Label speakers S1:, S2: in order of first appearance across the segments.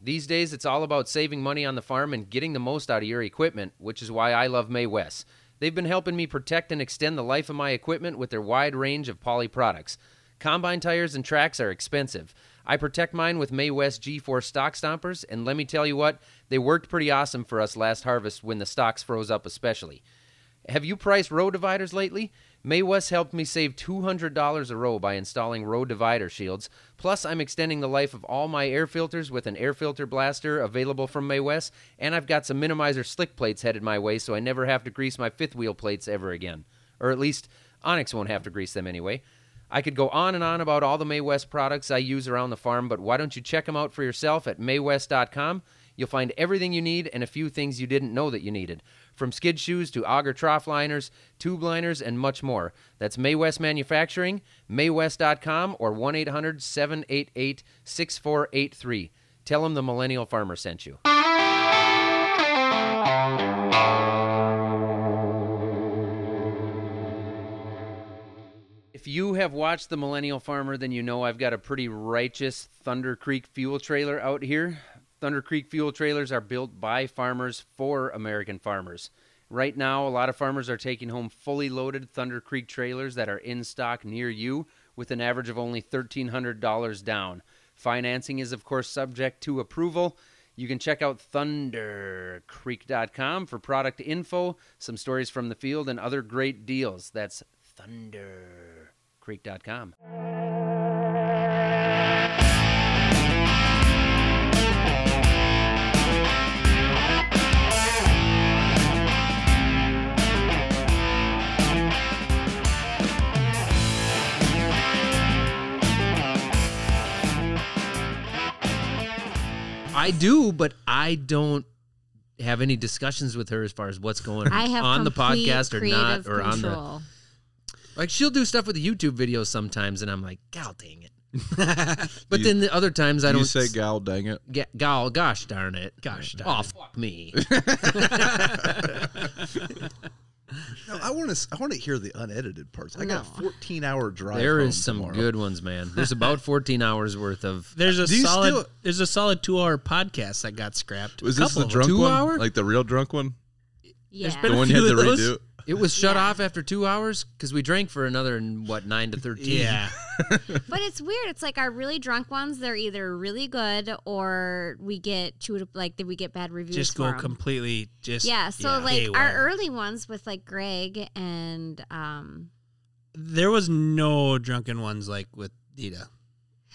S1: These days, it's all about saving money on the farm and getting the most out of your equipment, which is why I love May West. They've been helping me protect and extend the life of my equipment with their wide range of poly products. Combine tires and tracks are expensive. I protect mine with May West G4 stock stompers, and let me tell you what, they worked pretty awesome for us last harvest when the stocks froze up, especially. Have you priced row dividers lately? May West helped me save $200 a row by installing row divider shields. Plus, I'm extending the life of all my air filters with an air filter blaster available from May West, and I've got some minimizer slick plates headed my way so I never have to grease my fifth wheel plates ever again. Or at least, Onyx won't have to grease them anyway. I could go on and on about all the May West products I use around the farm, but why don't you check them out for yourself at maywest.com? You'll find everything you need and a few things you didn't know that you needed, from skid shoes to auger trough liners, tube liners, and much more. That's May West Manufacturing, maywest.com, or 1 800 788 6483. Tell them the Millennial Farmer sent you. If you have watched The Millennial Farmer, then you know I've got a pretty righteous Thunder Creek fuel trailer out here. Thunder Creek fuel trailers are built by farmers for American farmers. Right now, a lot of farmers are taking home fully loaded Thunder Creek trailers that are in stock near you with an average of only $1,300 down. Financing is, of course, subject to approval. You can check out thundercreek.com for product info, some stories from the field, and other great deals. That's thundercreek.com. I do, but I don't have any discussions with her as far as what's going
S2: I have
S1: on the
S2: complete
S1: podcast or not
S2: creative
S1: or on the
S2: control.
S1: like she'll do stuff with the YouTube videos sometimes and I'm like, "Gal dang it." But
S3: You-
S1: then the other times I
S3: you
S1: don't
S3: say gal dang it.
S1: Ga- gal, gosh darn it. Gosh
S4: darn
S1: Oh, fuck me.
S4: No, I want to. I want to hear the unedited parts. I got a
S2: No.
S4: 14 hour drive.
S1: there
S4: home
S1: is some
S4: tomorrow.
S1: good ones, man. There's about 14 hours worth of
S5: There's a
S4: Do you
S5: solid
S4: still-
S5: there's a solid two hour podcast that got scrapped.
S3: Was
S5: A
S3: this the
S5: couple of
S3: drunk
S1: Two
S3: one?
S1: hour?
S3: Like the real drunk one?
S2: Yeah.
S5: been-
S3: The
S5: A
S3: one you had
S5: few
S3: to
S5: of those?
S3: redo?
S1: It was shut
S2: Yeah.
S1: off after 2 hours cuz we drank for another what 9 to
S5: them.
S1: 13.
S5: Yeah.
S2: But it's weird. It's like our really drunk ones. They're either really good or we get chewed like we get bad reviews.
S5: just go
S2: for 'em.
S5: completely just
S2: Yeah. So like
S5: day
S2: our
S5: one.
S2: early ones with like Greg and um
S5: there was no drunken ones like with Dita.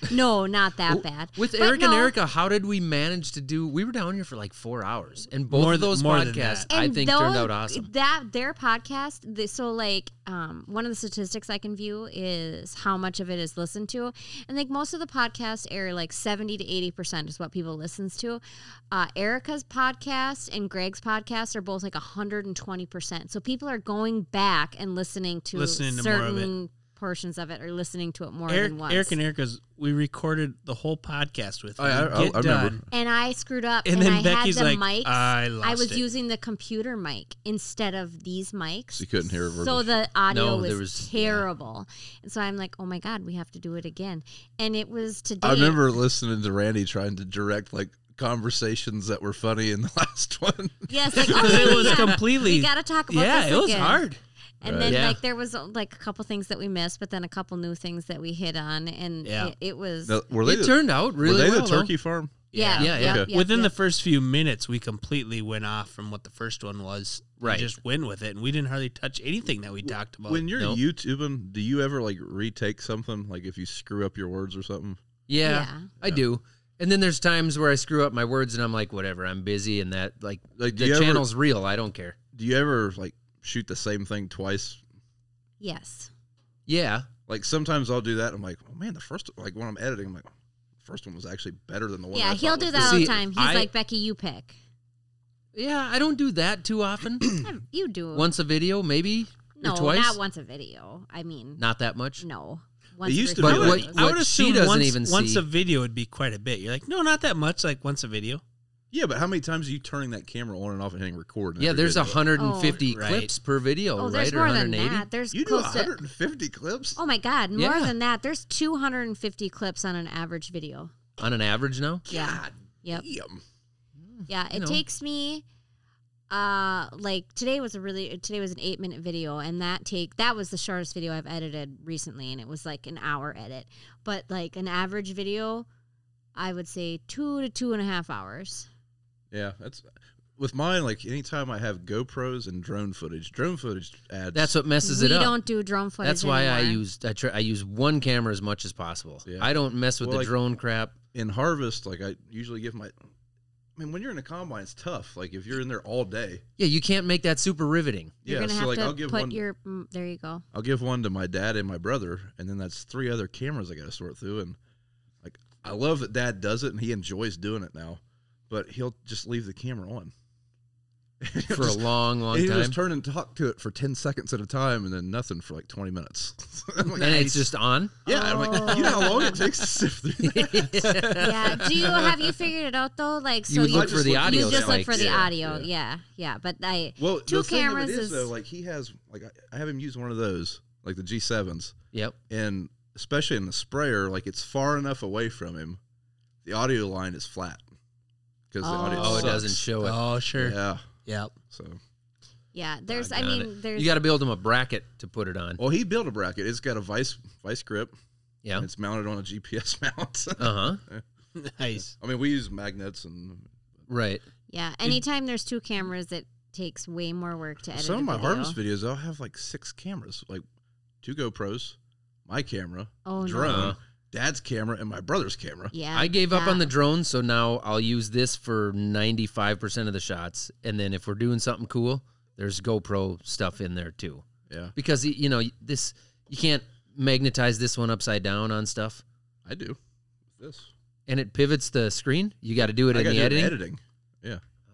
S2: no, not that
S1: W-
S2: bad.
S1: With
S2: But
S1: Eric and
S2: no,
S1: Erica, how did we manage to do? We were down here for like four hours, and both
S5: More
S1: of
S5: than-
S1: those
S5: more than
S1: podcasts
S5: that.
S1: I
S2: and
S1: think turned
S2: those-
S1: out awesome.
S2: That their podcast, they, so like um, one of the statistics I can view is how much of it is listened to, and like most of the podcasts air like seventy to eighty percent is what people listens to. Uh, Erica's podcast and Greg's podcast are both like hundred and twenty percent, so people are going back and listening to
S5: Listening to more of
S2: certain
S5: it.
S2: portions of it or listening to it more
S5: Eric,
S2: than once.
S5: Eric and Erica's we recorded the whole podcast with.
S3: Oh, yeah,
S5: We
S3: I- I-
S5: get
S3: I remember.
S5: done,
S2: and I screwed up,
S5: And
S2: and,
S5: then
S2: I
S5: Becky's
S2: had the
S5: like,
S2: mics.
S5: "I
S2: I
S5: lost
S2: was
S5: it."
S2: using the computer mic instead of these mics.
S3: She couldn't hear her
S2: So the audio
S1: No,
S2: was,
S1: there was- yeah.
S2: terrible, and so I'm like, "Oh my god, we have to do it again." And it was today.
S3: I remember listening to Randy trying to direct like conversations that were funny in the last one.
S2: Yes, like, oh,
S5: Because
S2: yeah,
S5: it was
S2: yeah, yeah.
S5: completely.
S2: We gotta talk about
S5: yeah,
S2: this
S5: it was
S2: again.
S5: hard.
S2: And
S3: Right.
S2: then
S1: Yeah.
S2: like there was uh, like a couple things that we missed, but then a couple new things that we hit on, and
S5: Yeah.
S2: it, it was
S3: Now, were they
S1: It
S3: the,
S1: turned out
S3: were
S1: really
S3: they
S1: well.
S3: the
S1: though.
S3: turkey farm?
S2: yeah,
S1: Yeah,
S2: yeah,
S1: yeah.
S2: yeah,
S3: Okay.
S2: yeah,
S5: Within
S2: yeah.
S5: the first few minutes, we completely went off from what the first one was. and
S1: Right.
S5: just went with it, and we didn't hardly touch anything that we talked about.
S3: When you're
S1: Nope.
S3: YouTubing, do you ever like retake something? Like if you screw up your words or something?
S1: Yeah,
S2: Yeah.
S1: I do. And then there's times where I screw up my words, and I'm like, whatever, I'm busy, and that like,
S3: Like do
S1: the
S3: you
S1: channel's real. I don't care.
S3: ever do you ever like shoot the same thing twice?
S2: yes,
S1: Yeah,
S3: Like sometimes I'll do that. I'm like, oh man, the first like when I'm editing, I'm like, first one was actually better than the one.
S2: yeah,
S3: I
S2: he'll
S3: thought
S2: do
S3: was
S2: that all
S1: See,
S2: the time. He's
S1: I-
S2: like, "Becky, you pick,
S1: yeah. I don't do that too often.
S2: you do."
S1: once a video, maybe
S2: No,
S1: or twice.
S2: not once a video. I mean,
S1: Not that much.
S2: no.
S3: They used to
S2: or
S3: do
S2: three
S3: that.
S2: videos.
S1: But
S5: I
S1: what
S5: would
S1: she
S5: assume
S1: doesn't
S5: once,
S1: even
S5: once
S1: see-
S5: a video would be quite a bit. You're like, no, not that much. Like once a video.
S3: Yeah, but how many times are you turning that camera on and off and hitting record? in
S1: Yeah,
S3: every
S1: there's
S3: video?
S1: 150
S5: Oh, right.
S1: clips per video,
S2: oh,
S1: right?
S2: there's
S1: Or
S2: more than
S1: 180.
S2: that. There's
S3: You do
S2: close to.
S3: 150 clips.
S2: Oh my God, more
S1: Yeah.
S2: than that. There's 250 clips on an average video.
S1: on an average now.
S2: Yeah. Yep.
S3: Yum.
S2: Yeah, it
S5: know.
S2: takes me uh like today was a really today was an 8 minute video and that take that was the shortest video I've edited recently and it was like an hour edit. But like an average video I would say two to two and a half hours.
S3: Yeah, that's with mine. Like anytime I have GoPros and drone footage, drone footage adds.
S1: That's what messes
S2: we
S1: it up.
S2: don't do drone footage.
S1: That's why I
S2: anymore.
S1: use I, try, I use one camera as much as possible.
S3: Yeah.
S1: I don't mess with
S3: Well,
S1: the
S3: like-
S1: drone crap.
S3: in harvest. Like I usually give my. I mean, when you're in a combine, it's tough. Like if you're in there all day.
S1: Yeah, you can't make that super riveting.
S2: You're
S3: yeah.
S2: gonna
S3: So
S2: have
S3: like
S2: to
S3: I'll give
S2: put
S3: one.
S2: your mm, there you go.
S3: I'll give one to my dad and my brother, and then that's three other cameras I got to sort through. And like, I love that dad does it and he enjoys doing it now, but he'll just leave the camera on
S1: for a long, long
S3: He
S1: time.
S3: just turn and talk to it for ten seconds at a time, and then nothing for like twenty minutes. I'm like,
S1: and it's just on.
S3: yeah, I'm like, you know how long it takes to sift through that?
S2: yeah. Do you have you figured it out though? Like so
S1: you would
S2: you,
S1: look for the
S3: look-
S1: audio.
S2: you just look
S1: spikes.
S2: for the
S3: Yeah,
S2: audio.
S3: yeah.
S2: Yeah. yeah. But I
S3: Well,
S2: Two
S3: the thing of
S2: cameras
S3: it
S2: is-
S3: is, though, like he has, like I, I have him use one of those, like the G7s,
S1: Yep.
S3: and especially in the sprayer, like it's far enough away from him, the audio line is flat because the audio.
S1: Oh, it
S3: sucks.
S1: doesn't show it.
S5: Oh, sure. Yeah.
S3: Yeah.
S5: Yep.
S3: So,
S2: yeah, there's I,
S1: Got
S2: mean
S1: it.
S2: there's
S1: you got to build them a bracket to put it on.
S3: well, he built a bracket. It's got a vice vice grip.
S1: Yeah.
S3: And it's mounted on a GPS mount.
S1: Uh huh.
S5: Nice.
S3: I mean, we use magnets and
S1: Right.
S2: Yeah, anytime there's two cameras, it takes way more work to edit.
S3: some
S2: a
S3: of my
S2: video.
S3: harvest videos. I'll have like six cameras, like two GoPros, my camera,
S2: Oh, no.
S3: drone,
S1: Uh-huh.
S3: dad's camera, and my brother's camera.
S2: Yeah,
S1: I gave up
S2: that-
S1: on the drone, so now I'll use this for 95% of the shots. And then if we're doing something cool, there's GoPro stuff in there too.
S3: Yeah,
S1: Because, y- you know, this, you can't magnetize this one upside down on stuff
S3: I do. This.
S1: and it pivots the screen. You got to do it
S3: I
S1: in
S3: gotta
S1: the
S3: do
S1: editing.
S3: editing.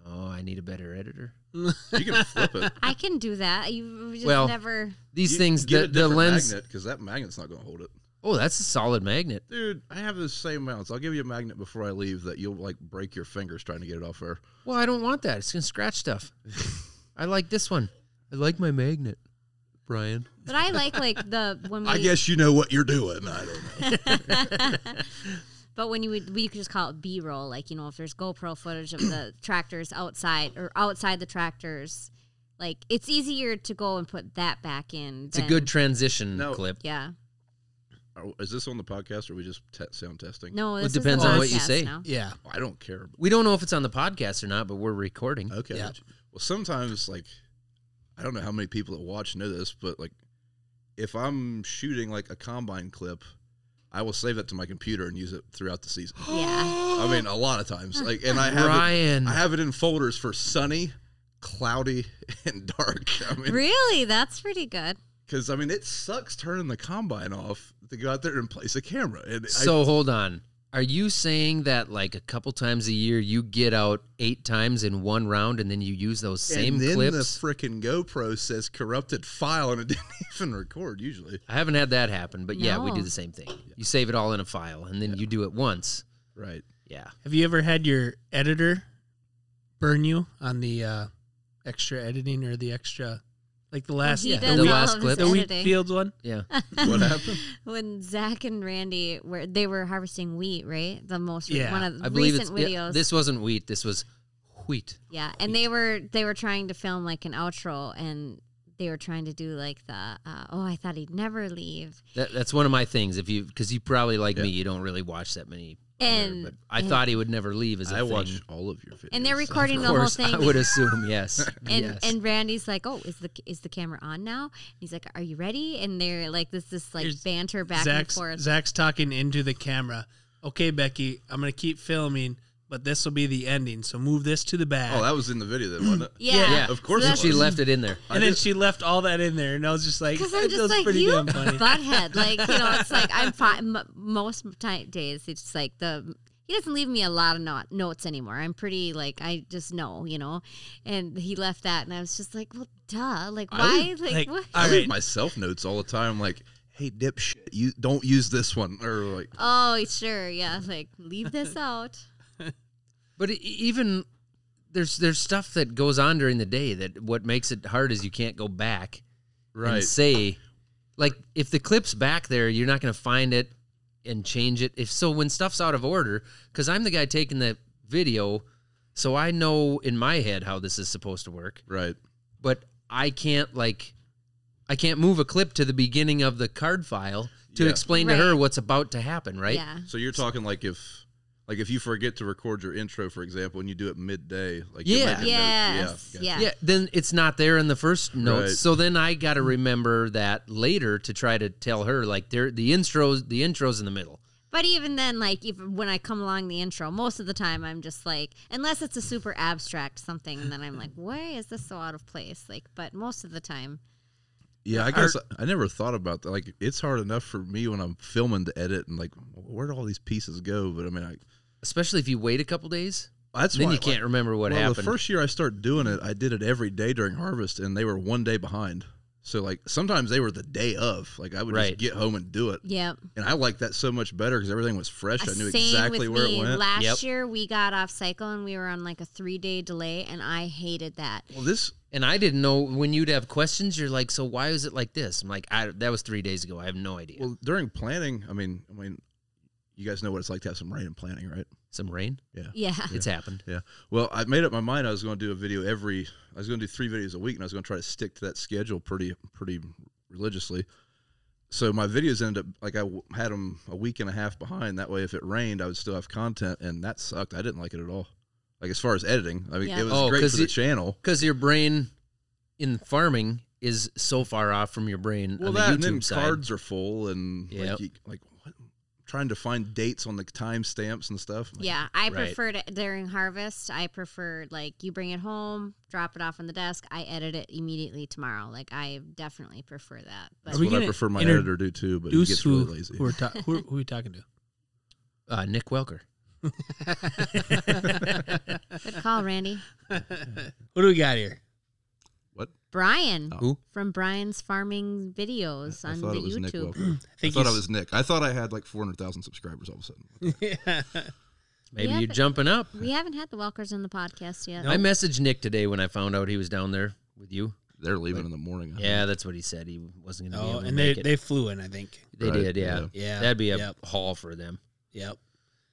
S1: Oh, I need a better editor.
S3: You can flip it.
S2: I can do that. You just
S1: Well-
S2: never.
S1: These
S3: You
S1: things,
S3: get
S1: the,
S3: a
S1: the
S3: different
S1: lens.
S3: magnet because that magnet's not going to hold it.
S1: Oh, that's a solid magnet.
S3: Dude, I have the same mounts. I'll give you a magnet before I leave that you'll like break your fingers trying to get it off there.
S1: Well, I don't want that. It's going to scratch stuff. I like this one. I like my magnet, Brian.
S2: But I like like the when we.
S3: I guess you know what you're doing. I don't know.
S2: But when you would, we could just call it B-roll. Like you know, if there's GoPro footage of the tractors outside or outside the tractors, like it's easier to go and put that back in.
S1: It's a good
S2: than-
S1: transition
S3: No.
S1: clip.
S2: yeah.
S3: Are- Is this on the podcast or are we just te- sound testing?
S2: No,
S1: Well, it
S2: this is the
S1: depends
S5: on
S1: what you
S2: podcast
S1: say.
S2: now.
S5: Yeah.
S3: I don't care.
S1: We don't know if it's on the podcast or not, but we're recording.
S3: Okay.
S5: Yeah.
S3: Well, sometimes like I don't know how many people that watch know this, but like if I'm shooting like a combine clip, I will save that to my computer and use it throughout the season.
S2: Yeah.
S3: I mean, a lot of times, like, and I have
S1: Brian,
S3: it, I have it in folders for sunny, cloudy, and dark. I mean,
S2: Really, that's pretty good.
S3: because I mean, it sucks turning the combine off to go out there and place a camera. And
S1: so hold on. Are you saying that like a couple times a year you get out eight times in one round and then you use those
S3: I,
S1: same
S3: and then
S1: clips?
S3: the freaking GoPro says corrupted file, and it didn't even record usually.
S1: I haven't had that happen, but yeah, we do
S2: No.
S1: the same thing. You save it all in a file and then you do it once.
S3: Right.
S1: Yeah.
S5: Have you ever had your editor burn you on the uh, extra editing or the extra, like the last,
S2: he
S1: yeah,
S2: does
S1: the
S2: all
S1: last
S2: of
S1: clip.
S2: his
S5: the wheat
S2: editing.
S5: fields one?
S1: Yeah.
S2: Uh,
S3: What happened?
S2: when Zach and Randy were they were harvesting wheat, right? The most
S5: Yeah,
S2: one of the
S1: I believe
S2: recent
S1: it's
S2: videos.
S1: yeah,
S2: Yeah,
S1: this wasn't wheat, this was wheat.
S2: and they were they were trying to film like an outro, and they were trying to do like the uh, oh, I thought he'd never leave,
S1: That, that's one of my things. If you because you probably like me, you don't really watch that many. other,
S2: and
S1: but I thought he would never leave. As a
S3: I
S1: thing.
S3: watch all of your videos.
S2: and they're recording
S1: Of
S2: the whole
S1: course,
S2: thing.
S1: I would assume yes.
S2: and
S1: yes.
S2: and Randy's like, oh, is the is the camera on now? And he's like, are you ready? And they're like, this this like
S5: Here's
S2: banter back
S5: Zach's,
S2: and forth.
S5: Zach's talking into the camera. Okay, Becky, I'm gonna keep filming, but this will be the ending. So move this to the back.
S3: Oh, that was in the video, then, wasn't it?
S2: yeah.
S1: yeah,
S3: Of course
S1: And
S3: it
S1: she
S3: was.
S1: left it in there.
S5: and then she left all that in there, and I was just like,
S2: Because
S5: that
S2: I'm just
S5: was
S2: like
S5: pretty
S2: you,
S5: damn funny.
S2: butthead. Like you know, it's like I'm fine. M- most ti- days, it's just like the he doesn't leave me a lot of not- notes anymore. I'm pretty like I just know, you know. And he left that, and I was just like, well, duh. Like
S3: I
S2: why? like,
S5: Like,
S2: what?
S5: all
S3: I read
S5: right,
S3: myself notes all the time, like, "Hey, dipshit, you don't use this one," or like,
S2: oh, sure, yeah. Like leave this out.
S1: But e- even there's there's stuff that goes on during the day that what makes it hard is you can't go back
S3: "Right,
S1: and say like if the clip's back there, you're not going to find it and change it. If so, when stuff's out of order, because I'm the guy taking the video, so I know in my head how this is supposed to work.
S3: Right.
S1: But I can't like, I can't move a clip to the beginning of the card file to
S3: Yeah.
S1: explain
S2: Right.
S1: to her what's about to happen. Right?
S2: Yeah.
S3: So you're talking like if like if you forget to record your intro, for example, and you do it midday, like
S1: Yeah.
S3: you might be-
S2: Yes.
S3: yeah,
S2: Yeah.
S1: Yeah, then it's not there in the first notes.
S3: Right.
S1: So then I got to remember that later to try to tell her like there the intros the intros in the middle.
S2: But even then, like even when I come along the intro, most of the time I'm just like, unless it's a super abstract something, then I'm like, why is this so out of place? Like, but most of the time,
S3: Yeah, I guess I, I never thought about that. Like, it's hard enough for me when I'm filming to edit and like, where do all these pieces go? But I mean, I
S1: Especially if you wait a couple days,
S3: that's
S1: then
S3: why,
S1: you can't remember what
S3: Like, well,
S1: happened.
S3: the first year I started doing it, I did it every day during harvest, and they were one day behind. So like sometimes they were the day of. Like I would
S1: Right.
S3: just get home and do it,
S2: yeah.
S3: and I liked that so much better because everything was fresh.
S1: Ah,
S3: I knew
S2: Same
S3: exactly
S2: with
S3: where
S2: me.
S3: it went.
S2: Last
S1: Yep.
S2: year we got off cycle and we were on like a three day delay, and I hated that.
S3: well, this
S1: and I didn't know when you'd have questions. You're like, so why is it like this? I'm like, I, that was three days ago. I have no idea.
S3: well during planning. I mean, I mean, you guys know what it's like to have some rain in planning, right?
S1: Some rain.
S2: Yeah.
S1: It's happened.
S3: Yeah. Well, I made up my mind I was going to do a video every. I was going to do three videos a week, and I was going to try to stick to that schedule pretty pretty religiously. So my videos ended up like I w- had them a week and a half behind. That way, if it rained, I would still have content, and that sucked. I didn't like it at all. Like as far as editing, I mean,
S2: Yeah.
S3: it was
S1: Oh,
S3: great
S1: 'cause
S3: for the
S1: it-
S3: channel.
S1: Because your brain in farming is so far off from your brain
S3: Well,
S1: on
S3: that
S1: the
S3: and then
S1: YouTube side.
S3: cards are full, and
S1: Yep.
S3: like, you, like what? trying to find dates on the timestamps and stuff. I'm like,
S2: Yeah, I
S1: Right.
S2: prefer to during harvest. I prefer like you bring it home, drop it off on the desk. I edit it immediately tomorrow. Like I definitely prefer that. But
S3: That's
S5: we
S3: what I
S5: gonna
S3: prefer my
S5: introduce
S3: editor do too, but he
S5: Deuce,
S3: gets
S5: who,
S3: really lazy.
S5: who, we're ta- who, who are we talking to?
S1: Uh, Nick Welker.
S2: good call, Randy.
S5: What do we got here?
S2: Brian
S1: Who?
S2: from Brian's farming videos
S3: I
S2: on
S3: thought
S2: the
S3: it was Nick
S2: YouTube.
S3: Wilker.
S5: I
S3: I
S5: think
S3: thought I
S5: he's-
S3: was Nick. I thought I had like 400,000 subscribers all of a sudden.
S5: yeah.
S1: Maybe
S2: Yeah,
S1: you're
S2: but-
S1: jumping up.
S2: we haven't had the Welkers on the podcast yet.
S5: No.
S1: I messaged Nick today when I found out he was down there with you.
S3: They're leaving in the morning. I
S1: Yeah, that's what he said. He wasn't going to be
S5: Oh,
S1: able to
S5: and they,
S1: make it.
S5: they flew in, I think.
S1: They
S3: Right,
S1: did, yeah.
S3: yeah.
S5: Yeah.
S1: That'd be a
S5: Yep.
S1: haul for them.
S5: Yep.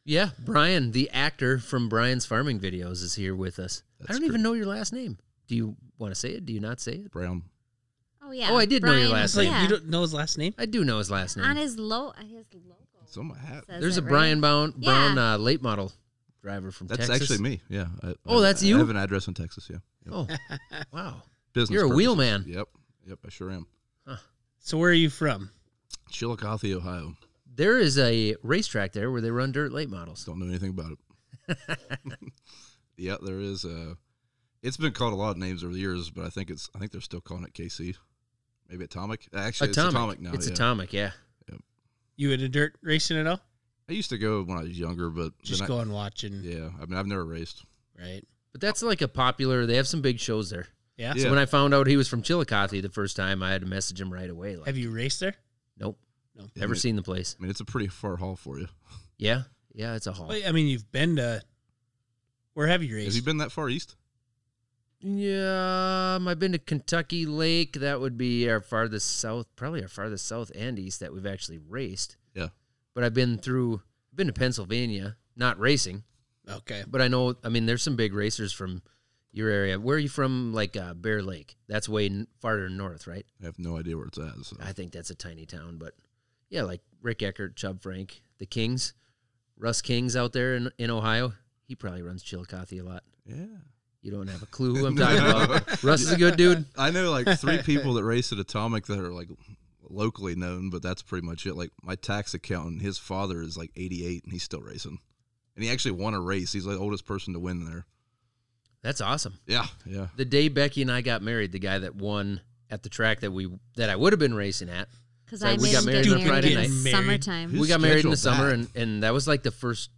S1: Yeah, Brian, the actor from Brian's farming videos, is here with us. I
S3: That's
S1: don't
S3: cr-
S1: even know your last name. Do you want to say it? Do you not say it?
S3: think. Brown.
S2: Oh yeah.
S1: Oh, I did know your last
S5: It's
S1: So
S5: like
S1: name.
S5: you don't know his last name.
S1: I do know his last
S2: on
S1: name.
S2: his lo- his logo.
S3: It's on my hat.
S2: says
S1: There's
S2: it,
S1: a
S2: right?
S1: Brian Brown,
S2: Yeah.
S1: Brown uh, late model driver from
S3: That's
S1: Texas.
S3: actually me. Yeah. I, I-
S1: Oh, that's
S3: I
S1: you?
S3: have an address in Texas. Yeah. Yep.
S1: Oh, wow.
S3: Business.
S1: you're a
S3: purposes.
S1: wheelman.
S3: Yep. Yep. I sure am.
S5: So where are you from?
S3: Chillicothe, Ohio.
S1: There is a racetrack there where they run dirt late models.
S3: Don't know anything about it. yeah, there is. Uh, it's been called a lot of names over the years, but I think it's. I think they're still calling it KC. Maybe Atomic. Actually,
S1: atomic.
S3: it's Atomic now.
S1: It's
S3: yeah.
S1: atomic, yeah.
S5: You into dirt racing at all?
S3: I used to go when I was younger, but
S5: Just
S3: then I,
S5: going watching,
S3: Yeah, I mean, I've never raced.
S5: right?
S1: But that's like a popular. They have some big shows there.
S5: Yeah.
S1: So
S3: Yeah.
S1: when I found out he was from Chillicothe the first time, I had to message him right away. Like,
S5: Have you raced there?
S1: nope,
S3: Yeah,
S1: never
S3: I mean-
S1: seen the place.
S3: I mean, it's a pretty far haul for you.
S1: Yeah, yeah, it's a haul.
S5: Well, I mean, you've been to. Where have you
S3: Have
S5: raced?
S3: you been that far east?
S1: Yeah, um, I've been to Kentucky Lake. That would be our farthest south, probably our farthest south and east that we've actually raced.
S3: Yeah.
S1: But I've been through, I've been to Pennsylvania, not racing,
S5: okay.
S1: but I know, I mean, there's some big racers from your area. Where are you from? Like uh, Bear Lake. That's way n- farther north, right?
S3: I have no idea where it's at. So.
S1: I think that's a tiny town, but yeah, like Rick Eckert, Chubb Frank, the Kings, Russ Kings out there in, in Ohio. He probably runs Chillicothe a lot.
S3: Yeah.
S1: You don't have a clue who I'm talking about. Russ is a good dude.
S3: I know like three people that race at Atomic that are like locally known, but that's pretty much it. Like my tax accountant, his father is like 88 and he's still racing. And he actually won a race. He's like the oldest person to win there.
S1: That's awesome.
S3: Yeah. Yeah.
S1: The day Becky and I got married, the guy that won at the track that we that I would have been racing at,
S2: Because
S1: Like, we
S2: I made
S1: got
S2: him
S1: married
S2: get
S1: on Friday
S2: in
S5: night.
S2: Summertime.
S3: Who-
S1: we got married in the
S3: scheduled
S1: summer,
S3: that?
S1: and and that was like the first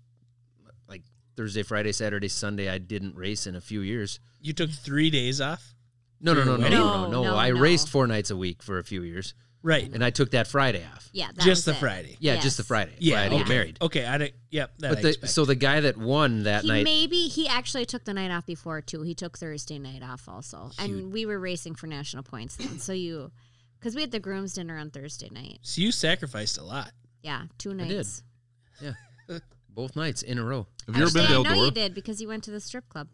S1: like Thursday, Friday, Saturday, Sunday. I didn't race in a few years.
S5: You took three days off.
S1: No, no, no, no,
S5: No,
S1: no, no.
S2: no,
S1: I
S2: no.
S1: raced four nights a week for a few years,
S5: Right.
S1: and I took that Friday off.
S2: yeah, that was
S5: Just the
S2: it.
S5: Friday.
S1: Yeah,
S2: Yes.
S1: just the Friday.
S5: Yeah.
S1: Friday,
S5: okay.
S1: I get married.
S5: Okay. I did. Yep. That I
S1: But the,
S5: expect.
S1: so the guy that won that
S2: He
S1: night,
S2: maybe he actually took the night off before too. He took Thursday night off also, and we were racing for national points then. So you, because we had the groom's dinner on Thursday night.
S5: So you sacrificed a lot.
S2: Yeah, two
S1: did.
S2: nights.
S1: both nights in a row.
S4: Have you ever been to
S2: Actually, I know you
S4: Eldora?
S2: did because you went to the strip club.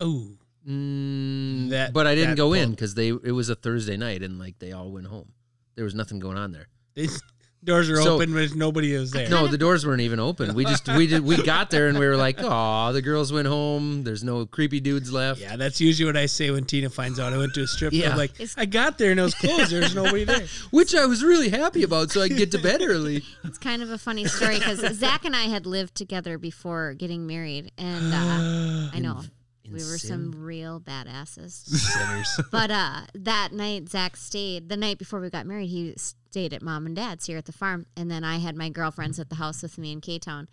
S5: Oh,
S1: Mm,
S5: That-
S1: but I didn't
S5: that
S1: go in
S5: book.
S1: because they it was a Thursday night and like they all went home. There was nothing going on there.
S5: they, doors are
S1: So-
S5: open, but nobody is there.
S1: No, the doors weren't even open. We just we did we got there and we were like, oh, the girls went home. There's no creepy dudes left.
S5: Yeah, that's usually what I say when Tina finds out I went to a strip
S1: Yeah.
S5: club. Like, I got there and it was closed. There's nobody there.
S1: Which I was really happy about, so I could get to bed early.
S2: It's kind of a funny story because Zach and I had lived together before getting married, and uh, I know we were some real badasses.
S5: Sinners.
S2: but uh, that night, Zach stayed. The night before we got married, he stayed at mom and dad's here at the farm, and then I had my girlfriends at the house with me in K Town,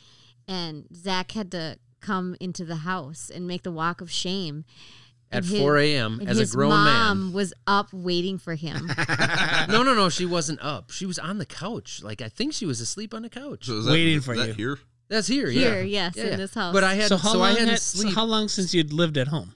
S2: and Zach had to come into the house and make the walk of shame.
S1: At
S2: And his-
S1: 4 a.m.
S2: and
S1: as a
S2: his
S1: grown
S2: mom was up waiting for him.
S1: man. No, no, no. She wasn't up. She was on the couch. Like I think she was asleep on the couch.
S4: So is
S5: Waiting
S4: is
S5: for
S4: that
S5: you.
S4: Here,
S1: That's here.
S2: Here,
S1: yeah.
S2: yes, in this house.
S1: But I had
S5: so
S1: so,
S5: how
S1: I
S5: long
S1: hadn't
S5: had, so
S1: sleep.
S5: how long since you'd lived at home?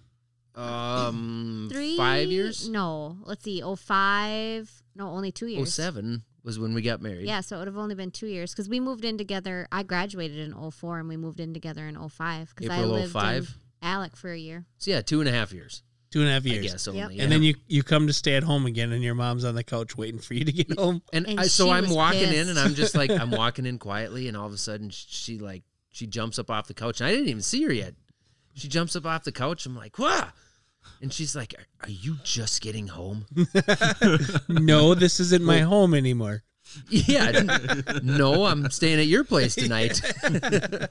S1: um,
S2: Three
S1: five years.
S2: No, let's see. Oh five. No, only two
S1: Oh
S2: years.
S1: seven was when we got married.
S2: Yeah, so it would have only been two years because we moved in together. I graduated in 04 and we moved in together in 05 because I
S1: April
S2: lived
S1: 05?
S2: in Alec for a year.
S1: So yeah, two and a half years.
S5: Two and a half
S1: I
S5: years.
S1: guess only.
S2: Yep. And
S1: yeah.
S5: And then you you come to stay at home again, and your mom's on the couch waiting for you to get home.
S1: And,
S2: And
S1: I, so
S2: she
S1: I'm
S2: was
S1: walking in,
S2: pissed.
S1: and I'm just like, I'm walking in quietly, and all of a sudden, sh- she like, she jumps up off the couch, and I didn't even see her yet. She jumps up off the couch. I'm like, "Wah!" And she's like, "Are, are you just getting home?"
S5: No, this isn't my home anymore.
S1: yeah. n- no, I'm staying at your place tonight.
S4: so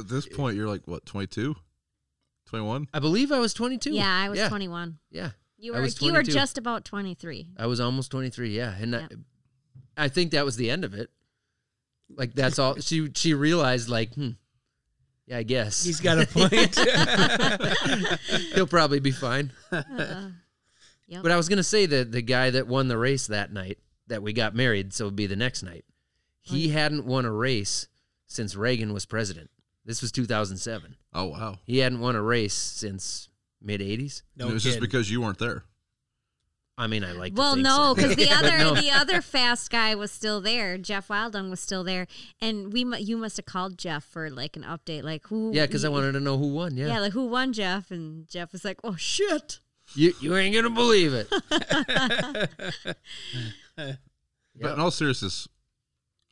S4: at this point, you're like what, 22, 21?
S1: I believe I was 22.
S2: Yeah, I was
S1: yeah,
S2: 21.
S1: Yeah,
S2: You
S1: I
S2: were
S1: was
S2: you were
S1: 22.
S2: just about 23.
S1: I was almost 23. Yeah, and
S2: Yeah.
S1: I, I think that was the end of it. Like that's all she she realized. Like, hmm, yeah, I guess
S5: He's got a point.
S1: he'll probably be fine.
S2: Uh, yep.
S1: But I was gonna say that the guy that won the race that night that we got married, so it'd be the next night.
S2: Oh,
S1: He hadn't won a race since Reagan was president. This was 2007.
S4: Oh wow!
S1: He hadn't won a race since mid 80s.
S5: No
S4: And it was just
S5: kidding.
S4: because you weren't there.
S1: I mean, I like.
S2: well,
S1: to think so.
S2: no, because the
S1: But
S2: other
S1: no.
S2: the other fast guy was still there. Jeff Wildung was still there, and we mu- you must have called Jeff for like an update, like who?
S1: yeah, because I wanted to know who won.
S2: Yeah,
S1: Yeah,
S2: like who won Jeff? And Jeff was like, "Oh shit!"
S1: you you ain't gonna believe it.
S4: But in all seriousness,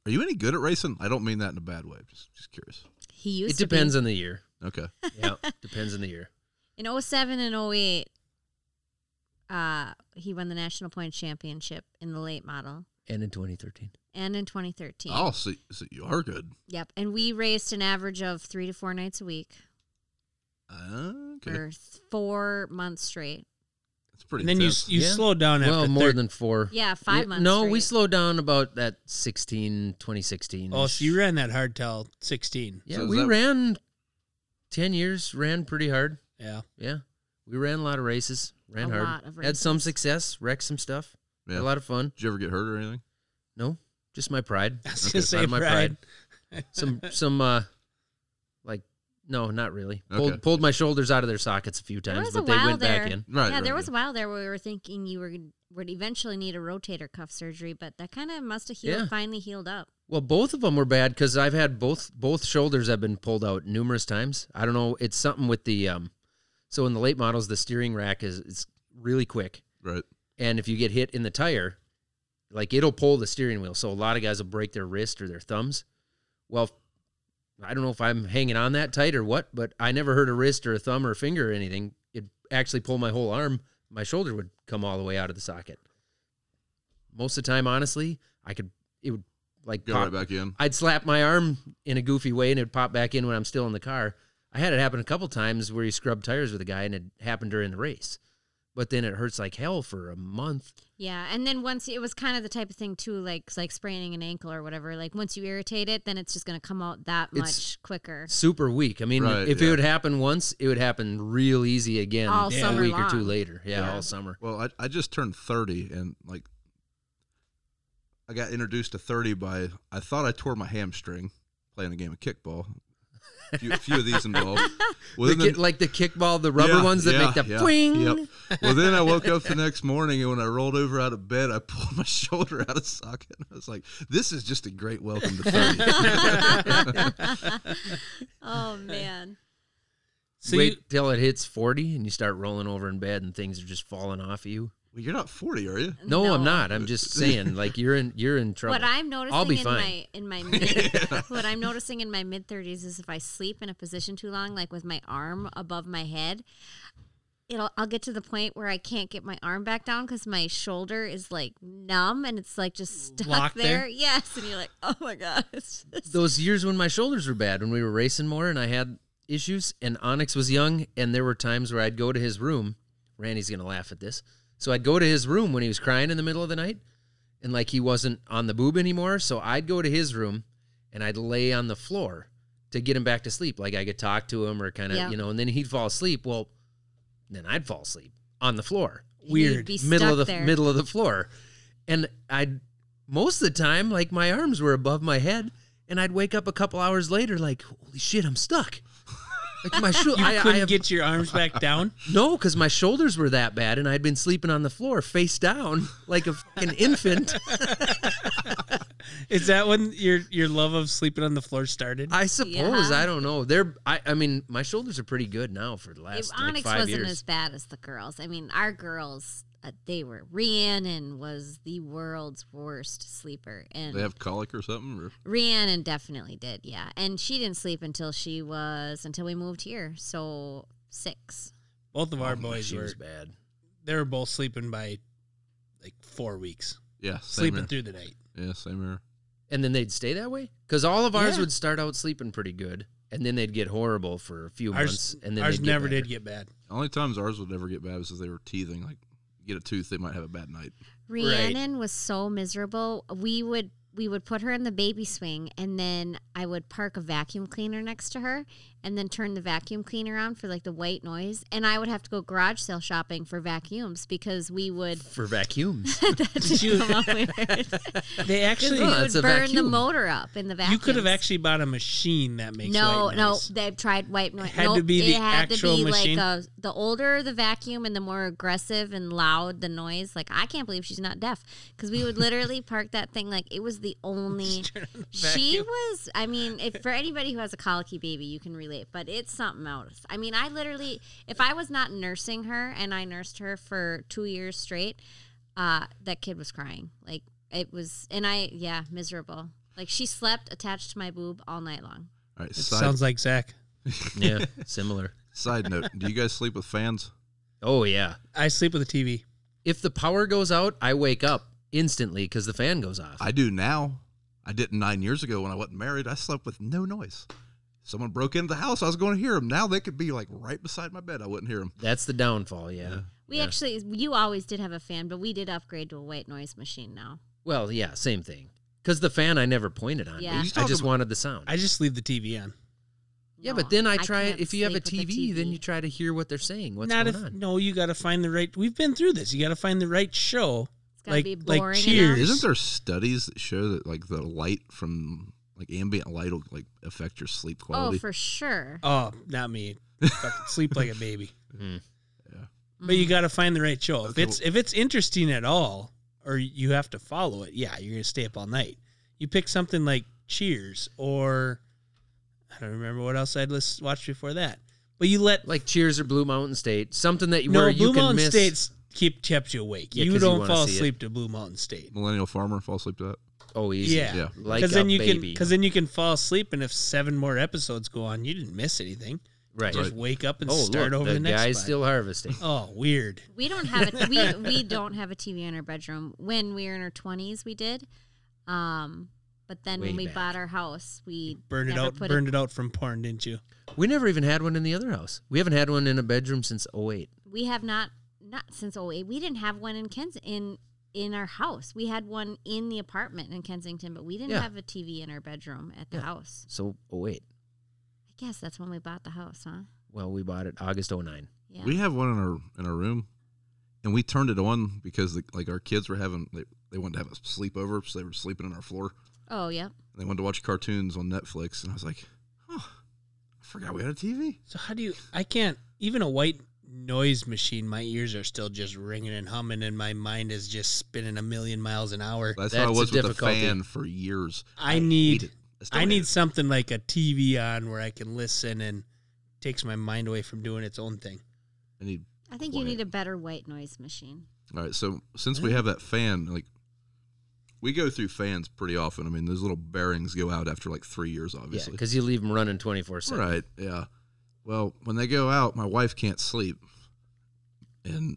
S4: are you any good at racing? I don't mean that in a bad way. Just, just curious.
S2: He used
S1: it
S2: to be.
S1: depends on the year.
S4: Okay.
S1: Yeah, depends on the year.
S2: In 07 and 08, uh, he won the National Point Championship in the late model
S1: And in 2013,
S2: and in 2013.
S4: Oh, so, so you are good.
S2: Yep. And we raced an average of three to four nights a week
S4: Uh, okay,
S2: for th- four months straight.
S4: that's pretty.
S5: and then you
S4: intense.
S5: you
S1: Yeah.
S5: slowed down after
S1: well, more
S5: thir-
S1: than four.
S2: Yeah, five
S1: Yeah,
S2: months
S1: No, we
S2: straight.
S1: slowed down about that 16, 2016.
S5: Oh, so you ran that hard till sixteen.
S1: Yeah,
S4: So is
S1: we
S4: that-
S1: ran 10 years, ran pretty hard.
S5: Yeah.
S1: Yeah. We ran a lot of races, ran
S2: A
S1: hard.
S2: lot of
S1: Had some
S2: races.
S1: success, wrecked some stuff.
S4: yeah.
S1: Had a lot of fun.
S4: Did you ever get hurt or anything?
S1: No, just my pride.
S5: I was
S4: Okay,
S5: gonna
S4: so
S5: say
S1: Not my pride.
S5: pride.
S1: Some some uh like no, not really.
S4: Okay.
S1: Pulled pulled my shoulders out of their sockets a few
S2: There
S1: times,
S2: was a
S1: but they
S2: while
S1: went
S2: there.
S1: back in.
S4: Right.
S2: yeah,
S4: right,
S2: there was a while there where we were thinking you were gonna- would eventually need a rotator cuff surgery, but that kind of must have healed,
S1: Yeah.
S2: finally healed up.
S1: Well, both of them were bad because I've had both both shoulders have been pulled out numerous times. I don't know. It's something with the um. So in the late models, the steering rack is is really quick,
S4: Right.
S1: and if you get hit in the tire, like it'll pull the steering wheel. So a lot of guys will break their wrist or their thumbs. Well, I don't know if I'm hanging on that tight or what, but I never hurt a wrist or a thumb or a finger or anything. It actually pulled my whole arm. My shoulder would come all the way out of the socket. Most of the time, honestly, I could it would like
S4: Go
S1: pop
S4: right back in.
S1: I'd slap my arm in a goofy way and it'd pop back in when I'm still in the car. I had it happen a couple times where you scrub tires with a guy and it happened during the race. But then it hurts like hell for a month.
S2: Yeah, and then once it was kind of the type of thing too, like like spraining an ankle or whatever. Like once you irritate it, then it's just going to come out that
S1: It's-
S2: much quicker.
S1: Super weak. I mean,
S4: Right,
S1: if it
S4: yeah.
S1: would happen once, it would happen real easy again
S2: All
S1: a
S5: summer
S1: week or two
S2: long.
S1: later. Yeah,
S2: Yeah.
S1: all summer.
S4: Well, I, I just turned 30 and like I got introduced to 30 by I thought I tore my hamstring playing a game of kickball. few, few of these involved.
S1: The
S4: Within
S1: kick- like the kickball, the rubber
S4: Yeah,
S1: ones that
S4: yeah,
S1: make the
S4: yeah,
S1: twing.
S4: Yep. Well, then I woke up the next morning, and when I rolled over out of bed, I pulled my shoulder out of socket. I was like, "This is just a great welcome to 30.
S2: Oh man.
S5: So
S1: Wait
S5: you,
S1: till it hits 40 and you start rolling over in bed and things are just falling off you.
S4: well, you're not 40, are you?
S1: No, I'm
S2: No.
S1: not. I'm just saying like you're in you're in trouble.
S2: What I'm noticing
S1: I'll be
S2: in
S1: fine.
S2: my in my mid, what I'm noticing in my mid 30s is if I sleep in a position too long, like with my arm above my head, it'll I'll get to the point where I can't get my arm back down because my shoulder is like numb and it's like just stuck
S5: Locked
S2: there.
S5: there?
S2: Yes, and you're like, oh my gosh. It's just-
S1: Those years when my shoulders were bad when we were racing more and I had issues and Onyx was young and there were times where I'd go to his room. Randy's going to laugh at this. So I'd go to his room when he was crying in the middle of the night and like he wasn't on the boob anymore, so I'd go to his room and I'd lay on the floor to get him back to sleep. Like I could talk to him or kind of,
S2: Yeah.
S1: you know, and then he'd fall asleep. Well, then I'd fall asleep on the floor.
S5: weird.
S2: be
S1: middle
S2: stuck
S1: of the
S2: there.
S1: middle of the floor, and I'd most of the time like my arms were above my head, and I'd wake up a couple hours later like holy shit I'm stuck. Like my sho-
S5: you
S1: I, I
S5: couldn't
S1: have,
S5: get your arms back down.
S1: no, because my shoulders were that bad, and I'd been sleeping on the floor face down like a fucking infant.
S5: Is that when your your love of sleeping on the floor started?
S1: I suppose
S2: Yeah.
S1: I don't know. They're I, I mean my shoulders are pretty good now for the
S2: If
S1: last like,
S2: Onyx
S1: 5
S2: wasn't
S1: years.
S2: as bad as the girls. I mean, our girls, uh, they were. Rhiannon was the world's worst sleeper, and
S4: They have colic or something. Or,
S2: Rhiannon definitely did, yeah. And she didn't sleep until she was until we moved here, so six.
S5: both of our
S1: Oh, my,
S5: boys
S1: she
S5: were
S1: was bad.
S5: they were both sleeping by like four weeks,
S4: yeah, same
S5: sleeping
S4: here.
S5: through the night.
S4: Yeah, same here.
S1: And then they'd stay that way? Because all of ours
S5: Yeah.
S1: would start out sleeping pretty good, and then they'd get horrible for a few months,
S5: Ours,
S1: and then
S5: ours
S1: they'd get
S5: never did
S1: better.
S5: get bad.
S4: Only times ours would ever get bad is if they were teething. Like, get a tooth, they might have a bad night.
S2: Rhiannon was so miserable. We would we would put her in the baby swing and then I would park a vacuum cleaner next to her and then turn the vacuum cleaner on for like the white noise and I would have to go garage sale shopping for vacuums because we would
S1: for vacuums.
S5: Did you-
S2: come up with-
S5: they
S2: we
S5: actually,
S1: No,
S2: would
S1: it's a
S2: burn the
S1: vacuum.
S2: motor up in the vacuum.
S5: you could have actually bought a machine that makes
S2: no,
S5: white
S2: no,
S5: noise.
S2: they've tried white noise.
S5: had to
S2: nope,
S5: be the
S2: it had
S5: actual
S2: to be
S5: machine?
S2: like a, the older the vacuum and the more aggressive and loud the noise. Like I can't believe she's not deaf because we would literally park that thing like it was the only.
S5: Turn on the
S2: She
S5: vacuum.
S2: was. I mean, if for anybody who has a colicky baby, you can relate, but it's something else. I mean, I literally, if I was not nursing her and I nursed her for two years straight, uh, that kid was crying. Like it was, and I yeah, miserable. Like she slept attached to my boob all night long.
S4: All right.
S5: It
S4: Side,
S5: sounds like Zach.
S1: yeah, similar.
S4: side note: Do you guys sleep with fans?
S1: Oh yeah.
S5: I sleep with a TV.
S1: If the power goes out, I wake up instantly because the fan goes off.
S4: I do now. I didn't nine years ago when I wasn't married. I slept with no noise. Someone broke into the house. I was going to hear them. Now they could be like right beside my bed. I wouldn't hear them.
S1: That's the downfall. Yeah.
S2: We actually, you always did have a fan, but we did upgrade to a white noise machine now.
S1: Well, yeah, same thing. Because the fan I never pointed on.
S2: Yeah.
S1: I
S2: You
S1: just
S4: talk about-
S1: wanted the sound.
S5: I just leave the TV on.
S1: yeah,
S2: No,
S1: but then I try.
S2: can't
S1: if you have a
S2: sleep
S1: TV,
S2: with
S1: then you try to hear what they're saying. What's
S5: Not
S1: going
S5: if
S1: on?
S5: no, you got to find the right. We've been through this. You got to find the right show.
S2: It's gotta
S5: like-
S2: be
S5: like
S2: boring Oh, enough.
S5: Cheers.
S4: Isn't there studies that show that like the light from like ambient light will like affect your sleep
S2: Oh,
S4: quality?
S2: for sure.
S5: Oh, not me. Fucking sleep like a baby. But
S2: Mm.
S1: Mm.
S5: you got to find the right show. If
S4: Okay,
S5: it's if it's interesting at all, or you have to follow it, yeah, you're gonna stay up all night. You pick something like Cheers, or I don't remember what else I'd list, watched before that. But you let
S1: Like Cheers or Blue Mountain State, something that you
S5: no
S1: where
S5: Blue
S1: you can
S5: Mountain
S1: miss.
S5: State's keep kept you awake.
S1: Yeah,
S5: you
S1: 'cause you
S5: don't
S1: wanna
S5: fall
S1: see it.
S5: asleep to Blue Mountain State.
S4: Millennial farmer fall asleep to that.
S1: oh, easy.
S5: Yeah,
S4: Yeah.
S1: Like a
S5: then you can
S1: baby.
S5: because then you can fall asleep, and if seven more episodes go on, you didn't miss anything.
S1: right.
S5: Just wake up and
S1: oh,
S5: start
S1: look,
S5: over
S1: the,
S5: the, next.
S1: guy's
S5: spot.
S1: still harvesting.
S5: oh weird.
S2: We don't have a, we we don't have a TV in our bedroom. When we were in our twenties, we did. Um, but then when
S1: Way
S2: we
S1: back.
S2: bought our house, we
S5: Burned it
S2: never
S5: out.
S2: put
S5: Burned it out from porn, didn't you?
S1: we never even had one in the other house. We haven't had one in a bedroom since 08.
S2: We have not not since 08. We didn't have one in Kens in in our house. We had one in the apartment in Kensington, but we didn't
S1: Yeah.
S2: have a TV in our bedroom at the
S1: Yeah.
S2: house.
S1: So 08.
S2: I guess that's when we bought the house, huh?
S1: Well, we bought it August 09.
S2: Yeah.
S4: We have one in our in our room, and we turned it on because the, like our kids were having they, they wanted to have a sleepover, so they were sleeping on our floor.
S2: oh, yeah.
S4: And they wanted to watch cartoons on Netflix, and I was like, huh, I
S3: forgot we had a TV.
S5: So how do you? I can't. Even a white noise machine, my ears are still just ringing and humming, and my mind is just spinning a million miles an hour.
S3: That's, how I
S1: That's
S3: was
S1: a
S3: with the
S1: difficulty.
S3: fan for years.
S5: I
S3: Hate
S5: need.
S3: it. still
S5: I
S3: hate
S5: need
S3: it.
S5: something like a TV on where I can listen and takes my mind away from doing its own thing.
S3: I need.
S2: I think you
S3: Quiet.
S2: need a better white noise machine.
S3: All right. So since we have that fan, like we go through fans pretty often. I mean, those little bearings go out after like three years,
S1: Yeah,
S3: obviously.
S1: because you leave them running 24 7.
S3: right. Yeah. Well, when they go out, my wife can't sleep, and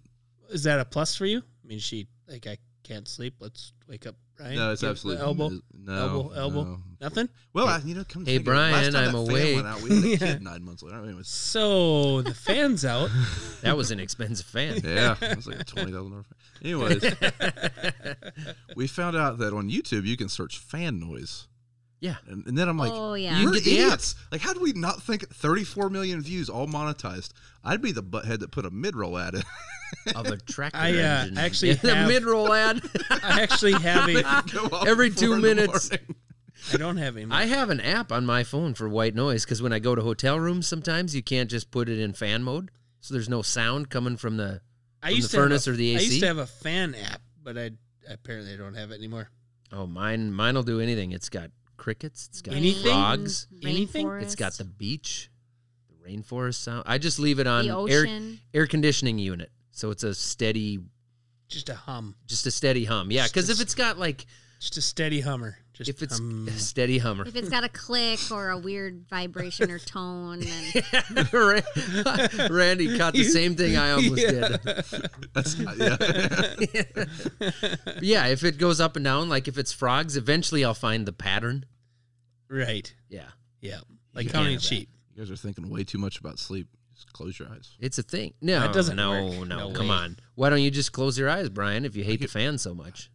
S5: Is that a plus for you? I mean, she like I can't sleep. Let's wake up, Brian.
S3: no, it's
S5: Give the
S3: absolutely
S5: elbow,
S3: No,
S5: elbow, elbow.
S3: no.
S5: Nothing.
S3: Well, I, you know, come to
S1: Hey,
S3: think of it, last
S1: Brian,
S3: time
S1: I'm
S3: that fan
S1: awake.
S3: Went out, we had a
S5: Yeah.
S3: kid nine months later. Anyways,
S5: So the fans out.
S1: That was an expensive fan.
S3: Yeah, it was like a twenty thousand dollar. Anyways, we found out that on YouTube you can search fan noise,
S1: Yeah.
S3: and, and then I'm like,
S2: Oh, yeah. You
S1: can
S3: "We're
S1: get the app."
S3: idiots. Like, how did we not think thirty four million views all monetized? I'd be the butthead that put a mid roll ad in.
S1: Of a tractor
S5: I, uh,
S1: engine.
S5: actually
S1: the
S5: have-
S1: mid roll ad.
S5: I actually have a.
S3: Go off
S1: Every
S3: at
S1: two
S3: four in the
S1: minutes.
S3: morning.
S5: I don't have any.
S1: I have an app on my phone for white noise because when I go to hotel rooms, sometimes you can't just put it in fan mode, so there's no sound coming from the.
S5: I
S1: from
S5: used
S1: the
S5: to have
S1: furnace
S5: a-
S1: or the
S5: I used
S1: AC?
S5: to have a fan app, but I apparently I don't have it anymore.
S1: Oh, mine! Mine'll do anything. It's got crickets. It's got
S5: Anything?
S1: frogs.
S5: Anything?
S1: It's got the beach, the rainforest sound. I just leave it on
S2: the
S1: air
S2: ocean.
S1: air conditioning unit, so it's a steady,
S5: Just a hum,
S1: just a steady hum. Yeah, because if it's got like
S5: just a steady hummer. Just
S1: if it's
S5: hum.
S1: a steady hummer,
S2: If it's got a click or a weird vibration or tone, and
S1: Ra- Randy caught the same thing I almost did.
S3: That's not, yeah.
S1: Yeah, if it goes up and down, like if it's frogs, eventually I'll find the pattern.
S5: right,
S1: Yeah,
S5: yeah, like
S1: You can't
S5: counting
S1: have that.
S5: sheep.
S3: you guys are thinking way too much about sleep. Just close your eyes.
S1: it's a thing. No,
S5: That doesn't
S1: No,
S5: work.
S1: no,
S5: No
S1: come
S5: way.
S1: on. Why don't you just close your eyes, Brian? If you hate the fan so much.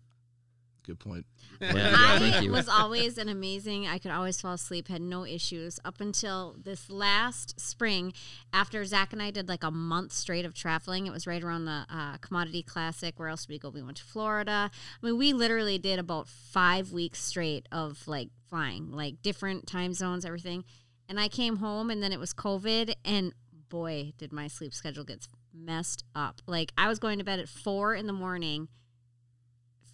S3: Good point.
S1: Yeah,
S2: I
S1: thank you.
S2: was always an amazing. I could always fall asleep, had no issues up until this last spring. After Zach and I did like a month straight of traveling, it was right around the uh, Commodity Classic. Where else did we go? We went to Florida. I mean, we literally did about five weeks straight of like flying, like different time zones, everything. And I came home, and then it was COVID, and boy, did my sleep schedule get messed up. Like I was going to bed at four in the morning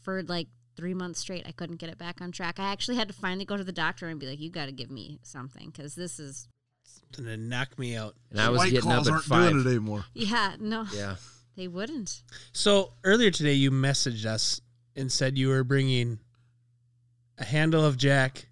S2: for like three months straight. I couldn't get it back on track. I actually had to finally go to the doctor and be like, "You got to give me something because this is
S5: And it knocked me out.
S1: And I was
S3: White
S1: getting up
S3: claws
S1: at
S3: aren't doing
S1: five.
S3: it anymore.
S2: yeah, no,
S1: Yeah.
S2: they wouldn't."
S5: So earlier today, you messaged us and said you were bringing a handle of Jack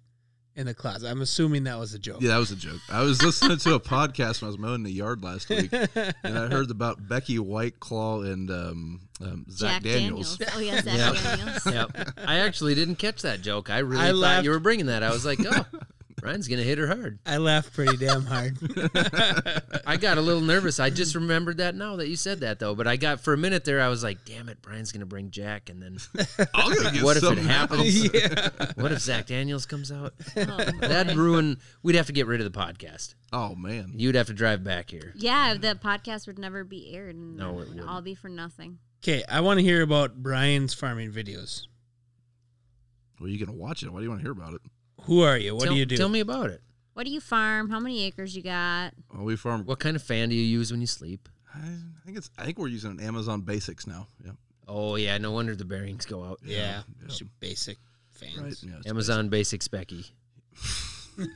S5: in the closet. I'm assuming that was a joke.
S3: Yeah, that was a joke. I was listening to a podcast when I was mowing the yard last week, and I heard about Becky Whiteclaw and um, um, Zach
S2: Jack
S3: Daniels.
S2: Daniels. Oh yeah, Zach
S1: Yeah.
S2: Daniels. Oh,
S1: Yep. I actually didn't catch that joke. I really
S5: I
S1: thought
S5: laughed.
S1: you were bringing that. I was like, oh, Brian's going to hit her hard.
S5: I laughed pretty damn hard.
S1: I got a little nervous. I just remembered that now that you said that, though. But I got, for a minute there, I was like, damn it, Brian's going to bring Jack. And then
S3: I'll go get
S1: what if it
S3: something else.
S1: happens?
S5: yeah.
S1: What if Zach Daniels comes out?
S2: Oh,
S1: That'd
S2: boy.
S1: ruin, we'd have to get rid of the podcast.
S3: Oh man,
S1: You'd have to drive back here.
S2: Yeah, the podcast would never be aired. And
S1: No, it
S2: would
S1: wouldn't.
S2: all be for nothing.
S5: Okay, I want to hear about Brian's farming videos.
S3: well you gonna watch it? Why do you want to hear about it?
S5: Who are you? What
S1: tell,
S5: do you do?
S1: Tell me about it.
S2: What do you farm? How many acres you got?
S3: Well, we farm.
S1: What kind of fan do you use when you sleep?
S3: I think it's. I think we're using an Amazon Basics now. Yeah,
S1: Oh yeah, no wonder the bearings go out.
S5: Yeah,
S3: Yeah.
S5: just basic
S3: right.
S5: fans.
S3: Yeah, it's
S1: Amazon Basics Becky.
S3: basic.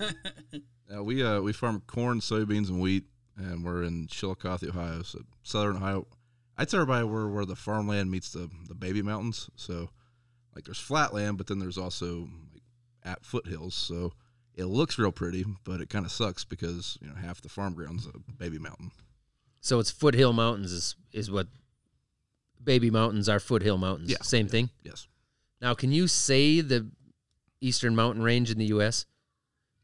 S3: Uh, we uh, we farm corn, soybeans, and wheat, and we're in Chillicothe, Ohio, so southern Ohio. I tell everybody we're where the farmland meets the the baby mountains. So, like, there's flat land, but then there's also like at foothills. So. It looks real pretty, but it kind of sucks because you know half the farm ground's a baby mountain.
S1: So it's Foothill Mountains is is what Baby Mountains are Foothill Mountains.
S3: Yeah.
S1: Same thing.
S3: Yes,
S1: Now can you say the Eastern Mountain Range in the US?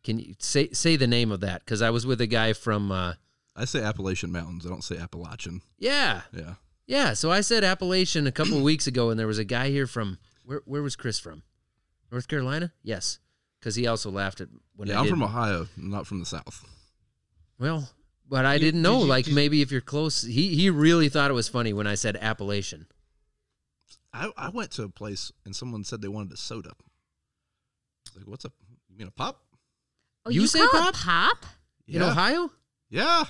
S1: Can you say say the name of that? Because I was with a guy from uh,
S3: I say Appalachian Mountains. I don't say Appalachian.
S1: Yeah.
S3: Yeah,
S1: Yeah. So I said Appalachian a couple weeks ago and there was a guy here from where where was Chris from? North Carolina? Yes. Because he also laughed at when
S3: yeah.
S1: I
S3: I'm
S1: did-
S3: from Ohio, not from the South.
S1: Well, but I
S5: You-
S1: didn't know.
S5: did you-
S1: like
S5: did-
S1: maybe if you're close, he he really thought it was funny when I said Appalachian.
S3: I, I went to a place and someone said they wanted a soda. I was like, what's a you mean a pop?
S2: Oh,
S1: You
S2: you,
S1: say
S2: call it pop?
S1: In
S3: Yeah.
S1: Ohio?
S3: Yeah.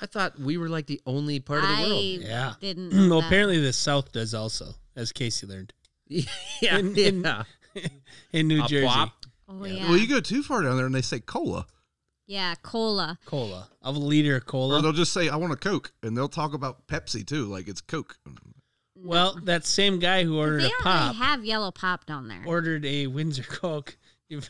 S1: I thought we were like the only part of the world.
S2: I
S5: Yeah.
S2: didn't. know
S5: well,
S2: that.
S5: apparently the South does also, as Casey learned
S1: Yeah,
S5: in- in
S1: yeah.
S5: in New
S1: A
S5: Jersey.
S1: pop.
S2: Oh yeah.
S3: Well, you go too far down there and they say cola.
S2: yeah, cola.
S5: Cola. Of a liter of
S3: Or
S5: cola.
S3: they'll just say, I want a Coke. And they'll talk about Pepsi too, like it's Coke.
S5: Well, that same guy who
S2: They
S5: ordered a
S2: already
S5: pop
S2: have yellow pop down there.
S5: ordered a Windsor Coke. You've-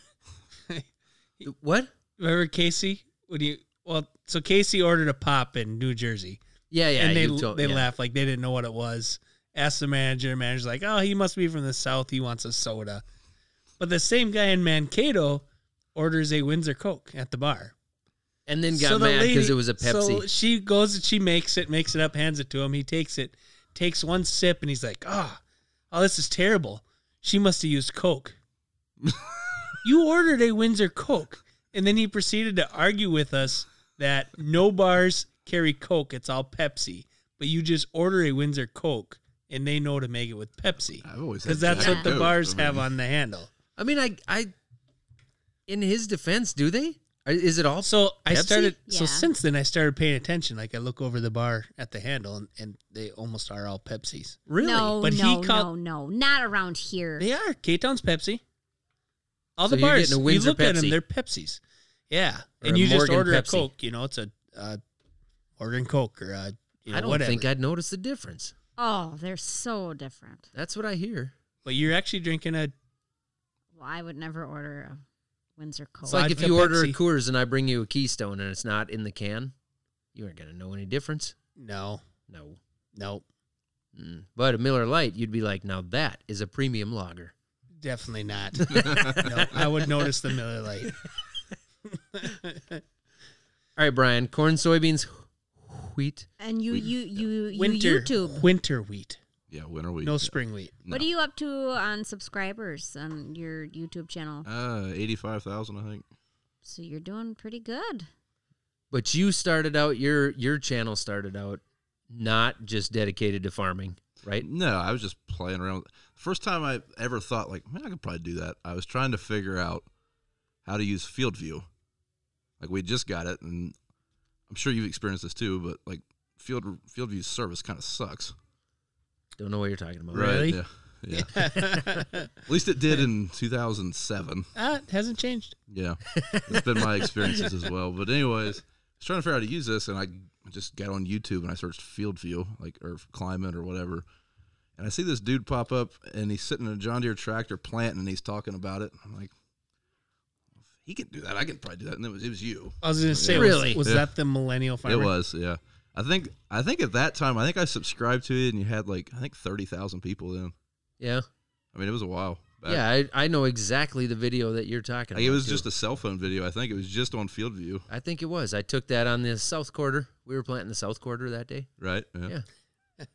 S1: What?
S5: Remember Casey? When you well, so Casey ordered a pop in New Jersey,
S1: Yeah, yeah.
S5: and they
S1: you told-
S5: they
S1: yeah.
S5: laughed like they didn't know what it was. Asked the manager, the manager's like, "Oh, he must be from the South. He wants a soda." But the same guy in Mankato orders a Windsor Coke at the bar.
S1: And then got
S5: So the
S1: mad because
S5: lady-
S1: it was a
S5: So
S1: Pepsi.
S5: she goes and she makes it, makes it up, hands it to him. He takes it, takes one sip, and he's like, "Ah, oh, this is terrible. She must have used Coke." you ordered a Windsor Coke, and then he proceeded to argue with us that no bars carry Coke; it's all Pepsi. But you just order a Windsor Coke, and they know to make it with Pepsi
S3: I've always
S5: because
S3: had
S5: that's
S3: Jack
S5: what the
S3: Coke.
S5: bars
S3: I mean,
S5: have on the handle.
S1: I mean, I, I, in his defense, do they? Are- Is it all?
S5: So I
S1: Pepsi?
S5: started. So
S2: Yeah.
S5: since then, I started paying attention. Like I look over the bar at the handle, and, and they almost are all Pepsis.
S1: Really?
S2: No,
S5: But he
S2: no,
S5: called-
S2: no, no, not around here.
S5: They are. Cape Town's Pepsi. All
S1: So
S5: the
S1: you're
S5: bars.
S1: getting a
S5: You
S1: Windsor
S5: look at them.
S1: Pepsi.
S5: They're Pepsis. Yeah,
S1: Or
S5: and
S1: a
S5: you just
S1: Morgan
S5: order
S1: Pepsi.
S5: a Coke. You know, it's a uh, Morgan Coke or a, you know,
S1: I don't
S5: whatever.
S1: think I'd notice the difference.
S2: Oh, they're so different.
S1: That's what I hear.
S5: But you're actually drinking a.
S2: Well, I would never order a Windsor Cola.
S1: It's like if
S5: Vodka
S1: you order a
S5: Pepsi.
S1: Coors and I bring you a Keystone and it's not in the can, you aren't gonna know any difference.
S5: No,
S1: No.
S5: no,
S1: Mm. But a Miller Lite, you'd be like, now that is a premium lager.
S5: definitely not. no, I would notice the Miller Lite.
S1: All right, Brian. Corn, soybeans, wheat.
S2: and you, you, you, you,
S5: Winter
S2: YouTube.
S5: winter wheat,
S3: Yeah, winter wheat.
S5: no spring wheat.
S2: What are you up to on subscribers on your YouTube channel?
S3: Uh, 85,000, I think.
S2: So you're doing pretty good.
S1: But you started out your your channel started out not just dedicated to farming, right?
S3: No, I was just playing around. with- First time I ever thought, like, man, I could probably do that. I was trying to figure out how to use Field View. Like, we just got it, and I'm sure you've experienced this too, but like, Field Field View service kind of sucks.
S1: Don't know what you're talking about.
S5: Right. Really?
S3: Yeah. Yeah. At least it did in 2007.
S5: Ah, it hasn't changed.
S3: Yeah, it's been my experiences as well. But anyways, I was trying to figure out how to use this, and I just got on YouTube and I searched field view, like or climate or whatever. And I see this dude pop up, and he's sitting in a John Deere tractor planting, and he's talking about it. I'm like, he can do that. I can probably do that. And it was it was you.
S5: I was gonna say,
S1: Really?
S5: really? was,
S3: Yeah.
S5: that the millennial farmer?
S3: It was yeah. I think I think at that time I think I subscribed to it, and you had like I think thirty thousand people in.
S1: Yeah.
S3: I mean, it was a while. back.
S1: Yeah, I, I know exactly the video that you're talking
S3: Like,
S1: about.
S3: it was
S1: too.
S3: just a cell phone video. I think it was just on field view,
S1: I think it was. I took that on the south quarter. We were planting the south quarter that day.
S3: right?
S1: Yeah.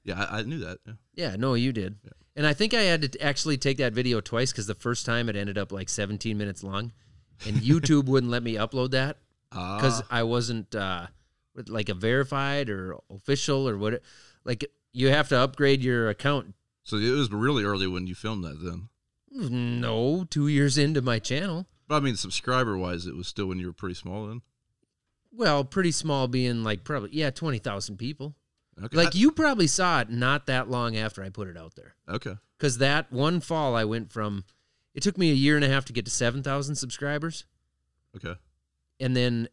S3: Yeah, I, I knew that. Yeah.
S1: Yeah, no, you did. And I think I had to actually take that video twice because the first time it ended up like 17 minutes long, and YouTube wouldn't let me upload that
S3: Ah.
S1: because I wasn't uh, with, like a verified or official or what. Like you have to upgrade your account.
S3: So it was really early when you filmed that then.
S1: No, two years into my channel.
S3: But I mean, subscriber wise, it was still when you were pretty small then.
S1: Well, pretty small, being like probably yeah, 20,000 people.
S3: Okay.
S1: Like you probably saw it not that long after I put it out there.
S3: okay.
S1: because that one fall I went from it took me a year and a half to get to 7,000 subscribers
S3: Okay.
S1: and then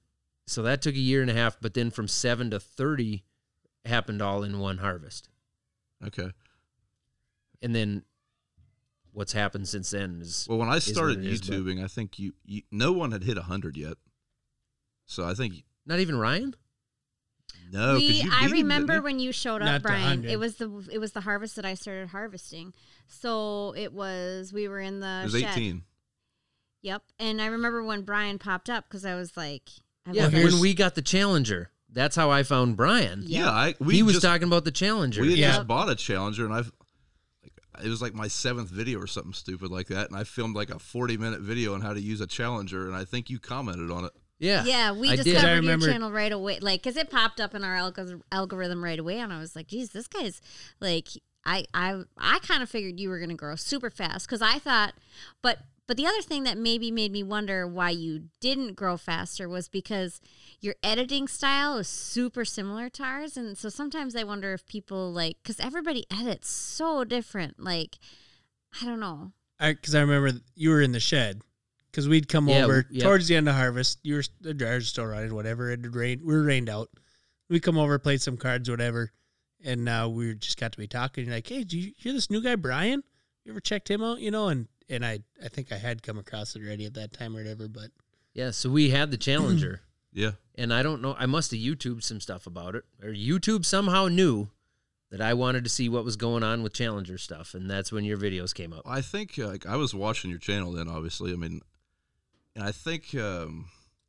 S1: so that took a year and a half but then from 7 to 30 happened all in one harvest
S3: Okay.
S1: and then what's happened since then is
S3: Well, when I
S1: what
S3: started
S1: it is, but-
S3: YouTubing, I think you, you no one had hit 100 yet. So I think
S1: not even Ryan
S3: no, because
S2: we,
S3: Oh, you
S2: I
S3: beat him,
S2: remember
S3: didn't
S2: when you showed up,
S5: Not to
S2: Brian.
S5: 100.
S2: It was the it was the harvest that I started harvesting. So it was we were in the
S3: you? it was
S2: shed.
S3: 18.
S2: Yep. And I remember when Brian popped up because I was like, I
S1: yeah
S2: was like,
S1: when we got the challenger that's how I found Brian
S2: Yeah.
S3: Yeah, I, we
S1: he was
S3: just,
S1: talking about the challenger
S3: we had
S5: Yeah.
S3: just bought a Challenger, and I've like it was like my seventh video or something stupid like that, and I filmed like a 40 minute video on how to use a Challenger, and I think you commented on it.
S1: yeah
S2: yeah, we
S1: I did.
S2: discovered
S5: I remember-
S2: your channel right away, like because it popped up in our alg- algorithm right away, and I was like, "Geez, this guy's like." I I I kind of figured you were gonna grow super fast because I thought, but But the other thing that maybe made me wonder why you didn't grow faster was because your editing style is super similar to ours. And so sometimes I wonder if people like, because everybody edits so different. Like, I don't know.
S5: Because I, remember you were in the shed. Because we'd come
S1: Yeah,
S5: over
S1: w- yeah.
S5: towards the end of harvest. You were, the dryers were still running, whatever. It had rained. We were rained out. We come over, played some cards, whatever. And uh, we were- just got to be talking. You're like, hey, do you hear this new guy, Brian? You ever checked him out? You know, and, and I, I think I had come across it already at that time or whatever. But
S1: Yeah, so we had the Challenger,
S3: Yeah.
S1: and I don't know. I must have YouTubed some stuff about it, or YouTube somehow knew that I wanted to see what was going on with Challenger stuff, and that's when your videos came up.
S3: Well, I think uh, like I was watching your channel then, obviously. I mean, and I think um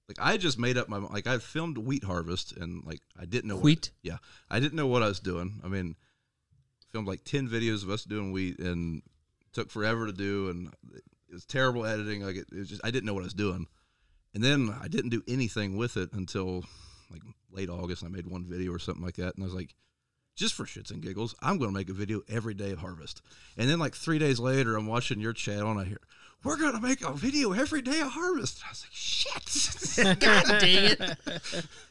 S3: like I just made up my mi- like I filmed wheat harvest and like I didn't know
S1: Wheat?
S3: What, yeah, I didn't know what I was doing. I mean, filmed like ten videos of us doing wheat and took forever to do, and it was terrible editing. Like it, it was just I didn't know what I was doing, and then I didn't do anything with it until like late August. I made one video or something like that, and I was like just for shits and giggles, I'm going to make a video every day of harvest. And then like three days later, I'm watching your channel and I hear, we're going to make a video every day of harvest. I was like, shit.
S1: God dang it!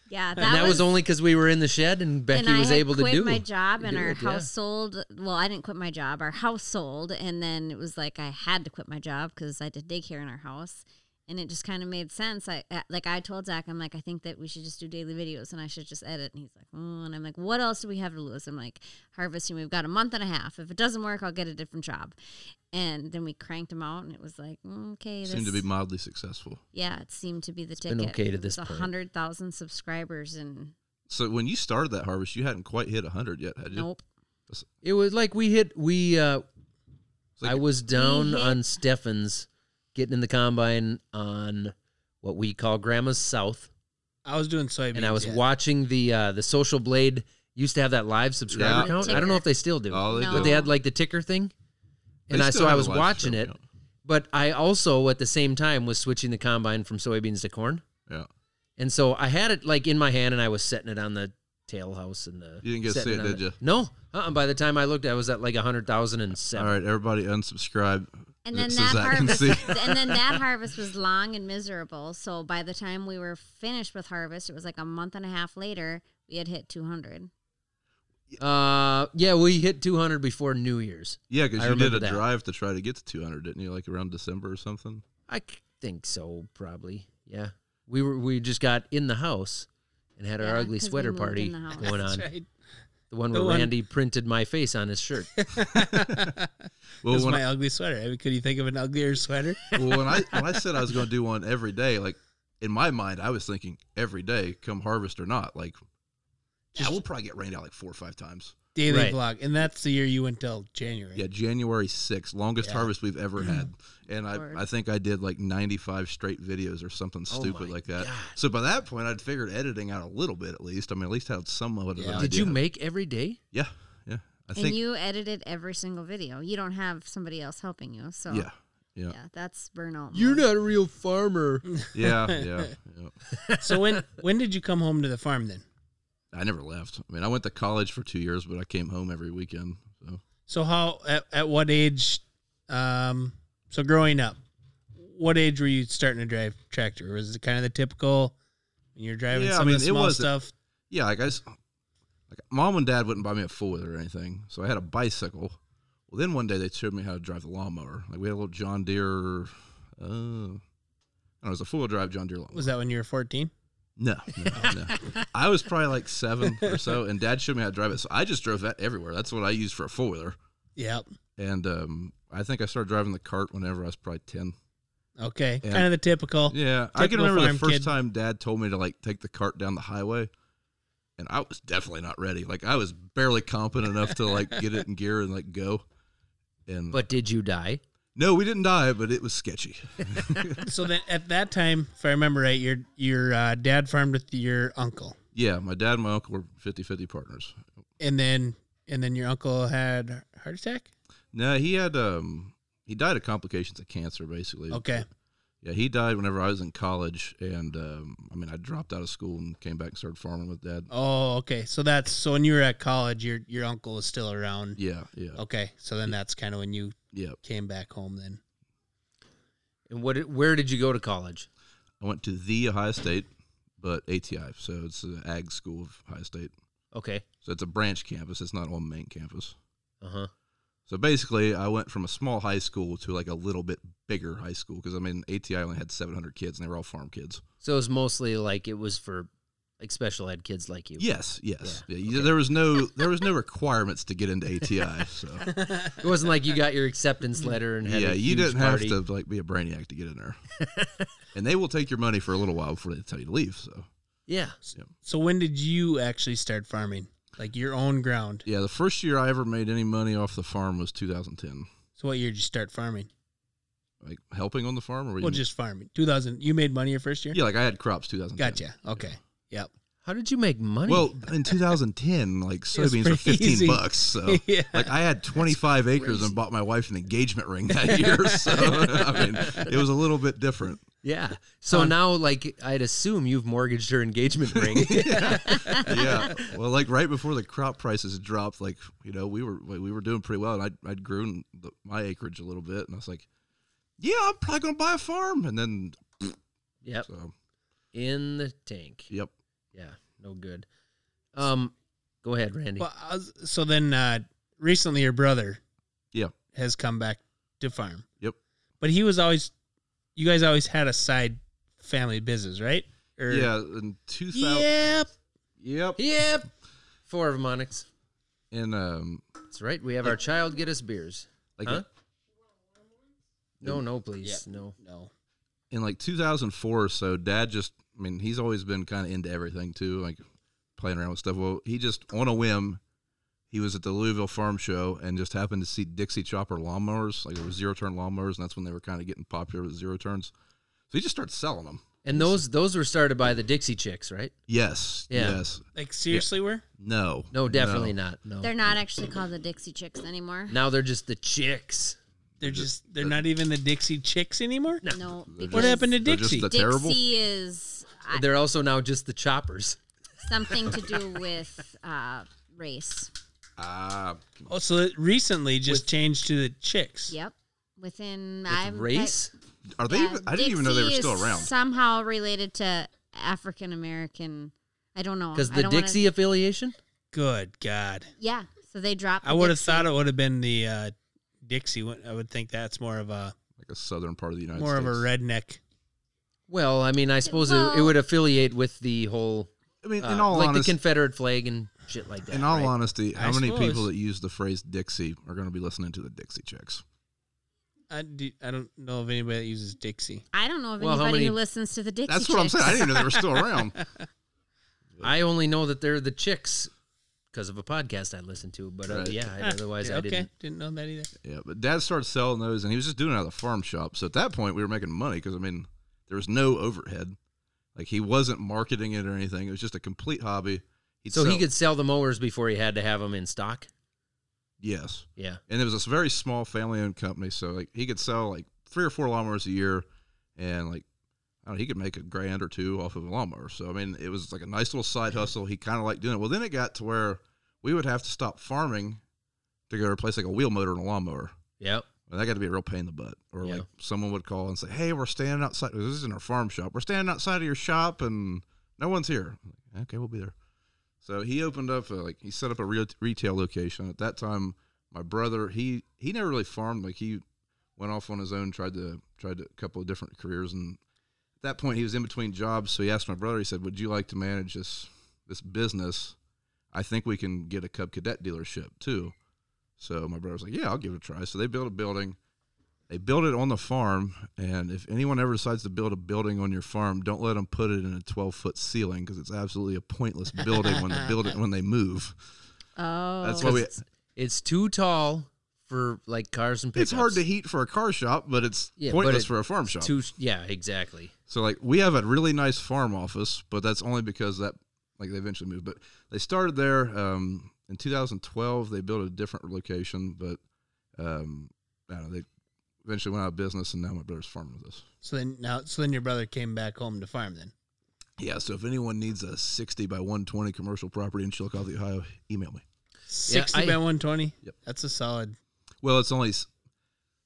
S2: Yeah.
S1: and that was, only because we were in the shed, and Becky
S2: and I
S1: was
S2: had
S1: able to
S2: quit
S1: do
S2: my job and
S1: do
S2: our
S1: it, yeah.
S2: house sold. Well, I didn't quit my job. Our house sold, and then it was like I had to quit my job because I did daycare in our house, and it just kind of made sense. I uh, like I told Zach, I'm like, I think that we should just do daily videos, and I should just edit. And he's like, oh, and I'm like, what else do we have to lose? I'm like, harvesting. We've got a month and a half. If it doesn't work, I'll get a different job. And then we cranked them out, and it was like, mm, okay, this
S3: Seemed to be mildly successful.
S2: yeah, it seemed to be the
S1: been
S2: ticket.
S1: okay to
S2: It
S1: this
S2: was
S1: point.
S2: hundred thousand subscribers, and
S3: So when you started that harvest, you hadn't quite hit 100 yet, had you?
S2: nope.
S1: It was like we hit we. uh
S3: It's like-
S1: I was down
S2: hit-
S1: on Steffens, getting in the combine on what we call Grandma's South,
S5: I was doing soybeans.
S1: and I was
S5: yeah.
S1: watching the uh the Social Blade used to have that live subscriber
S3: Yeah.
S1: count. I don't know if they still do.
S3: Oh, they
S2: No.
S3: do.
S1: but they had like the ticker thing,
S3: They
S1: and I
S3: still
S1: so I
S3: have a
S1: was
S3: live
S1: watching
S3: show
S1: it.
S3: count.
S1: But I also at the same time was switching the combine from soybeans to corn,
S3: Yeah.
S1: and so I had it like in my hand, and I was setting it on the tail house and the.
S3: You didn't get to
S1: setting
S3: see it,
S1: on
S3: did
S1: the-
S3: you?
S1: No. Uh-uh. By the time I looked, I was at like a hundred thousand and seven.
S3: All right, everybody unsubscribe.
S2: And then
S3: so
S2: that
S3: Zach can
S2: harvest,
S3: see.
S2: and then that harvest was long and miserable. So by the time we were finished with harvest, it was like a month and a half later. We had hit 200.
S1: Uh, yeah, we hit 200 before New Year's.
S3: Yeah, because
S1: I
S3: you did
S1: remember
S3: a
S1: that.
S3: drive to try to get to 200, didn't you? Like around December or something?
S1: I c- think so, probably. Yeah, we were we just got in the house and had our
S2: Yeah,
S1: ugly
S2: 'cause we
S1: sweater
S2: moved in
S1: party
S2: the house.
S1: going on.
S5: That's right.
S1: The one
S5: The
S1: where
S5: one-
S1: Randy printed my face on his shirt.
S3: Well,
S5: That's
S3: when
S5: my ugly sweater. I mean, could you think of an uglier sweater?
S3: well, when I when I said I was going to do one every day, like in my mind, I was thinking every day, come harvest or not, like yeah,
S5: Just-
S3: we'll probably get rained out like four or five times.
S5: Daily
S1: Right.
S5: vlog, and that's the year you went till January.
S3: Yeah, January sixth, longest
S5: Yeah.
S3: harvest we've ever had, and I
S2: Lord.
S3: I think I did like ninety five straight videos or something
S1: Oh
S3: stupid
S1: my
S3: like that.
S1: God.
S3: So by that point, I'd figured editing out a little bit at least. I mean, at least had some of it.
S5: Yeah.
S1: Did you make every day?
S3: Yeah, yeah. I
S2: And
S3: think
S2: you edited every single video. You don't have somebody else helping you. So
S3: yeah, yeah,
S2: yeah, that's burnout.
S1: You're
S2: mode.
S1: not a real farmer.
S3: yeah, yeah, yeah.
S5: So when when did you come home to the farm then?
S3: I never left. I mean, I went to college for two years, but I came home every weekend. So
S5: So how at, at what age? Um, so growing up, what age were you starting to drive tractor? Was it kind of the typical? You're driving
S3: Yeah, I
S5: some
S3: mean,
S5: of
S3: it
S5: the small
S3: wasn't-
S5: stuff.
S3: yeah, like I just, like mom and dad wouldn't buy me a four wheeler or anything, so I had a bicycle. Well, then one day they showed me how to drive the lawnmower. Like we had a little John Deere, uh, I don't know, it was a four wheel drive John Deere lawnmower.
S5: Was that when you were 14?
S3: No, no, no. I was probably like seven or so, and dad showed me how to drive it. So I just drove that everywhere. That's what I used for a four wheeler.
S5: Yep.
S3: And um, I think I started driving the cart whenever I was probably ten.
S5: Okay.
S3: Yeah.
S5: Kind of the typical.
S3: Yeah, I can
S5: Typical
S3: remember the
S5: farm
S3: first
S5: kid.
S3: time Dad told me to like take the cart down the highway, and I was definitely not ready. Like I was barely competent enough to like get it in gear and like go. And
S1: But did you die?
S3: no, we didn't die, but it was sketchy.
S5: So then at that time, if I remember right, your your uh, dad farmed with your uncle,
S3: yeah, my dad and my uncle were 50-50 partners.
S5: and then and then your uncle had a heart attack.
S3: No, he had um he died of complications of cancer basically.
S5: Okay.
S3: Yeah, he died whenever I was in college, and um, I mean I dropped out of school and came back and started farming with Dad.
S5: Oh, okay. So that's so when you were at college, your your uncle was still around.
S3: Yeah, yeah,
S5: Okay. So then that's kind of when you
S3: yeah.
S5: came back home then.
S1: And what? Where did you go to college?
S3: I went to the Ohio State, but ATI, so it's the Ag School of Ohio State.
S1: Okay.
S3: So it's a branch campus. It's not on main campus.
S1: Uh huh.
S3: So basically, I went from a small high school to like a little bit bigger high school because I mean ATI only had 700 kids and they were all farm kids.
S1: So it was mostly like it was for like special ed kids like you.
S3: Yes, yes. Yeah, you- There was no there was no requirements to get into ATI. So
S1: It wasn't like you got your acceptance letter and had
S3: yeah,
S1: a
S3: you
S1: huge
S3: didn't
S1: party.
S3: have to like be a brainiac to get in there. and they will take your money for a little while before they tell you to leave. So
S1: Yeah.
S5: So when did you actually start farming? Like your own ground.
S3: yeah, the first year I ever made any money off the farm was 2010.
S5: So what year did you start farming?
S3: Like helping on the farm or what do you
S5: Well,
S3: mean?
S5: just farming. 2000. You made money your first year?
S3: yeah, like I had crops 2010.
S5: Gotcha. Okay. Yep.
S1: How did you make money?
S3: Well, in 2010, like
S5: was
S3: soybeans were
S5: pretty
S3: 15
S5: easy.
S3: bucks. So,
S5: Yeah.
S3: like, I had 25 acres and bought my wife an engagement ring that year. So, I mean, it was a little bit different.
S1: yeah. So now, like, I'd assume you've mortgaged her engagement ring.
S3: Yeah. Well, like right before the crop prices dropped, like you know, we were we were doing pretty well, and I'd I'd grown the, my acreage a little bit, and I was like, yeah, I'm probably gonna buy a farm, and then
S1: yep.
S3: so
S1: In the tank.
S3: yep.
S1: Yeah. No good. Um, go ahead, Randy.
S5: Well, I was- so then uh, recently your brother
S3: Yeah.
S5: has come back to farm.
S3: Yep.
S5: But he was always, you guys always had a side family business, right? Or,
S3: Yeah, in 2000,
S5: Yep.
S3: yep,
S1: Yep. Four of Monix.
S3: and um,
S1: That's right. We have our child get us beers.
S3: like
S1: Huh? No, no, please. No.
S5: No.
S3: in like 2004 or so, dad just, I mean, he's always been kind of into everything too, like playing around with stuff. Well, he just, on a whim, he was at the Louisville Farm Show and just happened to see Dixie Chopper lawnmowers, like there were zero turn lawnmowers, and that's when they were kind of getting popular with zero turns. So he just started selling them.
S1: And those those were started by the Dixie Chicks, right?
S3: Yes.
S1: Yeah.
S3: Yes.
S5: Like seriously, were?
S3: No.
S1: No, definitely not. No.
S2: They're not actually called the Dixie Chicks anymore.
S1: now they're just the chicks.
S5: They're just, they're not even the Dixie Chicks anymore?
S2: No.
S5: What
S2: because
S5: happened to
S3: They're just
S5: Dixie?
S3: the-
S2: Dixie
S3: Terrible?
S2: is uh,
S1: They're also now just the choppers.
S2: something to do with uh, race.
S3: Ah,
S5: oh, so it recently just changed to the Chicks.
S2: Yep. Within
S1: With
S2: I've,
S1: race?
S3: are
S2: I,
S3: they? even, I didn't even know they were
S2: Dixie
S3: still
S2: is
S3: around.
S2: Somehow related to African American. I don't know.
S1: Because
S2: I
S1: the
S2: don't wanna-
S1: Dixie affiliation?
S5: Good God.
S2: yeah. So they dropped.
S5: I would have thought it would have been the uh, Dixie. one. I would think that's more of a
S3: like a southern part of the United
S5: more
S3: States.
S5: of a redneck.
S1: Well, I mean, I suppose it, it
S2: well-
S1: would affiliate with the whole,
S3: I mean,
S1: uh,
S3: in all
S1: like
S3: honesty,
S1: the Confederate flag and shit like that.
S3: In all
S1: right?
S3: honesty, how
S5: I
S3: many people
S5: suppose.
S3: that use the phrase Dixie are going to be listening to the Dixie Chicks?
S5: I, do, I don't know of anybody that uses Dixie.
S2: I don't know of
S1: Well, how
S2: anybody who
S1: many-
S2: listens to the Dixie.
S3: That's what I'm
S2: Chicks.
S3: saying. I didn't even know they were still around.
S1: I only know that they're the chicks because of a podcast I listened to. But uh,
S3: Right.
S1: yeah, I- otherwise
S5: Ah, okay.
S1: I didn't.
S5: know that either.
S3: Yeah, but Dad started selling those, and he was just doing it out of the farm shop. So at that point, we were making money because I mean, there was no overhead. Like he wasn't marketing it or anything. It was just a complete hobby. He'd
S1: So he
S3: sell-
S1: could sell the mowers before he had to have them in stock.
S3: yes,
S1: Yeah.
S3: and it was this very small family-owned company. So like he could sell like three or four lawnmowers a year, and like. I don't know, he could make a grand or two off of a lawnmower. So I mean, it was like a nice little side hustle. He kind of liked doing it. Well, then it got to where we would have to stop farming to go replace like a wheel motor and a lawnmower.
S1: Yep.
S3: Well, that got to be a real pain in the butt. Or
S1: Yeah.
S3: like someone would call and say, "Hey, we're standing outside. This is in our farm shop. We're standing outside of your shop, and no one's here." I'm like, okay, we'll be there. So he opened up a, like he set up a real retail location. At that time, my brother he he never really farmed. Like he went off on his own, tried to tried to, a couple of different careers, and at that point he was in between jobs. So he asked my brother. He said, "Would you like to manage this this business? I think we can get a Cub Cadet dealership too." So my brother was like, "Yeah, I'll give it a try." So they built a building. They built it on the farm, and if anyone ever decides to build a building on your farm, don't let them put it in a 12 foot ceiling because it's absolutely a pointless building when they build it when they move.
S2: Oh,
S3: That's why we.
S1: It's too tall for like cars and pickups.
S3: It's hard to heat for a car shop, but it's
S1: Yeah, but
S3: pointless
S1: it-
S3: for a farm shop.
S1: Too, yeah, exactly.
S3: So like we have a really nice farm office, but that's only because that like they eventually moved. But they started there um, in 2012. They built a different location, but um, I don't know. They eventually went out of business, and now my brother's farming with us.
S5: So then now, so then your brother came back home to farm. Then
S3: Yeah. So if anyone needs a 60 by 120 commercial property in Chillicothe, Ohio, email me.
S5: sixty
S1: I-
S5: by one twenty.
S3: Yep.
S5: That's a solid.
S3: Well, it's only s-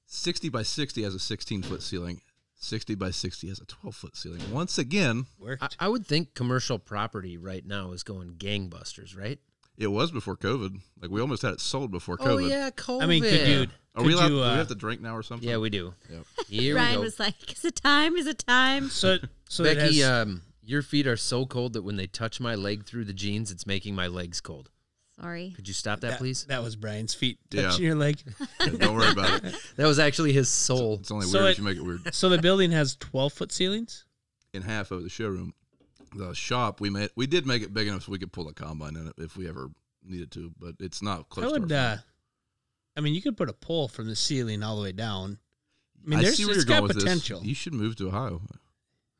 S3: 60 by 60 has a 16 foot ceiling. 60 by 60 has a 12 foot ceiling. Once again,
S5: Worked.
S1: I, I would think commercial property right now is going gangbusters, right?
S3: it was before COVID. Like we almost had it sold before COVID.
S1: Oh yeah, COVID.
S5: I mean, could you?
S3: Are we allowed?
S5: could you,
S3: do
S5: uh,
S3: we have to drink now or something?
S1: Yeah, we do.
S3: Yep.
S1: Here we
S2: Ryan
S1: go.
S2: was like, "Is it time? Is it time?"
S5: So, so it
S1: Becky,
S5: has-
S1: um, your feet are so cold that when they touch my leg through the jeans, it's making my legs cold.
S2: Sorry.
S1: Could you stop that,
S5: that,
S1: please?
S5: That was Brian's feet
S3: Yeah.
S5: touching your leg.
S3: Yeah, don't worry about it.
S1: That was actually his soul.
S3: It's only
S5: So
S3: weird
S5: it-
S3: if you make it weird.
S5: So the building has twelve foot ceilings.
S3: In half of the showroom, the shop we made we did make it big enough so we could pull a combine in it if we ever needed to, but it's not close.
S5: I would.
S3: to our
S5: Uh, I mean, you could put a pole from the ceiling all the way down. I mean,
S3: I
S5: there's
S3: see where
S5: it's
S3: you're going
S5: got
S3: with
S5: potential.
S3: this. You should move to Ohio.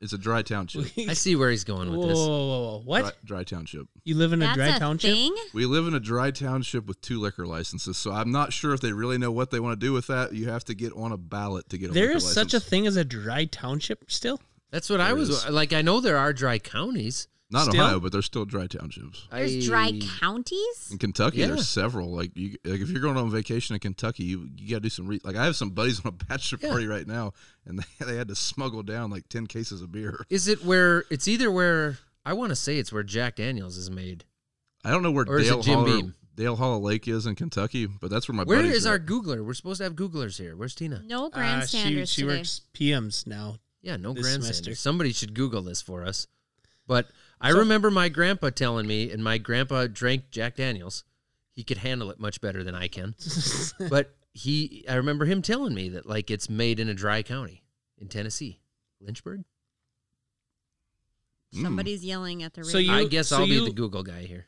S3: It's a dry township.
S1: I see where he's going
S5: whoa,
S1: with
S5: whoa,
S1: this.
S5: whoa, whoa! What?
S3: Dry, dry township.
S5: You live in a
S2: That's
S5: dry
S2: a
S5: township?
S2: thing.
S3: We live in a dry township with two liquor licenses, so I'm not sure if they really know what they want to do with that. You have to get on a ballot to get a
S5: There
S3: liquor
S5: is such a
S3: license.
S5: thing as a dry township still.
S1: That's what I
S3: There
S1: was
S3: is.
S1: like. I know there are dry counties.
S3: Not
S5: still-
S3: Ohio, but there's still dry townships.
S2: There's
S1: I-
S2: dry counties.
S3: In Kentucky,
S1: Yeah.
S3: there's several. Like, you, like if you're going on vacation in Kentucky, you, you got to do some. Re- like, I have some buddies on a bachelor
S1: Yeah.
S3: party right now, and they, they had to smuggle down like ten cases of beer.
S1: Is it where it's either where I want to say it's where Jack Daniels is made.
S3: I don't know where
S1: Or is it
S3: Dale
S1: Jim
S3: Hollow,
S1: Beam?
S3: Dale Hollow Lake is in Kentucky, but that's where my
S1: Where
S3: buddies
S1: is
S3: are
S1: our
S3: at.
S1: Googler? We're supposed to have Googlers here. Where's Tina?
S2: No
S5: Uh, she
S2: grandstanders
S5: she
S2: today.
S5: works PMs now.
S1: Yeah, no
S5: This semester.
S1: grandstanders. Somebody should Google this for us. But I
S5: So-
S1: remember my grandpa telling me, and my grandpa drank Jack Daniels. He could handle it much better than I can. but he, I remember him telling me that like it's made in a dry county in Tennessee, Lynchburg.
S3: Mm.
S2: Somebody's yelling at the radio.
S5: So you-
S1: I guess
S5: so
S1: I'll
S5: you-
S1: be the Google guy here.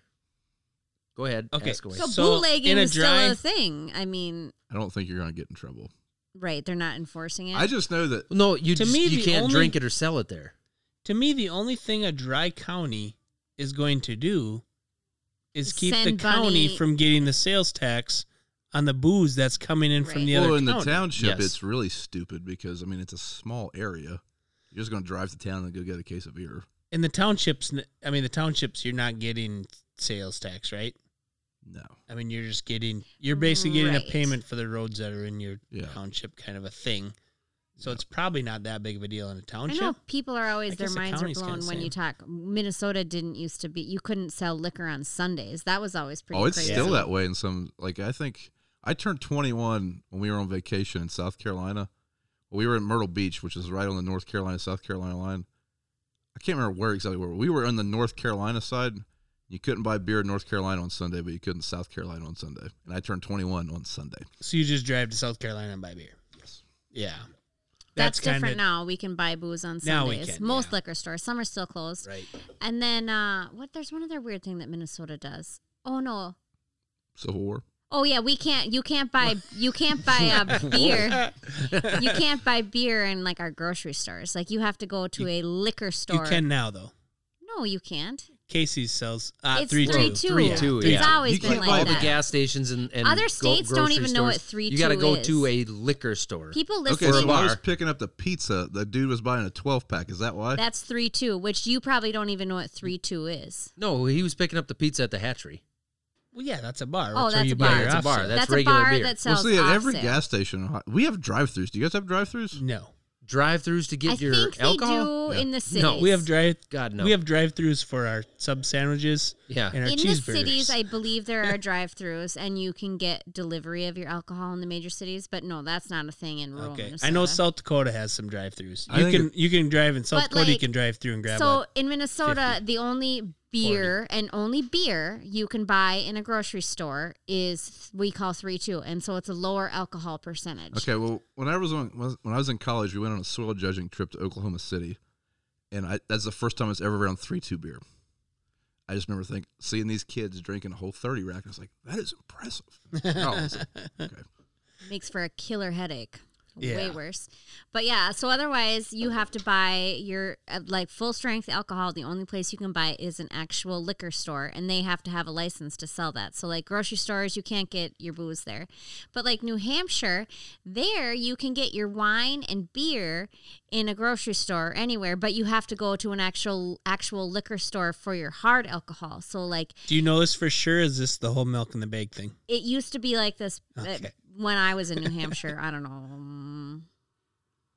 S1: Go ahead.
S5: Okay,
S1: Ask away.
S2: so,
S5: so in
S2: bootlegging
S5: a
S2: is still
S5: dry-
S2: a thing. I mean,
S3: I don't think you're going to get in trouble.
S2: right? They're not enforcing it.
S3: I just know that
S1: no, you
S5: To
S1: just,
S5: me,
S1: you
S5: the
S1: can't
S5: only-
S1: drink it or sell it there.
S5: To me, the only thing a dry county is going to do is keep
S2: Send
S5: the county
S2: money-
S5: from getting the sales tax on the booze that's coming in from
S2: Right.
S5: the
S3: well,
S5: other
S3: in
S5: county.
S3: the township,
S1: Yes.
S3: it's really stupid because I mean it's a small area. You're just going to drive to town and go get a case of beer.
S5: in the townships, n- I mean, the townships, you're not getting sales tax, right?
S3: No,
S5: I mean, you're just getting, you're basically getting
S2: Right.
S5: a payment for the roads that are in your
S3: Yeah.
S5: township, kind of a thing. So it's probably not that big of a deal in a
S2: I
S5: township.
S2: know people are
S5: I
S2: always their
S5: guess the
S2: minds are
S5: county's kinda
S2: blown when
S5: same.
S2: you talk. Minnesota didn't used to be. You couldn't sell liquor on Sundays. That was always pretty.
S3: oh, it's
S2: crazy.
S3: still that way in some. Like I think I turned 21 when we were on vacation in South Carolina. We were in Myrtle Beach, which is right on the North Carolina South Carolina line. I can't remember where exactly we were. We were on the North Carolina side. You couldn't buy beer in North Carolina on Sunday, but you could in South Carolina on Sunday. And I turned 21 on Sunday.
S5: So you just drive to South Carolina and buy beer.
S3: Yes.
S5: Yeah.
S2: That's,
S5: kinda-
S2: different now. We can buy booze on
S5: Now we
S2: Sundays.
S5: can,
S2: Most
S5: yeah.
S2: liquor stores. Some are still closed.
S5: Right.
S2: And then uh, what? There's one other weird thing that Minnesota does. Oh no.
S3: Civil War.
S2: Oh yeah, we can't. You can't buy. You can't buy a beer. you can't buy beer in like our grocery stores. Like you have to go to a liquor store.
S5: You can now, though.
S2: No, you can't.
S5: Casey's sells uh,
S2: it's
S5: three,
S2: three two.
S5: two.
S1: Three two,
S2: It's
S1: yeah.
S2: always
S3: You
S2: been
S3: can't
S2: like
S3: buy
S1: All
S2: that.
S1: the gas stations and, and
S2: Other
S1: go-
S2: states don't
S1: grocery
S2: even know what
S1: stores,
S2: 3-2
S1: You gotta go
S2: is.
S1: to a liquor store.
S2: People
S3: Okay,
S2: listening.
S3: so when I was
S1: Bar.
S3: picking up the pizza, the dude was buying a 12 pack. Is that why?
S2: That's three two, which you probably don't even know what three two is.
S1: no, he was picking up the pizza at the hatchery.
S5: Well, yeah, that's a bar.
S2: Oh,
S5: That's where
S2: that's
S5: you
S2: a
S5: buy
S2: bar.
S5: your
S1: It's a bar.
S5: offset.
S1: That's
S2: That's, a
S1: regular
S2: bar
S1: beer.
S2: that
S3: Well,
S2: sells.
S3: see, at
S2: off
S3: every
S2: sale.
S3: gas station, in Ohio- we have drive-throughs. Do you guys have drive-throughs?
S5: No.
S1: Drive-throughs to get
S2: I
S1: your
S2: think
S1: alcohol.
S2: they do
S3: Yeah.
S2: in the cities.
S1: No,
S5: We have drive.
S1: God no.
S5: We have drive-throughs for our sub sandwiches
S1: yeah.
S5: and our
S2: in the
S5: cheeseburgers.
S2: cities. I believe there are drive-throughs, and you can get delivery of your alcohol in the major cities. But no, that's not a thing in rural
S5: okay,
S2: Minnesota.
S5: I know South Dakota has some drive-throughs.
S3: I
S5: You
S3: think
S5: can you can drive in South
S2: But,
S5: Dakota. you
S2: like,
S5: can drive through and grab.
S2: so
S5: a,
S2: in Minnesota, the only beer and only beer you can buy in a grocery store is we call three two, and so it's a lower alcohol percentage.
S3: Okay, well, when I was on was- when I was in college, we went on a soil judging trip to Oklahoma City, and I, that's the first time I was ever around three-two beer. I just remember think seeing these kids drinking a whole thirty rack. I was like, that is impressive. Oh, I was like, okay.
S2: makes for a killer headache. Way
S5: Yeah.
S2: worse. But yeah, so otherwise you have to buy your uh, like full strength alcohol. The only place you can buy it is an actual liquor store and they have to have a license to sell that. So like grocery stores you can't get your booze there. But like New Hampshire, there you can get your wine and beer in a grocery store or anywhere, but you have to go to an actual actual liquor store for your hard alcohol. So like
S5: do you know this for sure? Is this the whole milk in the bag thing?
S2: it used to be like this uh,
S5: Okay.
S2: mm, when I was in New Hampshire. I don't know. um,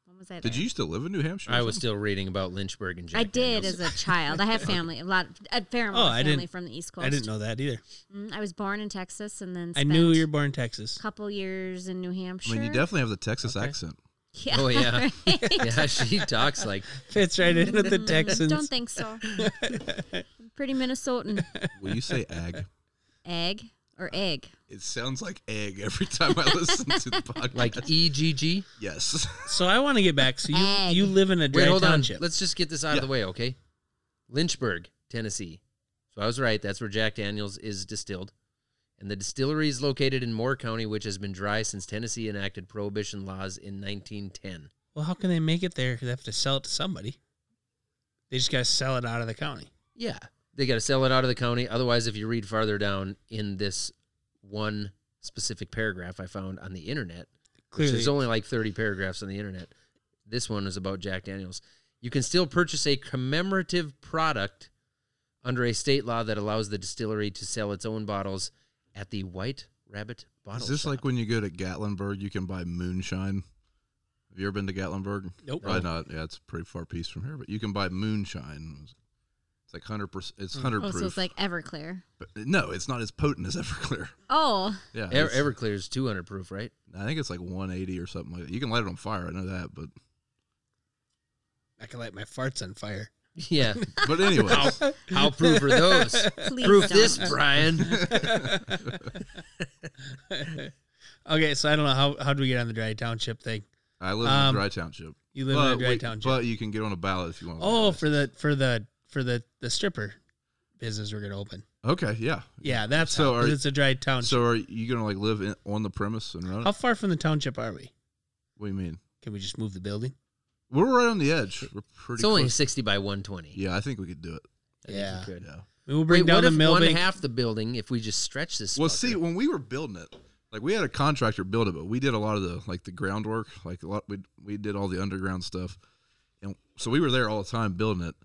S2: When was I?
S3: Did
S2: there?
S3: you used to live in New Hampshire? or
S1: I was
S3: something?
S1: still reading about Lynchburg and Jack
S2: I did
S1: Daniels.
S2: as a child. I have family, a lot, a fair amount
S5: Oh,
S2: of
S5: I
S2: family
S5: didn't-
S2: from the East Coast.
S5: I didn't know that either.
S2: Mm, I was born in Texas and then
S5: I
S2: spent
S5: knew you were born in Texas.
S2: a couple years in New Hampshire.
S3: I mean, you definitely have the Texas
S1: Okay.
S3: accent.
S2: Yeah.
S1: Oh, yeah.
S2: right?
S1: yeah, she talks like
S5: Fits right in with the
S2: Mm,
S5: Texans.
S2: Don't think so. I'm pretty Minnesotan.
S3: Will you say ag?
S2: Egg or egg?
S3: It sounds like egg every time I listen to the podcast.
S1: like E EGG.
S3: yes.
S5: so I want to get back. So you,
S2: Ag.
S5: you live in a dry
S1: Wait, hold
S5: township.
S1: on. Let's just get this out of the way, okay? Lynchburg, Tennessee. So I was right. That's where Jack Daniels is distilled. And the distillery is located in Moore County, which has been dry since Tennessee enacted prohibition laws in 1910.
S5: well, how can they make it there? 'Cause They have to sell it to somebody. They just got to sell it out of the county.
S1: Yeah. They got to sell it out of the county. Otherwise, if you read farther down in this one specific paragraph I found on the internet, which
S5: Clearly,
S1: there's only like 30 paragraphs on the internet. This one is about Jack Daniels. You can still purchase a commemorative product under a state law that allows the distillery to sell its own bottles at the White Rabbit Bottle
S3: Is this
S1: Shop.
S3: like when you go to Gatlinburg, you can buy moonshine? Have you ever been to Gatlinburg?
S5: Nope.
S3: Probably not. Yeah, it's a pretty far piece from here, but you can buy moonshine. It's like hundred percent.
S5: Mm.
S3: It's hundred
S2: Oh,
S3: proof.
S2: so it's like Everclear.
S3: but no, it's not as potent as Everclear.
S2: Oh,
S3: Yeah,
S1: Ever-
S3: it's-
S1: Everclear's 200 proof, right?
S3: I think it's like one eighty or something like that. You can light it on fire. I know that, but
S5: I can light my farts on fire.
S1: Yeah.
S3: but anyway,
S1: how, how proof are those?
S2: please
S1: proof
S2: don't.
S1: this, Brian.
S5: Okay, so I don't know how how do we get on the dry township thing?
S3: I live in a
S5: Um,
S3: dry township.
S5: You live in a
S3: But,
S5: dry
S3: we-
S5: township.
S3: but you can get on a ballot if you want. to
S5: oh,
S3: live
S5: for the for the for the the stripper business we're gonna open.
S3: there. okay, yeah.
S5: Yeah, that's
S3: So
S5: so.
S3: are-
S5: it's a dry township.
S3: So are you gonna like live in, on the premise and run it?
S5: how far from the township are we?
S3: What do you mean?
S5: Can we just move the building?
S3: We're right on the edge. We're pretty.
S1: It's only
S3: close.
S1: 60 by 120.
S3: Yeah, I think we could do it.
S1: I think you
S5: Yeah.
S1: could.
S3: Yeah.
S5: We will bring
S1: Wait,
S5: down
S1: what
S5: the
S1: if one
S5: Millbank.
S1: half the building if we just stretch this?
S3: Well,
S1: fucker?
S3: see, when we were building it, like we had a contractor build it, but we did a lot of the like the groundwork, like a lot we we did all the underground stuff, and so we were there all the time building it.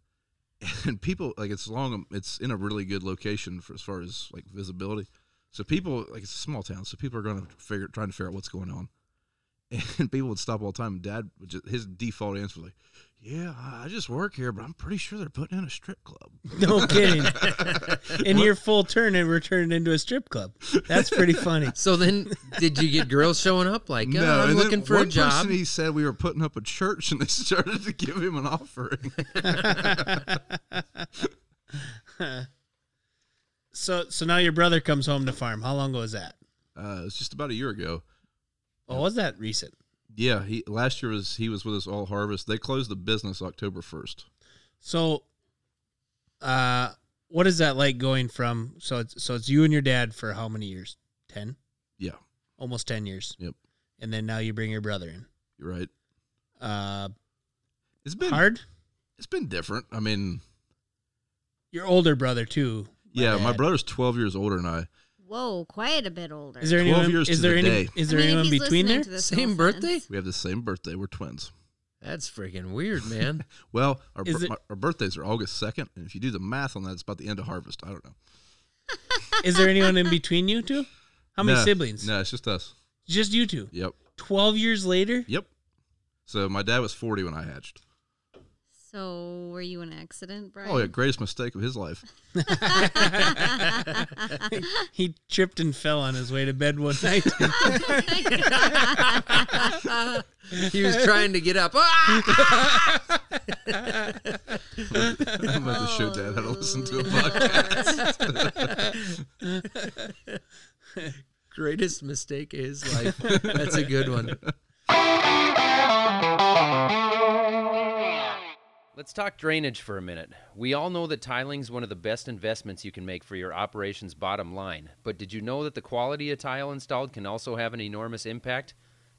S3: And people like it's long, it's in a really good location for as far as like visibility. So people like it's a small town, so people are going to figure trying to figure out what's going on. And people would stop all the time. And Dad, would just, his default answer was like, "Yeah, I I just work here, but I'm pretty sure they're putting in a strip club."
S5: no kidding. In your full turn, and we're turning into a strip club. That's pretty funny.
S1: So then, did you get girls showing up like, oh, I'm
S3: and then
S1: looking for a
S3: one
S1: job?
S3: Person he said we were putting up a church, and they started to give him an offering.
S5: So so now your brother comes home to farm. How long ago was that?
S3: Uh, it's just about a year ago.
S5: Oh, was that recent?
S3: Yeah, he last year was he was with us all harvest. They closed the business October first.
S5: So, uh, what is that like going from? So it's so it's you and your dad for how many years? Ten,
S3: Yeah,
S5: almost ten years.
S3: Yep.
S5: And then now you bring your brother in.
S3: you're right.
S5: Uh,
S3: It's been
S5: hard.
S3: it's been different. I mean,
S5: Your older brother too.
S3: yeah, my
S5: dad.
S3: brother's twelve years older than I.
S2: Whoa, quite a bit older.
S5: Is there
S3: 12
S5: anyone?
S3: years
S5: Is
S3: to
S5: there
S3: the
S5: any?
S3: day.
S5: Is there
S2: I mean, if
S5: anyone
S2: he's listening
S5: between there?
S2: to this, no
S1: Same
S2: offense.
S1: birthday?
S3: We have the same birthday. We're twins.
S1: That's freaking weird, man.
S3: Well, our,
S5: Is
S3: bir-
S5: it-
S3: my- our birthdays are August second, and if you do the math on that, it's about the end of harvest. I don't know.
S5: Is there anyone in between you two? How many
S3: No,
S5: siblings?
S3: No, it's just us.
S5: Just you two.
S3: Yep,
S5: Twelve years later.
S3: yep. So my dad was forty when I hatched.
S2: So, were you in an accident, Brian?
S3: Oh yeah, greatest mistake of his life.
S5: He tripped and fell on his way to bed one night.
S1: he was trying to get up. Ah!
S3: I'm about to show dad how to listen to a podcast.
S1: Greatest mistake of his life. That's a good one. Let's talk drainage for a minute. We all know that tiling's one of the best investments you can make for your operation's bottom line, but did you know that the quality of tile installed can also have an enormous impact?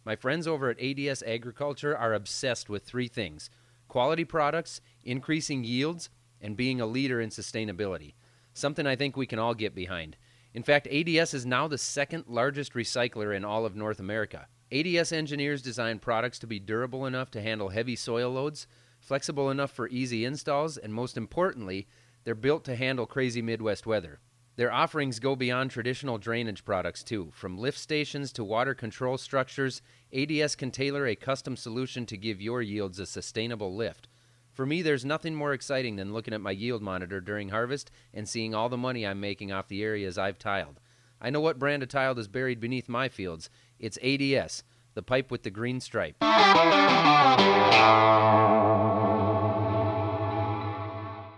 S1: My friends over at ADS Agriculture are obsessed with three things quality products, increasing yields, and being a leader in sustainability. Something I think we can all get behind. In fact, ADS is now the second largest recycler in all of North America. ADS engineers design products to be durable enough to handle heavy soil loads, flexible enough for easy installs, and most importantly, they're built to handle crazy Midwest weather.
S6: Their offerings go beyond traditional drainage products, too. From lift stations to water control structures, ADS can tailor a custom solution to give your yields a sustainable lift. For me, there's nothing more exciting than looking at my yield monitor during harvest and seeing all the money I'm making off the areas I've tiled. I know what brand of tile is buried beneath my fields. It's ADS, the pipe with the green stripe.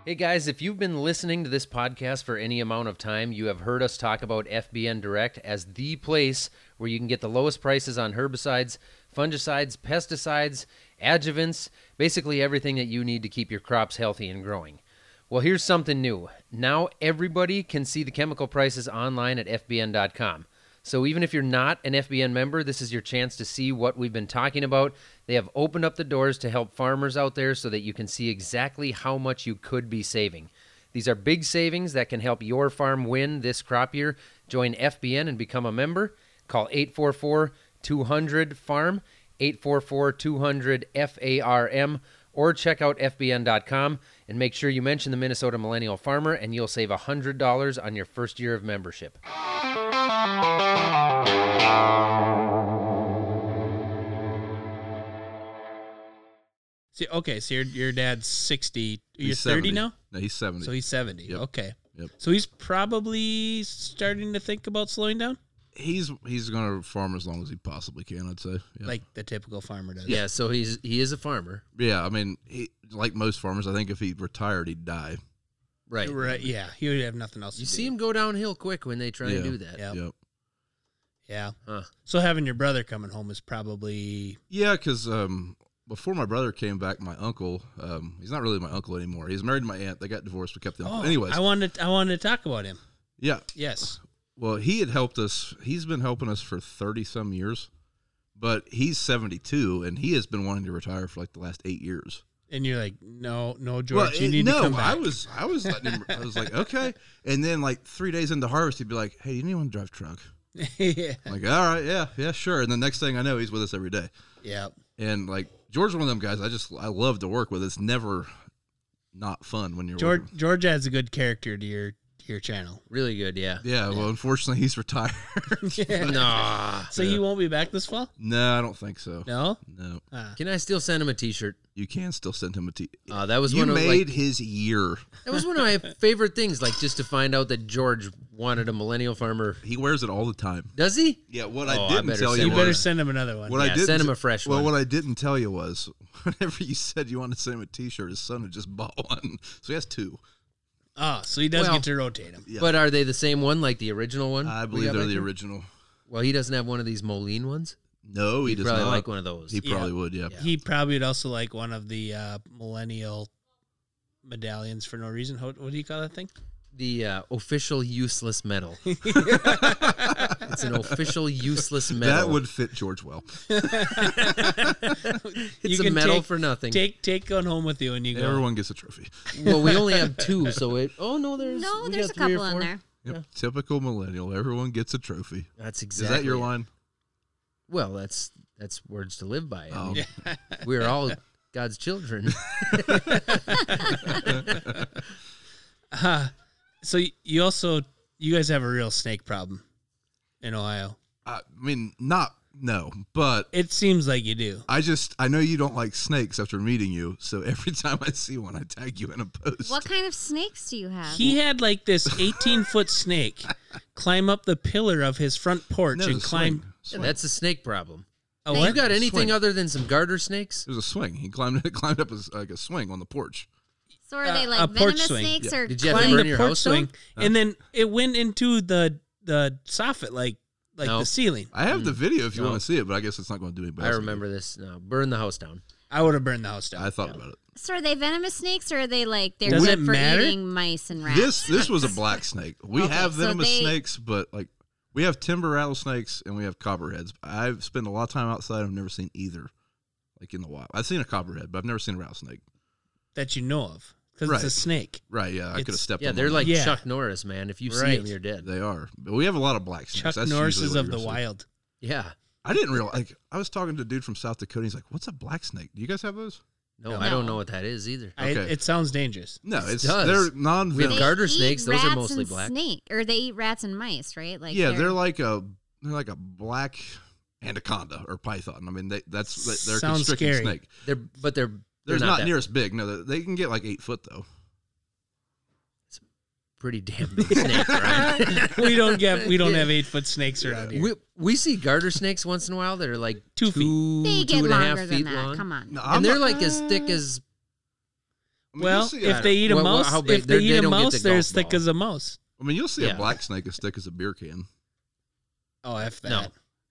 S6: Hey guys, if you've been listening to this podcast for any amount of time, you have heard us talk about FBN Direct as the place where you can get the lowest prices on herbicides, fungicides, pesticides, adjuvants, basically everything that you need to keep your crops healthy and growing. Well, here's something new. Now everybody can see the chemical prices online at FBN.com. So even if you're not an FBN member, this is your chance to see what we've been talking about. They have opened up the doors to help farmers out there so that you can see exactly how much you could be saving. These are big savings that can help your farm win this crop year. Join FBN and become a member. Call 844 200 FARM, 844 200 FARM, or check out FBN.com and make sure you mention the Minnesota Millennial Farmer and you'll save $100 on your first year of membership.
S5: See, okay, so your your dad's sixty. You're
S3: He's
S5: thirty
S3: 70.
S5: now,
S3: No, he's 70.
S5: so he's seventy.
S3: Yep.
S5: Okay,
S3: Yep.
S5: so he's probably starting to think about slowing down,
S3: he's he's going to farm as long as he possibly can, I'd say. Yeah.
S5: like the typical farmer does.
S6: Yeah, so he's he is a farmer.
S3: yeah, I mean, he, like most farmers, I think if he retired, he'd die.
S6: Right.
S5: right. Yeah, he would have nothing else.
S6: You
S5: to
S6: see
S5: do.
S6: him go downhill quick when they try and
S3: Yeah.
S6: do that.
S5: Yeah. Yep.
S3: Yep.
S5: Yeah.
S6: Huh.
S5: So having your brother coming home is probably
S3: Yeah, because um, before my brother came back, my uncle, um, he's not really my uncle anymore. He's married to my aunt. They got divorced. We kept the uncle. Anyways,
S5: oh, I wanted I wanted to talk about him.
S3: yeah.
S5: Yes.
S3: Well, he had helped us. He's been helping us for 30 some years, but he's 72 and he has been wanting to retire for like the last eight years.
S5: And you're like, no, no, George,
S3: Well,
S5: you
S3: it-
S5: need
S3: no,
S5: to come back.
S3: I was, I was letting him, I was like, okay. And then like three days into harvest, he'd be like, hey, you need one to drive truck?
S5: yeah.
S3: I'm like, all right, yeah, yeah, sure. And the next thing I know, he's with us every day.
S5: yeah.
S3: And like George's one of them guys I just I love to work with. It's never not fun when you're
S5: George
S3: working.
S5: George adds a good character to your to your channel.
S6: Really good, yeah.
S3: Yeah, well, unfortunately he's retired. Ah.
S6: Nah.
S5: So you won't be back this fall?
S3: no, I don't think so. No.
S5: No. Ah.
S6: Can I still send him a T-shirt?
S3: you can still send him a T.
S6: Uh, that was
S3: you
S6: one of
S3: made
S6: like,
S3: his year.
S6: that was one of my favorite things. Like just to find out that George wanted a millennial farmer.
S3: He wears it all the time.
S6: Does he?
S3: Yeah, what
S6: Oh, I
S3: I didn't
S6: better
S3: tell
S6: send
S3: you
S5: You
S6: him
S3: was-
S5: better send him another one.
S3: what
S6: Yeah,
S3: I didn't
S6: send him a fresh
S3: well,
S6: one.
S3: what I didn't tell you was whenever you said you wanted to send him a T-shirt, his son had just bought one, so he has two.
S5: Oh, so he does
S6: Well-
S5: get to rotate him.
S3: Yeah.
S6: But are they the same one, like the original one?
S3: I
S6: we
S3: believe
S6: got
S3: they're
S6: back
S3: the
S6: there?
S3: original.
S6: Well, he doesn't have one of these Moline ones.
S3: No, he
S6: He'd
S3: does
S6: probably
S3: not.
S6: like one of those.
S3: He
S5: Yeah.
S3: probably would. Yeah.
S5: He probably would also like one of the uh, millennial medallions for no reason. Ho- What do you call that thing?
S6: the uh, official useless medal. it's an official useless medal.
S3: That would fit George well.
S6: it's
S5: You
S6: a
S5: can
S6: medal
S5: take-
S6: for nothing.
S5: Take take one home with you and you go.
S3: Everyone gets a trophy.
S6: Well, we only have two, so it. Oh no, there's
S2: No,
S6: we
S2: there's a
S6: got three or
S2: couple in
S6: four.
S2: there.
S3: Yep. Typical millennial. Everyone gets a trophy.
S6: That's
S3: Is
S6: exactly.
S3: that your
S6: it.
S3: line?
S6: Well, that's that's words to live by. I
S3: Oh.
S6: mean, we're all God's children.
S5: Uh, so y- you also you guys have a real snake problem in Ohio.
S3: I mean, not no, but
S5: It seems like you do.
S3: I just I know you don't like snakes after meeting you, so every time I see one, I tag you in a post.
S2: What kind of snakes do you have?
S5: He had like this 18 foot snake climb up the pillar of his front porch
S3: No, it
S5: and
S3: was a
S5: climb.
S3: swing.
S6: Yeah,
S3: Swing.
S6: that's a snake problem.
S5: Oh,
S6: You
S5: what?
S6: got anything
S3: Swing.
S6: other than some garter snakes?
S3: it was a swing. He climbed climbed up a, s- like a swing on the porch.
S2: so are
S5: uh,
S2: they
S5: a
S2: like
S5: porch
S2: venomous
S5: swing.
S2: snakes
S3: Yeah.
S2: or
S6: Did you
S2: clam-
S6: have to
S5: climbed
S6: burn
S5: the
S6: your
S5: porch
S6: house
S5: swing,
S6: down?
S5: and then it went into the the soffit, like like
S6: No.
S5: the ceiling.
S3: I have the video if you
S6: No.
S3: want to see it, but I guess it's not going to do anybody.
S6: Mm. I
S3: else any
S6: remember this. No, burn the house down.
S5: I would have burned the house
S3: good.
S5: down.
S3: I thought about it.
S2: So are they venomous snakes or are they like they're
S5: Does
S2: good
S5: it
S2: for
S5: matter?
S2: eating mice and rats?
S3: This this was a black snake. We
S2: Okay,
S3: have
S2: so
S3: venomous
S2: they-
S3: snakes, but like we have timber rattlesnakes and we have copperheads. I've spent a lot of time outside. I've never seen either, like in the wild. I've seen a copperhead, but I've never seen a rattlesnake.
S5: that you know of because
S3: Right.
S5: it's a snake.
S3: Right? Yeah, I
S5: It's-
S3: could have stepped.
S6: Yeah,
S3: on
S6: they're
S3: one.
S6: like
S5: Yeah.
S6: Chuck Norris, man. If you see
S5: Right.
S6: him, you're dead.
S3: They are. But we have a lot of black snakes.
S5: Chuck
S3: That's
S5: Norris
S3: usually
S5: is
S3: what
S5: of
S3: you're
S5: the
S3: seeing.
S5: wild.
S6: Yeah.
S3: I didn't realize. Like, I was talking to a dude from South Dakota. He's like, "What's a black snake? Do you guys have those?"
S6: No,
S5: No.
S6: I don't
S2: No.
S6: know what that is either.
S5: I,
S3: Okay.
S5: it sounds dangerous.
S3: No,
S6: It
S3: it's
S6: does.
S3: they're non
S6: We have
S2: They
S3: venomous.
S6: garter
S2: eat
S6: snakes, those are
S2: rats
S6: mostly
S2: and
S6: black.
S2: Snake, or they eat rats and mice, right? Like
S3: yeah, they're, like a they're like a black anaconda or python. I mean, they, that's they- they're a
S5: Sounds
S3: constricting
S5: scary.
S3: snake.
S6: They're but they're
S3: They're,
S6: they're
S3: not,
S6: that
S3: near as big. No, they they can get like eight foot though.
S6: pretty damn big snake, right?
S5: we don't get we don't have eight foot snakes around here.
S6: We, we see garter snakes once in a while that are like
S5: Two
S6: two,
S5: feet.
S6: two,
S2: they
S6: two
S2: get
S6: and a half
S2: longer
S6: feet
S2: than that.
S6: long.
S2: Come on.
S3: No, I'm
S6: and they're
S3: not-
S6: like as thick as
S3: I mean, you'll
S5: well,
S3: see a-
S5: if they eat a
S6: Well, well,
S5: mouse,
S6: how big?
S5: if they
S6: They're-
S5: eat
S6: they
S5: a
S6: don't get
S5: mouse,
S6: the
S5: they're
S6: golf
S5: as thick
S6: ball.
S5: as a mouse.
S3: I mean, you'll see
S6: Yeah.
S3: a black snake as thick as a beer can.
S5: Oh, f that.
S6: no.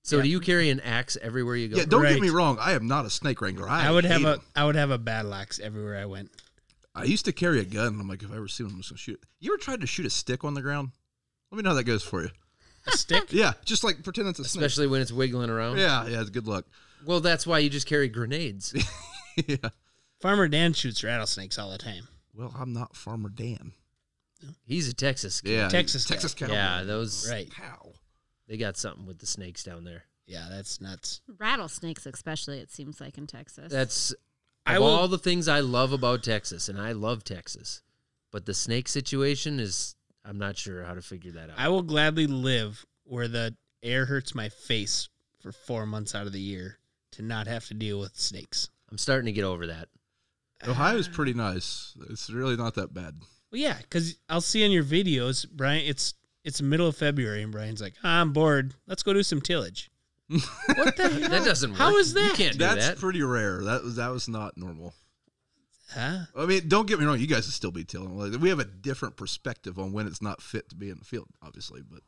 S6: So
S5: Yeah.
S6: do you carry an axe everywhere you go?
S3: Yeah, don't
S5: Right.
S3: get me wrong. I am not a snake wrangler. I,
S5: I would have
S3: hate
S5: a
S3: 'em.
S5: I would have a battle axe everywhere I went.
S3: I used to carry a gun. and I'm like, if I ever see one, I'm just gonna shoot. it. You ever tried to shoot a stick on the ground? Let me know how that goes for you.
S5: A stick.
S3: Yeah, just like pretend it's a
S6: especially when it's wiggling around.
S3: snake. Yeah, yeah. It's good luck.
S6: Well, that's why you just carry grenades.
S3: yeah.
S5: Farmer Dan shoots rattlesnakes all the time.
S3: Well, I'm not Farmer Dan.
S6: He's a Texas kid.
S3: Yeah,
S5: Texas guy.
S3: Texas cow.
S6: Yeah, those
S5: Right.
S3: How?
S6: they got something with the snakes down there.
S5: Yeah, that's nuts.
S2: Rattlesnakes, especially, it seems like in Texas.
S6: That's of
S5: I will-
S6: all the things I love about Texas, and I love Texas, but the snake situation is I'm not sure how to figure that out.
S5: I will gladly live where the air hurts my face for four months out of the year to not have to deal with snakes.
S6: I'm starting to get over that.
S3: Ohio's pretty nice. It's really not that bad.
S5: Well, yeah, because I'll see in your videos, Brian. It's it's the middle of February, and Brian's like, "Ah, "I'm bored. Let's go do some tillage." what the hell?
S6: That doesn't work.
S5: How is that?
S6: You can't do
S3: That's
S6: that.
S3: pretty rare. That was that was not normal.
S5: Huh?
S3: I mean, don't get me wrong. You guys would still be tilling. Like, we have a different perspective on when it's not fit to be in the field, obviously. But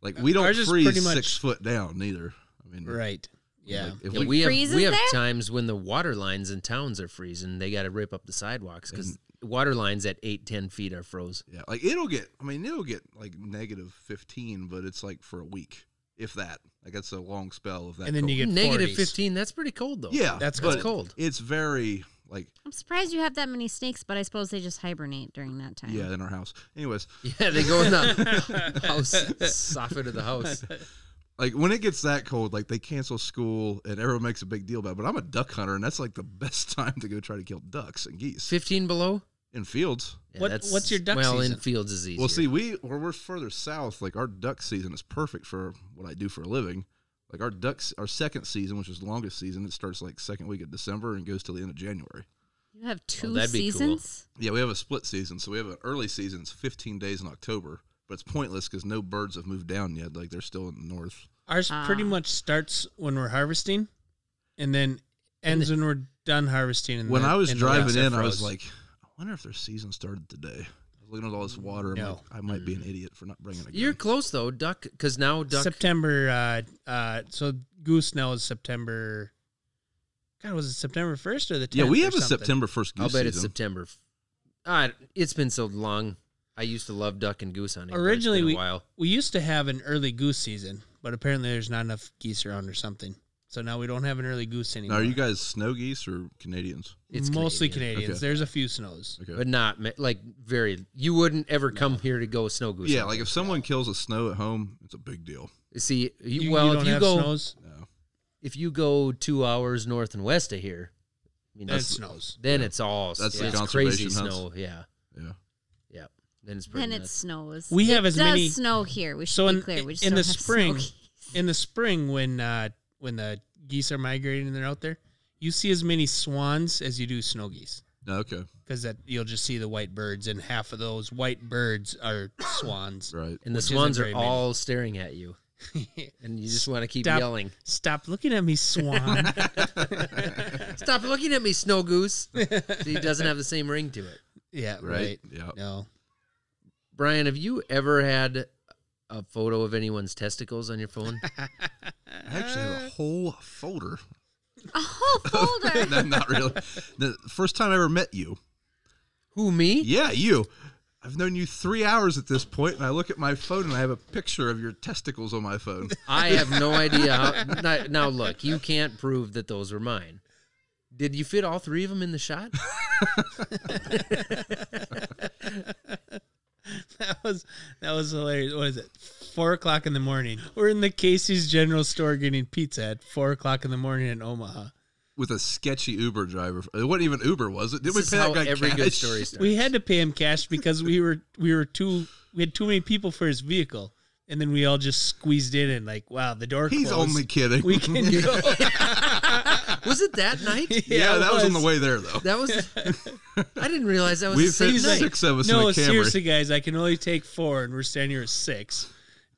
S3: like we don't
S5: Ours is
S3: freeze
S5: pretty much-
S3: six foot down either. I mean,
S5: Right. Yeah.
S3: like, if
S6: Yeah,
S3: we,
S6: we have
S2: freezes
S6: we have
S2: there?
S6: times when the water lines in towns are freezing. They got to rip up the sidewalks
S3: Mm.
S6: because water lines at eight ten feet are froze.
S3: yeah, like it'll get. I mean, it'll get like negative fifteen, but it's like for a week, if that. Like that's a long spell of that.
S5: And then you
S3: cold.
S5: get
S6: Negative
S5: 40s.
S6: fifteen. That's pretty cold though.
S3: yeah,
S5: That's
S3: but
S6: That's cold.
S3: It's very like
S2: I'm surprised you have that many snakes, but I suppose they just hibernate during that time.
S3: yeah in our house. Anyways,
S6: Yeah, they go in the house soffit of the house.
S3: like when it gets that cold, like they cancel school and everyone makes a big deal about it. But I'm a duck hunter, and that's like the best time to go try to kill ducks and geese
S6: Fifteen below.
S3: in fields.
S6: Yeah,
S5: What-
S6: that's-
S5: what's your duck
S6: Well, in
S5: season?
S6: fields is easier.
S3: Well, see, we where we're further south, like our duck season is perfect for what I do for a living. Like our ducks, our second season, which is the longest season, it starts like second week of December and goes till the end of January.
S2: You have two
S6: that'd be cool.
S2: seasons?
S3: Yeah, we have a split season, so we have an early season. It's 15 days in October, but it's pointless because no birds have moved down yet. Like they're still in the north.
S5: Ours pretty
S2: Ah.
S5: much starts when we're harvesting, and then ends when we're done harvesting. And
S3: when
S5: the-
S3: I was
S5: and the rest
S3: driving
S5: are
S3: in, I was
S5: froze.
S3: like, I wonder if their season started today. I was looking at all this water. I'm
S5: No.
S3: like, I might be an idiot for not bringing a gun.
S6: you're close though, duck. Because now duck.
S5: September. Uh, uh, so goose now is September. God, was it September first or the 10th
S3: yeah, we
S5: or
S3: have a
S5: something?
S3: September 1st goose
S6: I'll bet
S3: season.
S6: it's September. Ah, it's been so long. I used to love duck and goose hunting. but it's
S5: Originally,
S6: been a
S5: we
S6: while.
S5: we used to have an early goose season, but apparently there's not enough geese around or something. So now we don't have an early goose
S3: Now,
S5: anymore.
S3: are you guys snow geese or Canadians?
S6: It's
S5: mostly
S6: Canadian.
S5: Canadians.
S3: Okay.
S5: There's a few snows.
S3: Okay.
S6: but not ma- like very. You wouldn't ever come here to go snow goose.
S3: yeah,
S6: hunting.
S3: like if someone kills a snow at home, it's a big deal.
S6: See, you,
S5: You,
S6: well,
S5: you don't
S6: if you
S5: have
S6: go
S5: snows,
S3: No.
S6: if you go two hours north and west of here, you know,
S5: then it snows.
S6: then it's all
S3: That's the
S6: it's crazy
S3: conservation hunts.
S6: snow. Yeah,
S3: Yeah.
S6: yeah. Then it's pretty.
S2: Then it
S6: nuts.
S2: snows.
S5: We have
S2: it
S5: as
S2: does
S5: many-
S2: snow here. We should
S5: So
S2: be
S5: in-
S2: clear. We just
S5: in
S2: don't
S5: the
S2: have snow
S5: spring-
S2: here.
S5: In the spring, when uh, when the geese are migrating and they're out there, you see as many swans as you do snow geese.
S3: No, okay.
S5: Because that you'll just see the white birds, and half of those white birds are swans.
S3: Right.
S6: and the
S5: which isn't
S6: swans are
S5: very many.
S6: all staring at you, and you just want to keep
S5: Stop.
S6: yelling.
S5: Stop looking at me, swan.
S6: Stop looking at me, snow goose. he doesn't have the same ring to it.
S5: yeah, right.
S3: Right. Yeah.
S5: No,
S6: Brian, have you ever had a photo of anyone's testicles on your phone?
S3: I actually have a whole folder.
S2: A whole folder.
S3: no, not really. The first time I ever met you.
S6: Who me?
S3: Yeah, you. I've known you three hours at this point, and I look at my phone and I have a picture of your testicles on my phone.
S6: I have no idea. How, now, now look, you can't prove that those were mine. Did you fit all three of them in the shot?
S5: that was that was hilarious. What is it? Four o'clock in the morning. We're in the Casey's General Store getting pizza at four o'clock in the morning in Omaha,
S3: with a sketchy Uber driver. It wasn't even Uber, was it? Did we
S7: This
S3: pay
S7: is how
S3: that guy
S7: every good
S3: cash?
S7: story starts.
S5: We had to pay him cash because we were we were too we had too many people for his vehicle, and then we all just squeezed in and like, wow, the door.
S3: He's
S5: closed.
S3: only kidding.
S5: We can go.
S1: Was it that night?
S3: yeah,
S5: it
S3: that was. on the way there though.
S1: That was. I didn't realize that was
S3: We've
S1: the same
S3: hit
S5: He's like,
S1: night.
S3: six of us in
S5: No,
S3: a Camry.
S5: seriously, guys, I can only take four, and we're standing here at six,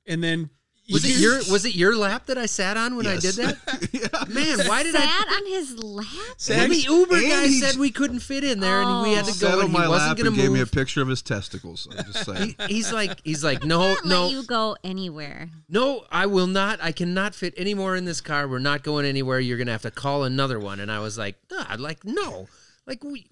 S5: and then
S1: Was
S5: you-
S1: it your Was it your lap that I sat on when I did
S3: Yes.
S1: that? Man, why did
S2: Sat
S1: I?
S2: on his lap.
S1: Well, the Uber
S3: and
S1: guy
S3: he-
S1: said we couldn't fit in there, and we had
S2: Oh.
S1: to
S3: Sat
S1: go.
S3: on
S1: And he
S3: my
S1: wasn't
S3: lap
S1: going
S3: and
S1: to
S3: gave me a
S1: move.
S3: picture of his testicles. I'm just saying.
S1: He- he's like, he's like, no,
S2: Can't
S1: no,
S2: let you go anywhere.
S1: no, I will not. I cannot fit any more in this car. We're not going anywhere. You're going to have to call another one. And I was like, nah, like no, like we,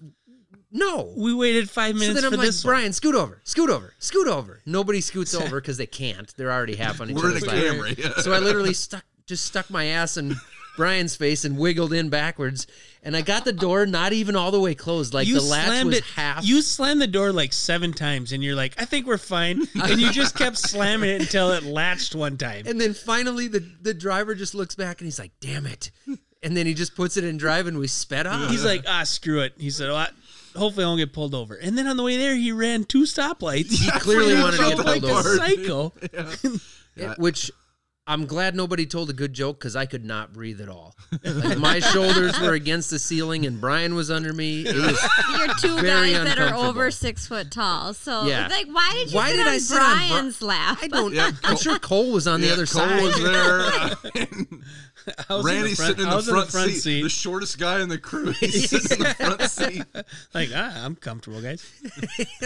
S1: no.
S5: we waited five
S1: So
S5: minutes
S1: then I'm
S5: for
S1: like,
S5: this one.
S1: Brian, scoot over, scoot over, scoot over. Nobody scoots over because they can't. They're already half on each
S3: We're in a
S1: other's lap.
S3: Camry.
S1: So I literally stuck just stuck my ass in Brian's face and wiggled in backwards, and I got the door not even all the way closed. Like the latch was
S5: it.
S1: half.
S5: You slammed the door like seven times, and you're like, "I think we're fine," and you just kept slamming it until it latched one time.
S1: and then finally, the the driver just looks back and he's like, "Damn it!" And then he just puts it in drive, and we sped off.
S5: He's like, "Ah, screw it." He said, well, I, "Hopefully, I won't get pulled over." And then on the way there, he ran two stoplights.
S1: He clearly
S5: He
S1: wanted to
S5: felt
S1: get
S5: like
S1: pulled
S5: a
S1: over,
S5: psycho.
S1: It- Uh, which. I'm glad nobody told a good joke because I could not breathe at all. Like my shoulders were against the ceiling and Brian was under me. It was
S2: You're two
S1: Very
S2: guys that are
S1: uncomfortable.
S2: over six foot tall. So
S1: Yeah.
S2: it's like, why did you
S1: Why
S2: sit
S1: did
S2: on
S1: I sit on Bri-
S2: Brian's lap?
S1: I don't.
S3: Yeah,
S1: I'm
S3: Cole-
S1: sure Cole was on the
S3: Yeah,
S1: other
S3: Cole
S1: side.
S3: was there.
S5: I was in the
S3: Randy's
S5: front-
S3: sitting in
S5: I
S3: the
S5: was
S3: front, seat. The shortest guy in the crew. He's sitting in the front seat.
S5: Like, ah, I'm comfortable, guys.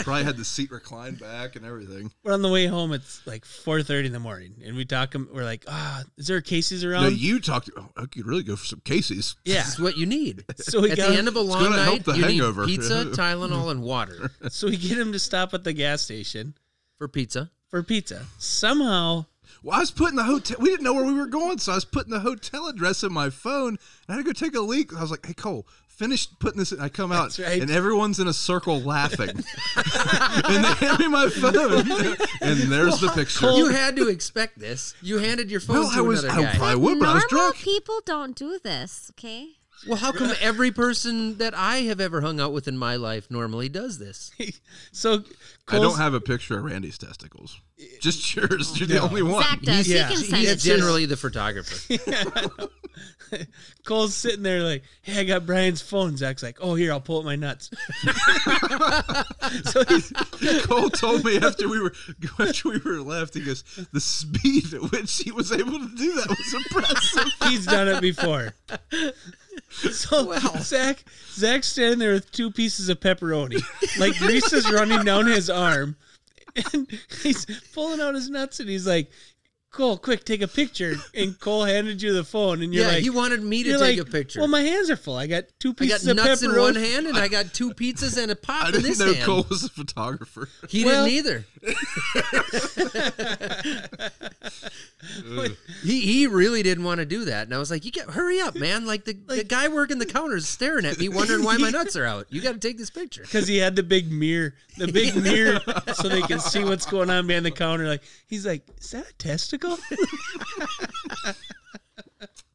S3: Probably had the seat reclined back and everything.
S5: We're on the way home. It's like 4:30 in the morning, and we talk. him- We're like, "Ah, is there cases around?"
S3: No, you talked. Oh, I could really go for some cases.
S5: yeah.
S1: This is what you need.
S5: So we
S1: At
S5: got
S1: the end of a long
S3: gonna help
S1: night,
S3: the
S1: you
S3: hangover.
S1: need pizza, Tylenol, and water
S5: so we get him to stop at the gas station
S1: for pizza.
S5: for pizza. Somehow,
S3: Well, I was putting the hotel. We didn't know where we were going, so I was putting the hotel address in my phone. And I had to go take a leak. I was like, "Hey, Cole, finish putting this." in. I come out,
S5: That's right.
S3: and everyone's in a circle laughing. and they hand me my phone, and there's the picture.
S1: You had to expect this. You handed your phone
S3: well,
S1: to
S3: I was.
S1: another
S3: I
S1: guy.
S3: probably would, but I was
S2: Normal
S3: drunk.
S2: people don't do this, okay?
S1: well, how come every person that I have ever hung out with in my life normally does this?
S5: so
S3: I
S5: Cole's,
S3: don't have a picture of Randy's testicles. Just yours. You're the only one.
S2: Zach does.
S5: Yeah.
S2: He can
S5: He's
S2: send it
S1: He's
S2: to you.
S1: generally the photographer.
S5: Cole's sitting there like, "Hey, I got Brian's phone." Zach's like, "Oh, here, I'll pull up my nuts." so he's,
S3: Cole told me after we were after we were left, he goes, the speed at which he was able to do that was impressive.
S5: he's done it before. So Zach, Zach's standing there with two pieces of pepperoni, like grease is running down his arm, and he's pulling out his nuts, and he's like, "Cole, quick, take a picture." And Cole handed you the phone, and you're
S1: yeah,
S5: like,
S1: he wanted me to
S5: you're
S1: take
S5: like,
S1: a picture.
S3: "Oh
S5: Well, my hands are full. I got two
S1: I got
S5: pieces
S1: nuts
S5: of pepperoni
S1: in one hand, and I got two pizzas and a
S3: I
S1: pop in
S3: didn't
S1: this
S3: know
S1: hand.
S3: Cole was a photographer.
S1: He
S5: Well-
S1: didn't either. he he really didn't want to do that, and I was like, "You got hurry up, man! Like the, the guy working the counter is staring at me, wondering why my nuts are out. You got to take this picture."
S5: because he had the big mirror, the big mirror, so they can see what's going on behind the counter. Like he's like, is that a testicle?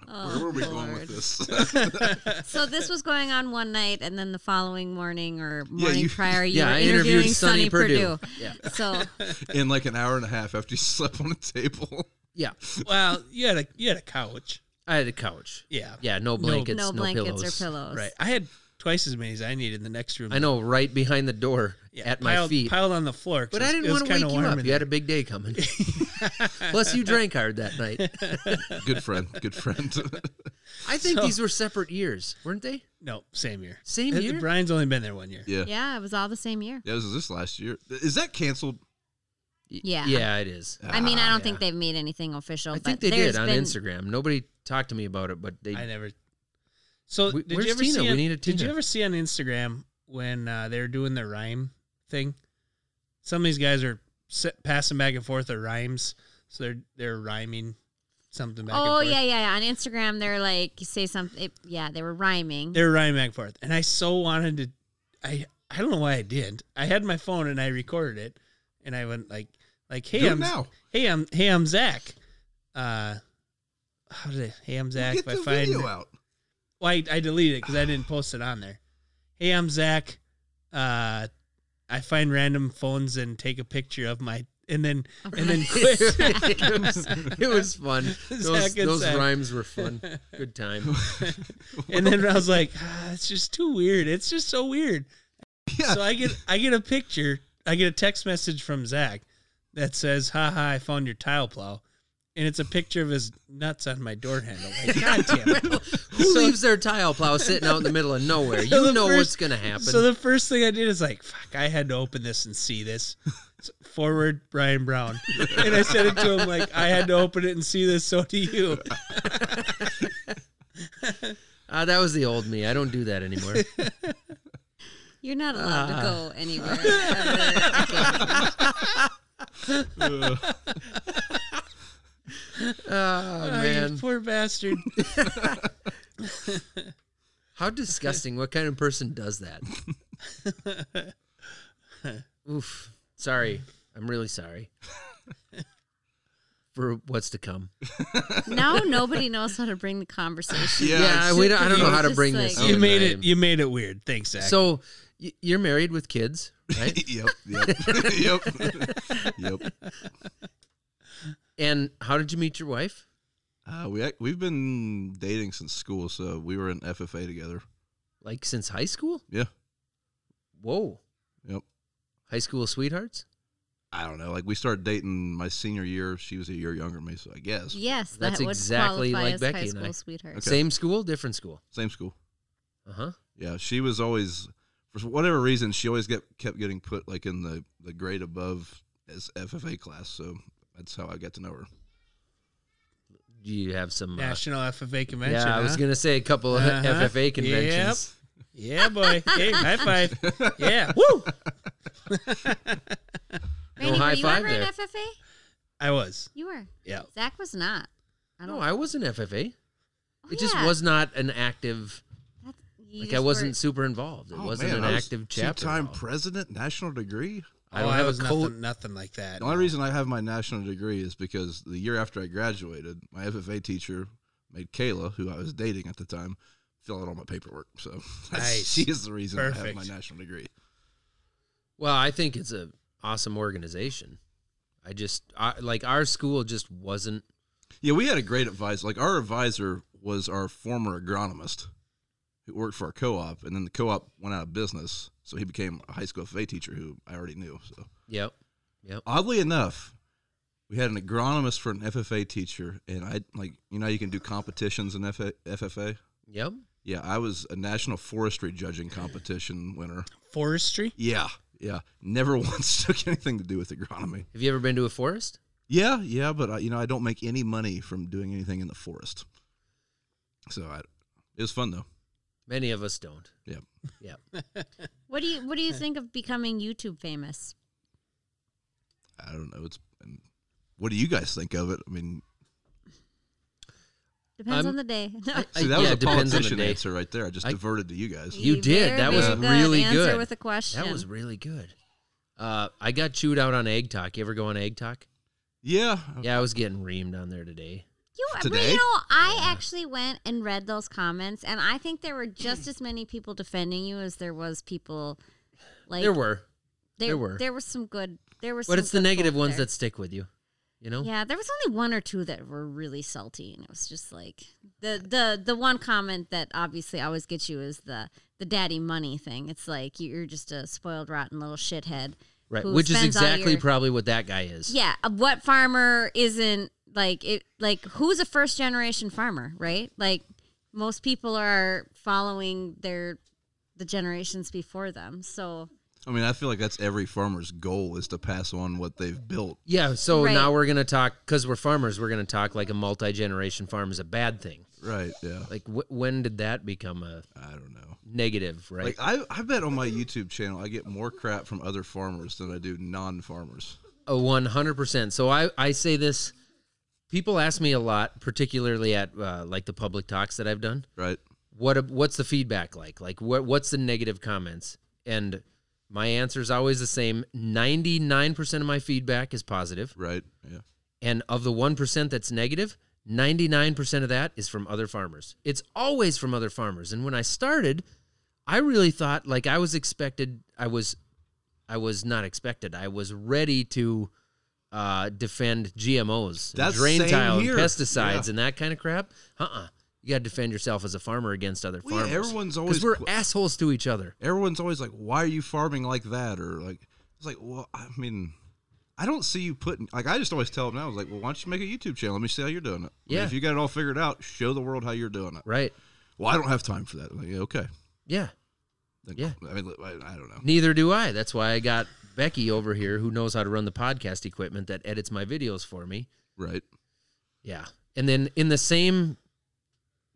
S3: Where were we going with this?
S2: Oh. So this was going on one night, and then the following morning or morning
S3: you-
S2: prior, you
S1: Yeah,
S2: were
S1: I
S2: interviewing
S1: interviewed
S2: Sonny
S1: Sonny
S2: Perdue.
S1: Perdue. Yeah.
S2: So
S3: In like an hour and a half after you slept on a table.
S1: Yeah,
S5: well, you had a you had a couch.
S1: I had a couch.
S5: Yeah.
S1: Yeah, no blankets,
S2: no
S1: no,
S2: blankets
S1: pillows.
S2: or pillows.
S5: Right. I had twice as many as I needed in the next room.
S1: I know, right behind the door
S5: Yeah,
S1: at my
S5: piled,
S1: feet.
S5: piled on the floor. 'cause
S1: but
S5: it
S1: I
S5: was- it
S1: didn't
S5: was
S1: want to wake
S5: kinda
S1: you
S5: warm
S1: up.
S5: in
S1: You had
S5: there.
S1: a big day coming. Plus, you drank hard that night.
S3: Good friend. Good friend.
S1: I think
S5: So-
S1: these were separate years, weren't they?
S5: no same year.
S1: Same
S5: Uh,
S1: year?
S5: Brian's only been there one year.
S3: yeah. yeah.
S2: Yeah, it was all the same year.
S3: This is this last year. Is that canceled?
S1: Y-
S2: Yeah.
S1: Yeah, it is.
S2: I mean,
S6: Ah,
S2: I don't think
S1: yeah.
S2: they've made anything official.
S1: I
S2: but
S1: think they
S2: there's
S1: did on
S2: been-
S1: Instagram. Nobody talked to me about it, but they
S5: I never. So
S1: Wh-
S5: did
S1: where's
S5: you ever
S1: Tina?
S5: see?
S1: We
S5: on-
S1: need a
S5: Did you
S1: Tina.
S5: ever see on Instagram when uh, they were doing the rhyme thing? Some of these guys are se- passing back and forth their rhymes, so they're they're rhyming something back.
S2: Oh
S5: and forth.
S2: yeah, yeah, yeah. On Instagram, they're like, you say something. It, yeah, they were rhyming.
S5: they're rhyming back and forth, and I so wanted to. I I don't know why I didn't. I had my phone and I recorded it, and I went like like Hey,
S3: Do it
S5: I'm
S3: now.
S5: Hey, I'm Hey, I'm Zach. Uh, how did I, Hey, I'm Zach?
S3: Get
S5: if I
S3: the
S5: find
S3: video out.
S5: well, I, I deleted it because I didn't post it on there. Hey, I'm Zach. Uh, I find random phones and take a picture of my and then and then quit.
S6: it, was, it was fun. Those,
S5: Zach and
S6: those
S5: Zach.
S6: rhymes were fun. Good time.
S5: and then I was like, ah, it's just too weird. It's just so weird.
S3: Yeah.
S5: So I get I get a picture, I get a text message from Zach that says, "Ha ha, I found your tile plow," and it's a picture of his nuts on my door handle. Like, God damn it.
S6: Who
S5: So-
S6: leaves their tile plow sitting out in the middle of nowhere?
S5: So
S6: You
S5: the
S6: know
S5: first-
S6: what's going to happen.
S5: So the first thing I did is like, fuck, I had to open this and see this. So, forward Brian Brown. And I said it to him like, I had to open it and see this, so do you.
S6: Oh, Ah, that was the old me. I don't do that anymore.
S2: You're not allowed to go
S6: Ah.
S2: anywhere. ever again.
S6: Oh,
S5: Oh, you
S6: man.
S5: poor bastard.
S6: How disgusting. What kind of person does that? Oof. Sorry. I'm really sorry for what's to come.
S2: now nobody knows how to bring the conversation.
S3: Yeah,
S6: Yeah,
S2: it's-
S6: we don't, I don't know
S2: it's
S6: how to
S2: just
S6: bring
S2: like-
S6: this.
S5: you
S6: in.
S5: made
S6: I'm-
S5: it you made it weird. Thanks, Zach.
S6: So y- you're married with kids, right?
S3: yep, yep, yep, yep.
S6: and how did you meet your wife?
S3: Uh, we ac- we've been dating since school, so we were in FFA together.
S6: Like since high school?
S3: Yeah.
S6: Whoa.
S3: Yep.
S6: High school sweethearts?
S3: I don't know. Like we started dating my senior year. She was a year younger than me, so I guess
S2: Yes, that
S6: That's
S2: would
S6: exactly
S2: qualify
S6: like
S2: as
S6: Becky
S2: high
S6: and
S2: school
S6: I.
S2: sweetheart.
S3: Okay.
S6: Same school, different school.
S3: same school.
S6: Uh huh.
S3: Yeah, she was always for whatever reason she always get kept getting put like in the the grade above as FFA class. So that's how I got to know her.
S6: Do you have some? Uh,
S5: National FFA convention.
S6: yeah, I was
S5: huh?
S6: gonna say a couple of
S5: Uh-huh.
S6: FFA conventions.
S5: Yeah, boy. Hey, high five. Yeah. Woo!
S2: Randy,
S6: high
S2: were you
S6: five
S2: ever
S6: there.
S2: in FFA?
S5: I was.
S2: You were.
S5: Yeah.
S2: Zach was not. I don't.
S6: No, I wasn't FFA.
S2: Oh,
S6: It just
S2: yeah.
S6: was not an active.
S2: That's- you
S6: Like
S2: just
S6: I
S2: weren't- Oh,
S6: wasn't super involved.
S3: Oh,
S6: It wasn't an active chapter.
S3: Two-time
S6: at all.
S3: president, national degree.
S6: I don't
S5: oh,
S6: have
S5: I
S6: a
S5: was
S6: coat.
S5: nothing, nothing like that.
S3: The only reason I have my national degree is because the year after I graduated, my FFA teacher made Kayla, who I was dating at the time, fill out all my paperwork. So
S5: Nice.
S3: she is the reason I have
S5: Perfect.
S3: my national degree.
S6: Well, I think it's a awesome organization. I just I, like our school just wasn't.
S3: Yeah, we had a great advisor. Like our advisor was our former agronomist who worked for our co-op, and then the co-op went out of business, so he became a high school FFA teacher who I already knew. So
S6: Yep.
S3: oddly enough, we had an agronomist for an FFA teacher, and I like you know how you can do competitions in FFA. FFA?
S6: Yep.
S3: Yeah, I was a national forestry judging competition winner.
S5: Forestry?
S3: Yeah, yeah. Never once took anything to do with agronomy.
S6: Have you ever been to a forest?
S3: Yeah, yeah, but I, you know, I don't make any money from doing anything in the forest. So I, it was fun though.
S6: Many of us don't.
S3: Yeah.
S6: Yep.
S2: What do you What do you think of becoming YouTube famous?
S3: I don't know. It's. And what do you guys think of it? I mean,
S2: Depends
S6: I'm-
S2: on the day. No.
S3: see, that was
S6: yeah,
S3: a
S6: it depends on the
S3: politician
S6: day.
S3: answer right there. I just
S6: I-
S3: diverted to you guys.
S6: You did.
S2: very,
S6: That was
S2: very
S6: really
S2: Answer
S6: good.
S2: with a question.
S6: That was really good. Uh, I got chewed out on Egg Talk. You ever go on Egg Talk?
S3: Yeah.
S6: Yeah, I was getting reamed on there today.
S2: You, but
S3: Today?
S2: you know, I actually went and read those comments, and I think there were just as many people defending you as there was people like
S6: there were, there were.
S2: there was some good there was.
S6: but
S2: some
S6: it's the
S2: good
S6: negative
S2: folk
S6: ones
S2: there.
S6: that stick with you. You know.
S2: Yeah, there was only one or two that were really salty, and it was just like the the the one comment that obviously always gets you is the the daddy money thing. It's like you're just a spoiled, rotten little shithead.
S6: Right.
S2: who
S6: Which is
S2: spends all
S6: exactly
S2: your-
S6: probably what that guy is.
S2: Yeah, uh, what farmer isn't like it? Like who's a first generation farmer, right? Like most people are following their the generations before them. So
S3: I mean, I feel like that's every farmer's goal is to pass on what they've built.
S6: Yeah, so
S2: Right.
S6: now we're gonna talk because we're farmers. We're gonna talk like a multi generation farm is a bad thing.
S3: Right. Yeah.
S6: Like wh- when did that become a
S3: I don't know.
S6: negative? Right?
S3: Like I, I bet on my YouTube channel, I get more crap from other farmers than I do non-farmers.
S6: a one hundred percent. So I I say this. People ask me a lot, particularly at uh, like the public talks that I've done.
S3: Right?
S6: What what's the feedback like? Like what what's the negative comments? And my answer is always the same. Ninety nine percent of my feedback is positive,
S3: Right. Yeah.
S6: and of the one percent that's negative, 99% of that is from other farmers. It's always from other farmers. And when I started, I really thought like I was expected I was I was not expected. I was ready to uh, defend GMOs, and
S3: That's
S6: drain
S3: same
S6: tile, and
S3: here.
S6: pesticides,
S3: Yeah.
S6: and that kind of crap. Uh uh You got to defend yourself as a farmer against other
S3: Well, yeah,
S6: farmers.
S3: everyone's
S6: 'Cause
S3: always
S6: we're
S3: qu-
S6: assholes to each other.
S3: everyone's always like, "Why are you farming like that?" Or like, it's like, well, I mean, I don't see you putting like I just always tell them now. I was like, well, why don't you make a YouTube channel? Let me see how you're doing it. I mean,
S6: Yeah.
S3: if you got it all figured out, show the world how you're doing it.
S6: Right.
S3: Well, I don't have time for that. I'm like, yeah, okay.
S6: Yeah.
S3: Like,
S6: Yeah.
S3: I mean, I, I don't know.
S6: Neither do I. That's why I got Becky over here who knows how to run the podcast equipment that edits my videos for me.
S3: Right.
S6: Yeah. And then in the same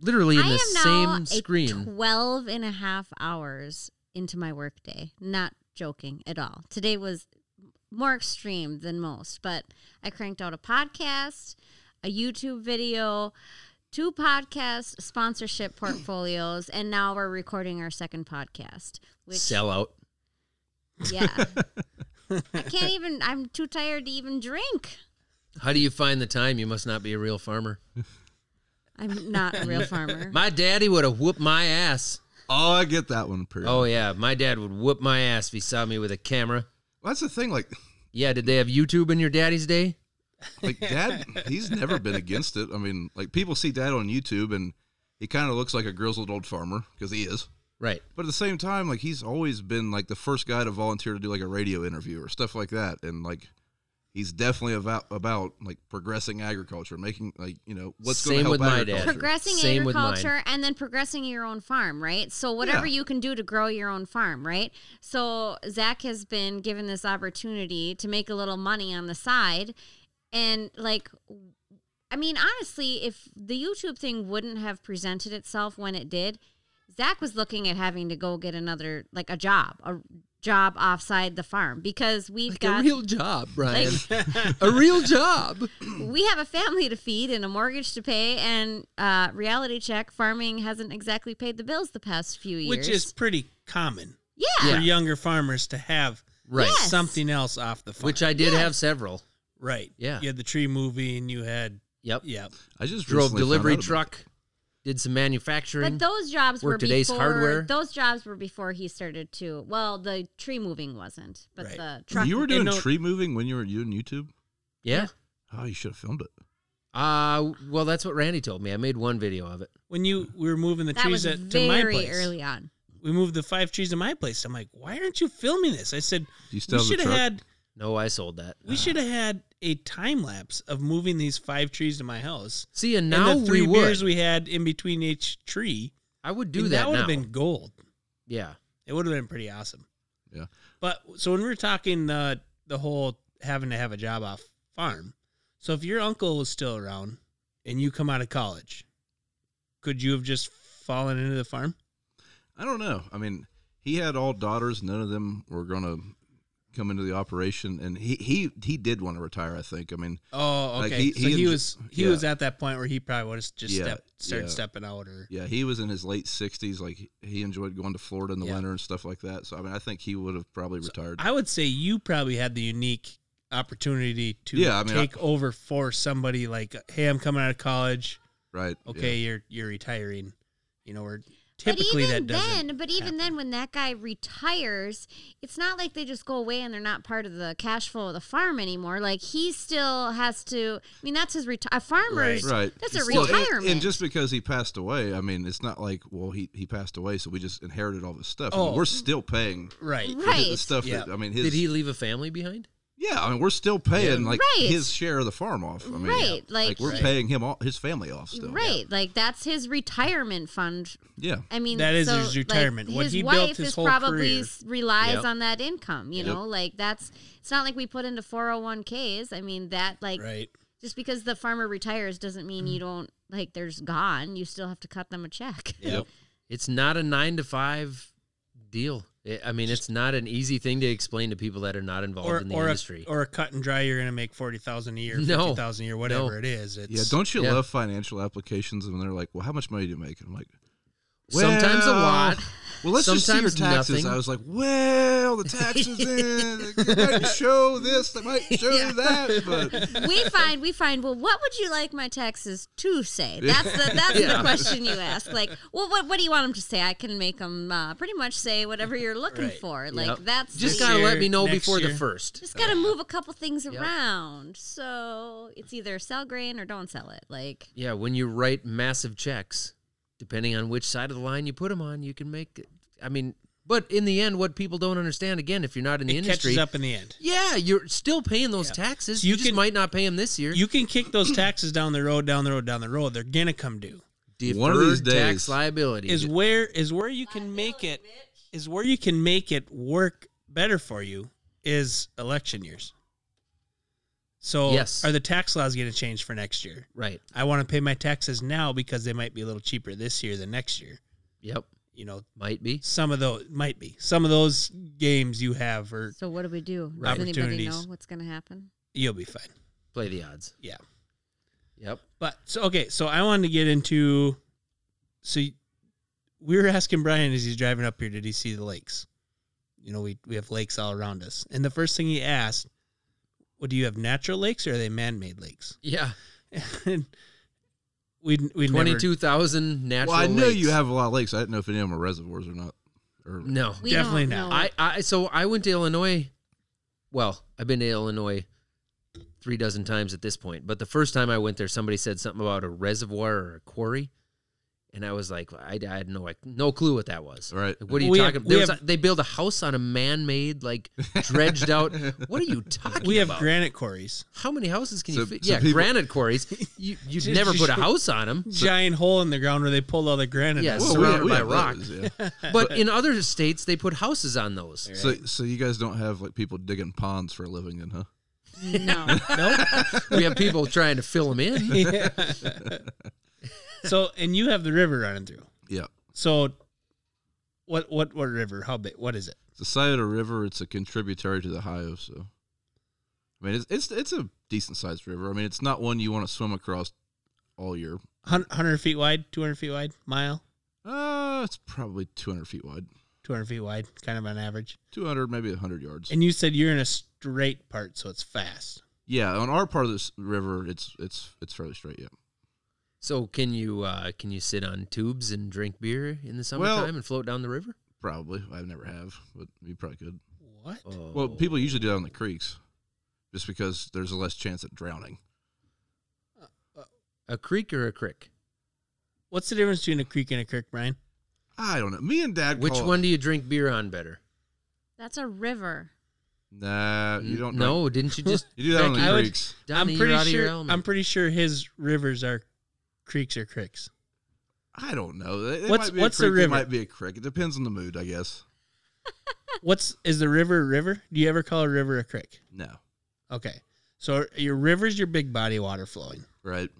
S6: literally in
S2: I
S6: the
S2: am now
S6: same screen.
S2: A 12 and a half hours into my workday. Not joking at all. Today was more extreme than most, but I cranked out a podcast, a YouTube video, two podcast sponsorship portfolios, and now we're recording our second podcast. Which,
S6: sell out.
S2: yeah. I can't even, I'm too tired to even drink.
S6: How do you find the time? You must not be a real farmer.
S2: I'm not a real farmer.
S6: My daddy would have whooped my ass.
S3: Oh, I get that one. Pretty.
S6: Oh yeah, my dad would whoop my ass if he saw me with a camera.
S3: that's the thing. Like,
S6: Yeah, did they have YouTube in your daddy's day?
S3: like dad, he's never been against it. I mean, like people see dad on YouTube and he kind of looks like a grizzled old farmer because he is.
S6: Right.
S3: But at the same time, like he's always been like the first guy to volunteer to do like a radio interview or stuff like that, and like he's definitely about about like progressing agriculture, making like you know what's going
S6: Same
S3: to help
S6: with my dad.
S3: agriculture.
S2: progressing
S6: Same with mine.
S2: agriculture and then progressing your own farm, right? So whatever
S3: Yeah.
S2: you can do to grow your own farm, right? So Zach has been given this opportunity to make a little money on the side, and like, I mean, honestly, if the YouTube thing wouldn't have presented itself when it did, Zach was looking at having to go get another like a job, a job offside the farm because we've got
S6: job,
S2: like
S6: a real job.
S2: we have a family to feed and a mortgage to pay, and uh, reality check farming hasn't exactly paid the bills the past few years.
S5: which is pretty common
S2: yeah,
S5: for younger farmers to have
S6: Right.
S2: Yes.
S5: something else off the farm.
S6: Which I did have several.
S5: right,
S6: Yeah.
S5: You had the tree movie, and you had
S6: Yep.
S5: yeah,
S3: I just
S6: Drove
S3: recently found
S6: delivery
S3: out about-
S6: truck, did some
S2: but
S6: manufacturing.
S2: those jobs were
S6: Worked at Ace
S2: before
S6: Hardware.
S2: those jobs were before he started to. Well, the tree moving wasn't, but
S5: Right.
S2: the truck.
S3: You were doing
S5: no-
S3: tree moving when you were doing YouTube.
S6: yeah.
S3: Oh, you should have filmed it.
S6: Uh well that's what Randy told me. I made one video of it.
S5: when you we were moving the
S2: that was
S5: trees at, to my
S2: very
S5: place.
S2: early on.
S5: We moved the five trees to my place. I'm like, why aren't you filming this? I said
S3: Do you still
S5: we
S3: have the
S5: should have
S3: truck?
S5: had
S6: No, I sold that.
S5: we should have had a time lapse of moving these five trees to my house.
S6: See, and now
S5: and the three
S6: we
S5: beers
S6: would.
S5: we had in between each tree.
S6: I would do
S5: and
S6: that,
S5: would
S6: now.
S5: have been gold.
S6: yeah.
S5: It would have been pretty awesome.
S3: Yeah.
S5: But so when we were talking uh, the whole having to have a job off farm, so if your uncle was still around and you come out of college, could you have just fallen into the farm?
S3: I don't know. I mean, he had all daughters. None of them were going to come into the operation, and he he he did want to retire. I think. I mean,
S5: Oh,
S3: Like,
S5: okay.
S3: he-
S5: so
S3: he
S5: he,
S3: enj-
S5: was he
S3: yeah.
S5: was at that point where he probably would have just
S3: Yeah,
S5: stepped, started
S3: yeah.
S5: stepping out or
S3: yeah, he was in his late sixties. Like he enjoyed going to Florida in the
S5: Yeah.
S3: winter and stuff like that. So I mean, I think he would have probably retired.
S5: I would say you probably had the unique opportunity to
S3: Yeah, I mean, I-
S5: take over for somebody like, hey, I'm coming out of college.
S3: right. yeah.
S5: Okay, you're you're retiring. You know, we're typically
S2: but even
S5: that doesn't.
S2: then, but even then, when that guy retires, it's not like they just go away and they're not part of the cash flow of the farm anymore. Like he still has to. I mean, that's his retire. A farmer's
S3: Right.
S2: That's a
S3: Well, and-
S2: retirement.
S3: And, just because he passed away, I mean, it's not like, well, he, he passed away, so we just inherited all this stuff. I mean,
S5: Oh.
S3: we're still paying
S5: right.
S3: for the- the
S2: Right.
S3: stuff
S5: Yeah.
S3: that, I mean, his,
S6: Did he leave a family behind?
S3: yeah, I mean, we're still paying like
S2: Right.
S3: his share of the farm off. I mean,
S2: Right, like-
S3: Like, we're paying him all, his family off still.
S2: right. Like that's his retirement fund.
S3: Yeah.
S2: I mean,
S5: That is
S2: so,
S5: his
S2: like,
S5: retirement. What
S2: his
S5: he
S2: wife
S5: built his
S2: is
S5: whole
S2: probably
S5: career.
S2: s- relies
S6: Yep.
S2: on that income. You
S3: Yep.
S2: know, like that's. It's not like we put into four hundred one ks. I mean, that like
S5: Right. Mm-hmm.
S2: just because the farmer retires doesn't mean you don't like. There's gone. You still have to cut them a check.
S5: Yep.
S6: It's not a nine to five deal. I- I mean, it's not an easy thing to explain to people that are not involved
S5: Or
S6: in the
S5: or a,
S6: industry.
S5: or a cut and dry, you're gonna make forty thousand a year,
S6: No.
S5: fifty thousand a year, whatever
S6: No.
S5: it is. It's
S3: Yeah. Don't you
S6: Yeah.
S3: love financial applications? And they're like, well, how much money do you make? And I'm like,
S6: Sometimes a
S3: well,
S6: lot.
S3: Well, let's just see your
S6: Sometimes
S3: taxes.
S6: nothing.
S3: I was like, well, the taxes in. They might show this. They might show that. But
S2: we find we find well what would you like my taxes to say that's the that's the question you ask like well what, what do you want them to say i can make them uh, pretty much say whatever you're looking
S5: Right.
S2: for like
S6: Yep.
S2: that's
S6: Just
S2: the-
S5: This
S6: gotta let
S5: year,
S6: me know
S5: next
S6: before the
S5: year.
S6: first.
S2: just gotta move a couple things around so it's either sell grain or don't sell it like
S6: Yeah, when you write massive checks, depending on which side of the line you put them on, you can make. I mean, but in the end, what people don't understand again, if you're not in the
S5: It
S6: industry,
S5: catches up in the end.
S6: yeah, you're still paying those taxes.
S5: So
S6: you
S5: you
S6: just
S5: can-
S6: might not pay them this year.
S5: You can kick those taxes down the road, down the road, down the road. They're gonna come due.
S3: One of these
S6: Deferred tax
S3: days-
S6: liability
S5: Is where is where you can make it is where you can make it work better for you is election years. So
S6: Yes.
S5: are the tax laws going to change for next year?
S6: right.
S5: I want to pay my taxes now because they might be a little cheaper this year than next year.
S6: Yep,
S5: You know,
S6: might be.
S5: some of those might be some of those games you have, or
S2: so what do we do
S5: Right.
S2: does anybody know
S5: Opportunities.
S2: what's gonna happen
S5: you'll be fine.
S6: Play the odds.
S5: Yeah.
S6: Yep.
S5: But so okay, so I wanted to get into. So y- we were asking Brian as he's driving up here, did he see the lakes? You know, we we have lakes all around us, and the first thing he asked, "Well, do you have natural lakes or are they man-made lakes?"
S6: Yeah,
S5: And we we
S6: twenty-two thousand natural.
S3: well, I know
S6: lakes.
S3: you have a lot of lakes. I didn't know if any of them are reservoirs or not. Or
S6: no.
S2: we
S5: Definitely
S2: don't
S5: not.
S2: know.
S6: I, I so I went to Illinois. Well, I've been to Illinois three dozen times at this point, but the first time I went there, somebody said something about a reservoir or a quarry, and I was like, I, I had no like, no clue what that was.
S3: Right.
S6: Like, what are you
S5: We have-
S6: talking?
S5: we
S6: There was
S5: have-
S6: a- they build a house on a man-made, like dredged out. What are you talking?
S5: We have
S6: about?
S5: granite quarries,
S6: How many houses can you
S3: So-
S6: fit?
S3: so
S6: yeah,
S3: people-
S6: granite quarries. You you'd never put a house on them.
S5: giant hole in the ground where they pull all the granite.
S6: Yeah,
S5: out.
S3: Well,
S6: surrounded
S3: have-
S6: by
S3: have
S6: rock.
S3: those, yeah.
S6: But in other states, they put houses on those.
S3: So, so you guys don't have like people digging ponds for a living, then, huh?
S2: no
S6: We have people trying to fill them in.
S5: so and you have the river running through.
S3: Yeah.
S5: So what what what river? How big? What is it?
S3: It's the side of a river. It's a contributary to the Ohio. So, I mean, it's it's it's a decent sized river. I mean, it's not one you want to swim across all year.
S5: Hun- 100 feet wide, 200 feet wide, mile,
S3: Uh, it's probably 200 feet wide,
S5: 200 feet wide, kind of on average.
S3: 200 maybe 100 yards.
S5: And you said you're in a straight part, so it's fast.
S3: yeah, on our part of this river, it's it's it's fairly straight. Yeah.
S6: So can you uh, can you sit on tubes and drink beer in the
S3: Well-
S6: summertime and float down the river?
S3: Probably. I never have, but you probably could.
S5: What?
S6: Oh.
S3: Well, people usually do that on the creeks just because there's a less chance at drowning.
S6: a creek or a crick?
S5: What's the difference between a creek and a creek, Brian?
S3: I don't know. Me and Dad
S6: Which
S3: call it-
S6: one do you drink beer on better?
S2: that's a river
S3: Nah, you don't drink-
S6: No, didn't you just?
S3: You do that on
S5: I
S3: the
S5: would-
S3: creeks.
S6: Donnie,
S5: I'm
S6: you're
S5: pretty
S6: out of your
S5: sure.
S6: element.
S5: I'm pretty sure his rivers are creeks or cricks.
S3: I don't know. It, it
S5: What's-
S3: might be
S5: what's
S3: a
S5: the
S3: creek,
S5: river?
S3: It might be a creek. It depends on the mood, I guess.
S5: What's is the river a river? Do you ever call a river a creek?
S3: No.
S5: Okay, so your river's your big body of water flowing.
S3: Right.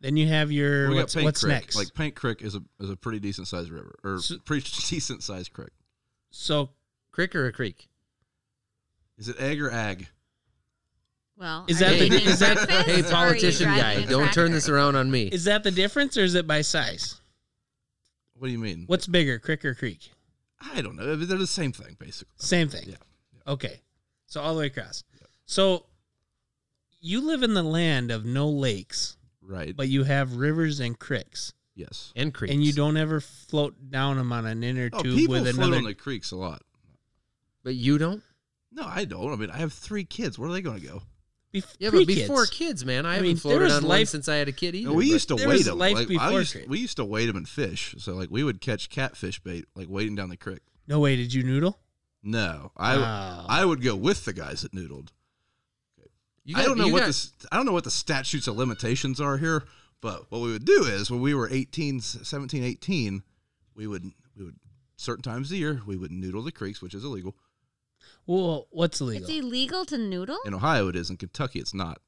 S5: Then you have your
S3: We got
S5: what's,
S3: Paint
S5: what's
S3: Creek.
S5: next?
S3: Like Paint Creek is a is a pretty decent sized river or
S5: So-
S3: pretty decent sized creek.
S5: so
S6: crick or a creek?
S3: Is it egg or ag?
S2: well
S5: Is
S2: are
S5: that
S2: you
S5: the-
S2: eating
S5: is that-
S2: breakfast
S6: Hey,
S2: or are you
S6: politician
S2: driving
S6: guy,
S2: a
S6: don't turn this
S2: tractor?
S6: around on me.
S5: is that the difference, or is it by size?
S3: What do you mean?
S5: What's bigger, crick or creek?
S3: I don't know. They're the same thing basically.
S5: Same thing.
S3: Yeah.
S5: Okay. So all the way across. So you live in the land of no lakes,
S3: Right.
S5: but you have rivers and creeks,
S3: yes.
S6: and creeks.
S5: and you don't ever float down them on an inner
S3: Oh,
S5: tube
S3: people
S5: with
S3: float
S5: another.
S3: on the creeks a lot.
S6: But you don't.
S3: No, I don't. I mean, I have three kids. Where are they going to go?
S5: Bef-
S6: Yeah,
S5: pre-kids.
S6: but before kids, man, I,
S5: I
S6: haven't
S5: mean, there
S6: floated
S5: was
S6: on one
S5: life-
S6: since I had a kid either.
S3: we
S6: but-
S3: used to
S5: there
S3: wait
S5: was
S3: them.
S5: life
S3: Like, I
S5: before
S3: used,
S5: creek.
S3: we used to wait them and fish. So like we would catch catfish bait like wading down the creek.
S5: No way, did you noodle?
S3: No, I
S5: Oh.
S3: I would go with the guys that noodled.
S6: you
S3: I
S6: got-
S3: don't know
S6: you
S3: what
S6: got-
S3: the I don't know what the statutes of limitations are here, but what we would do is when we were 18, 17, 18, we would we would certain times of the year we would noodle the creeks, which is illegal.
S5: Well, what's illegal?
S2: it's illegal to noodle
S3: In Ohio, it is. In Kentucky, it's not.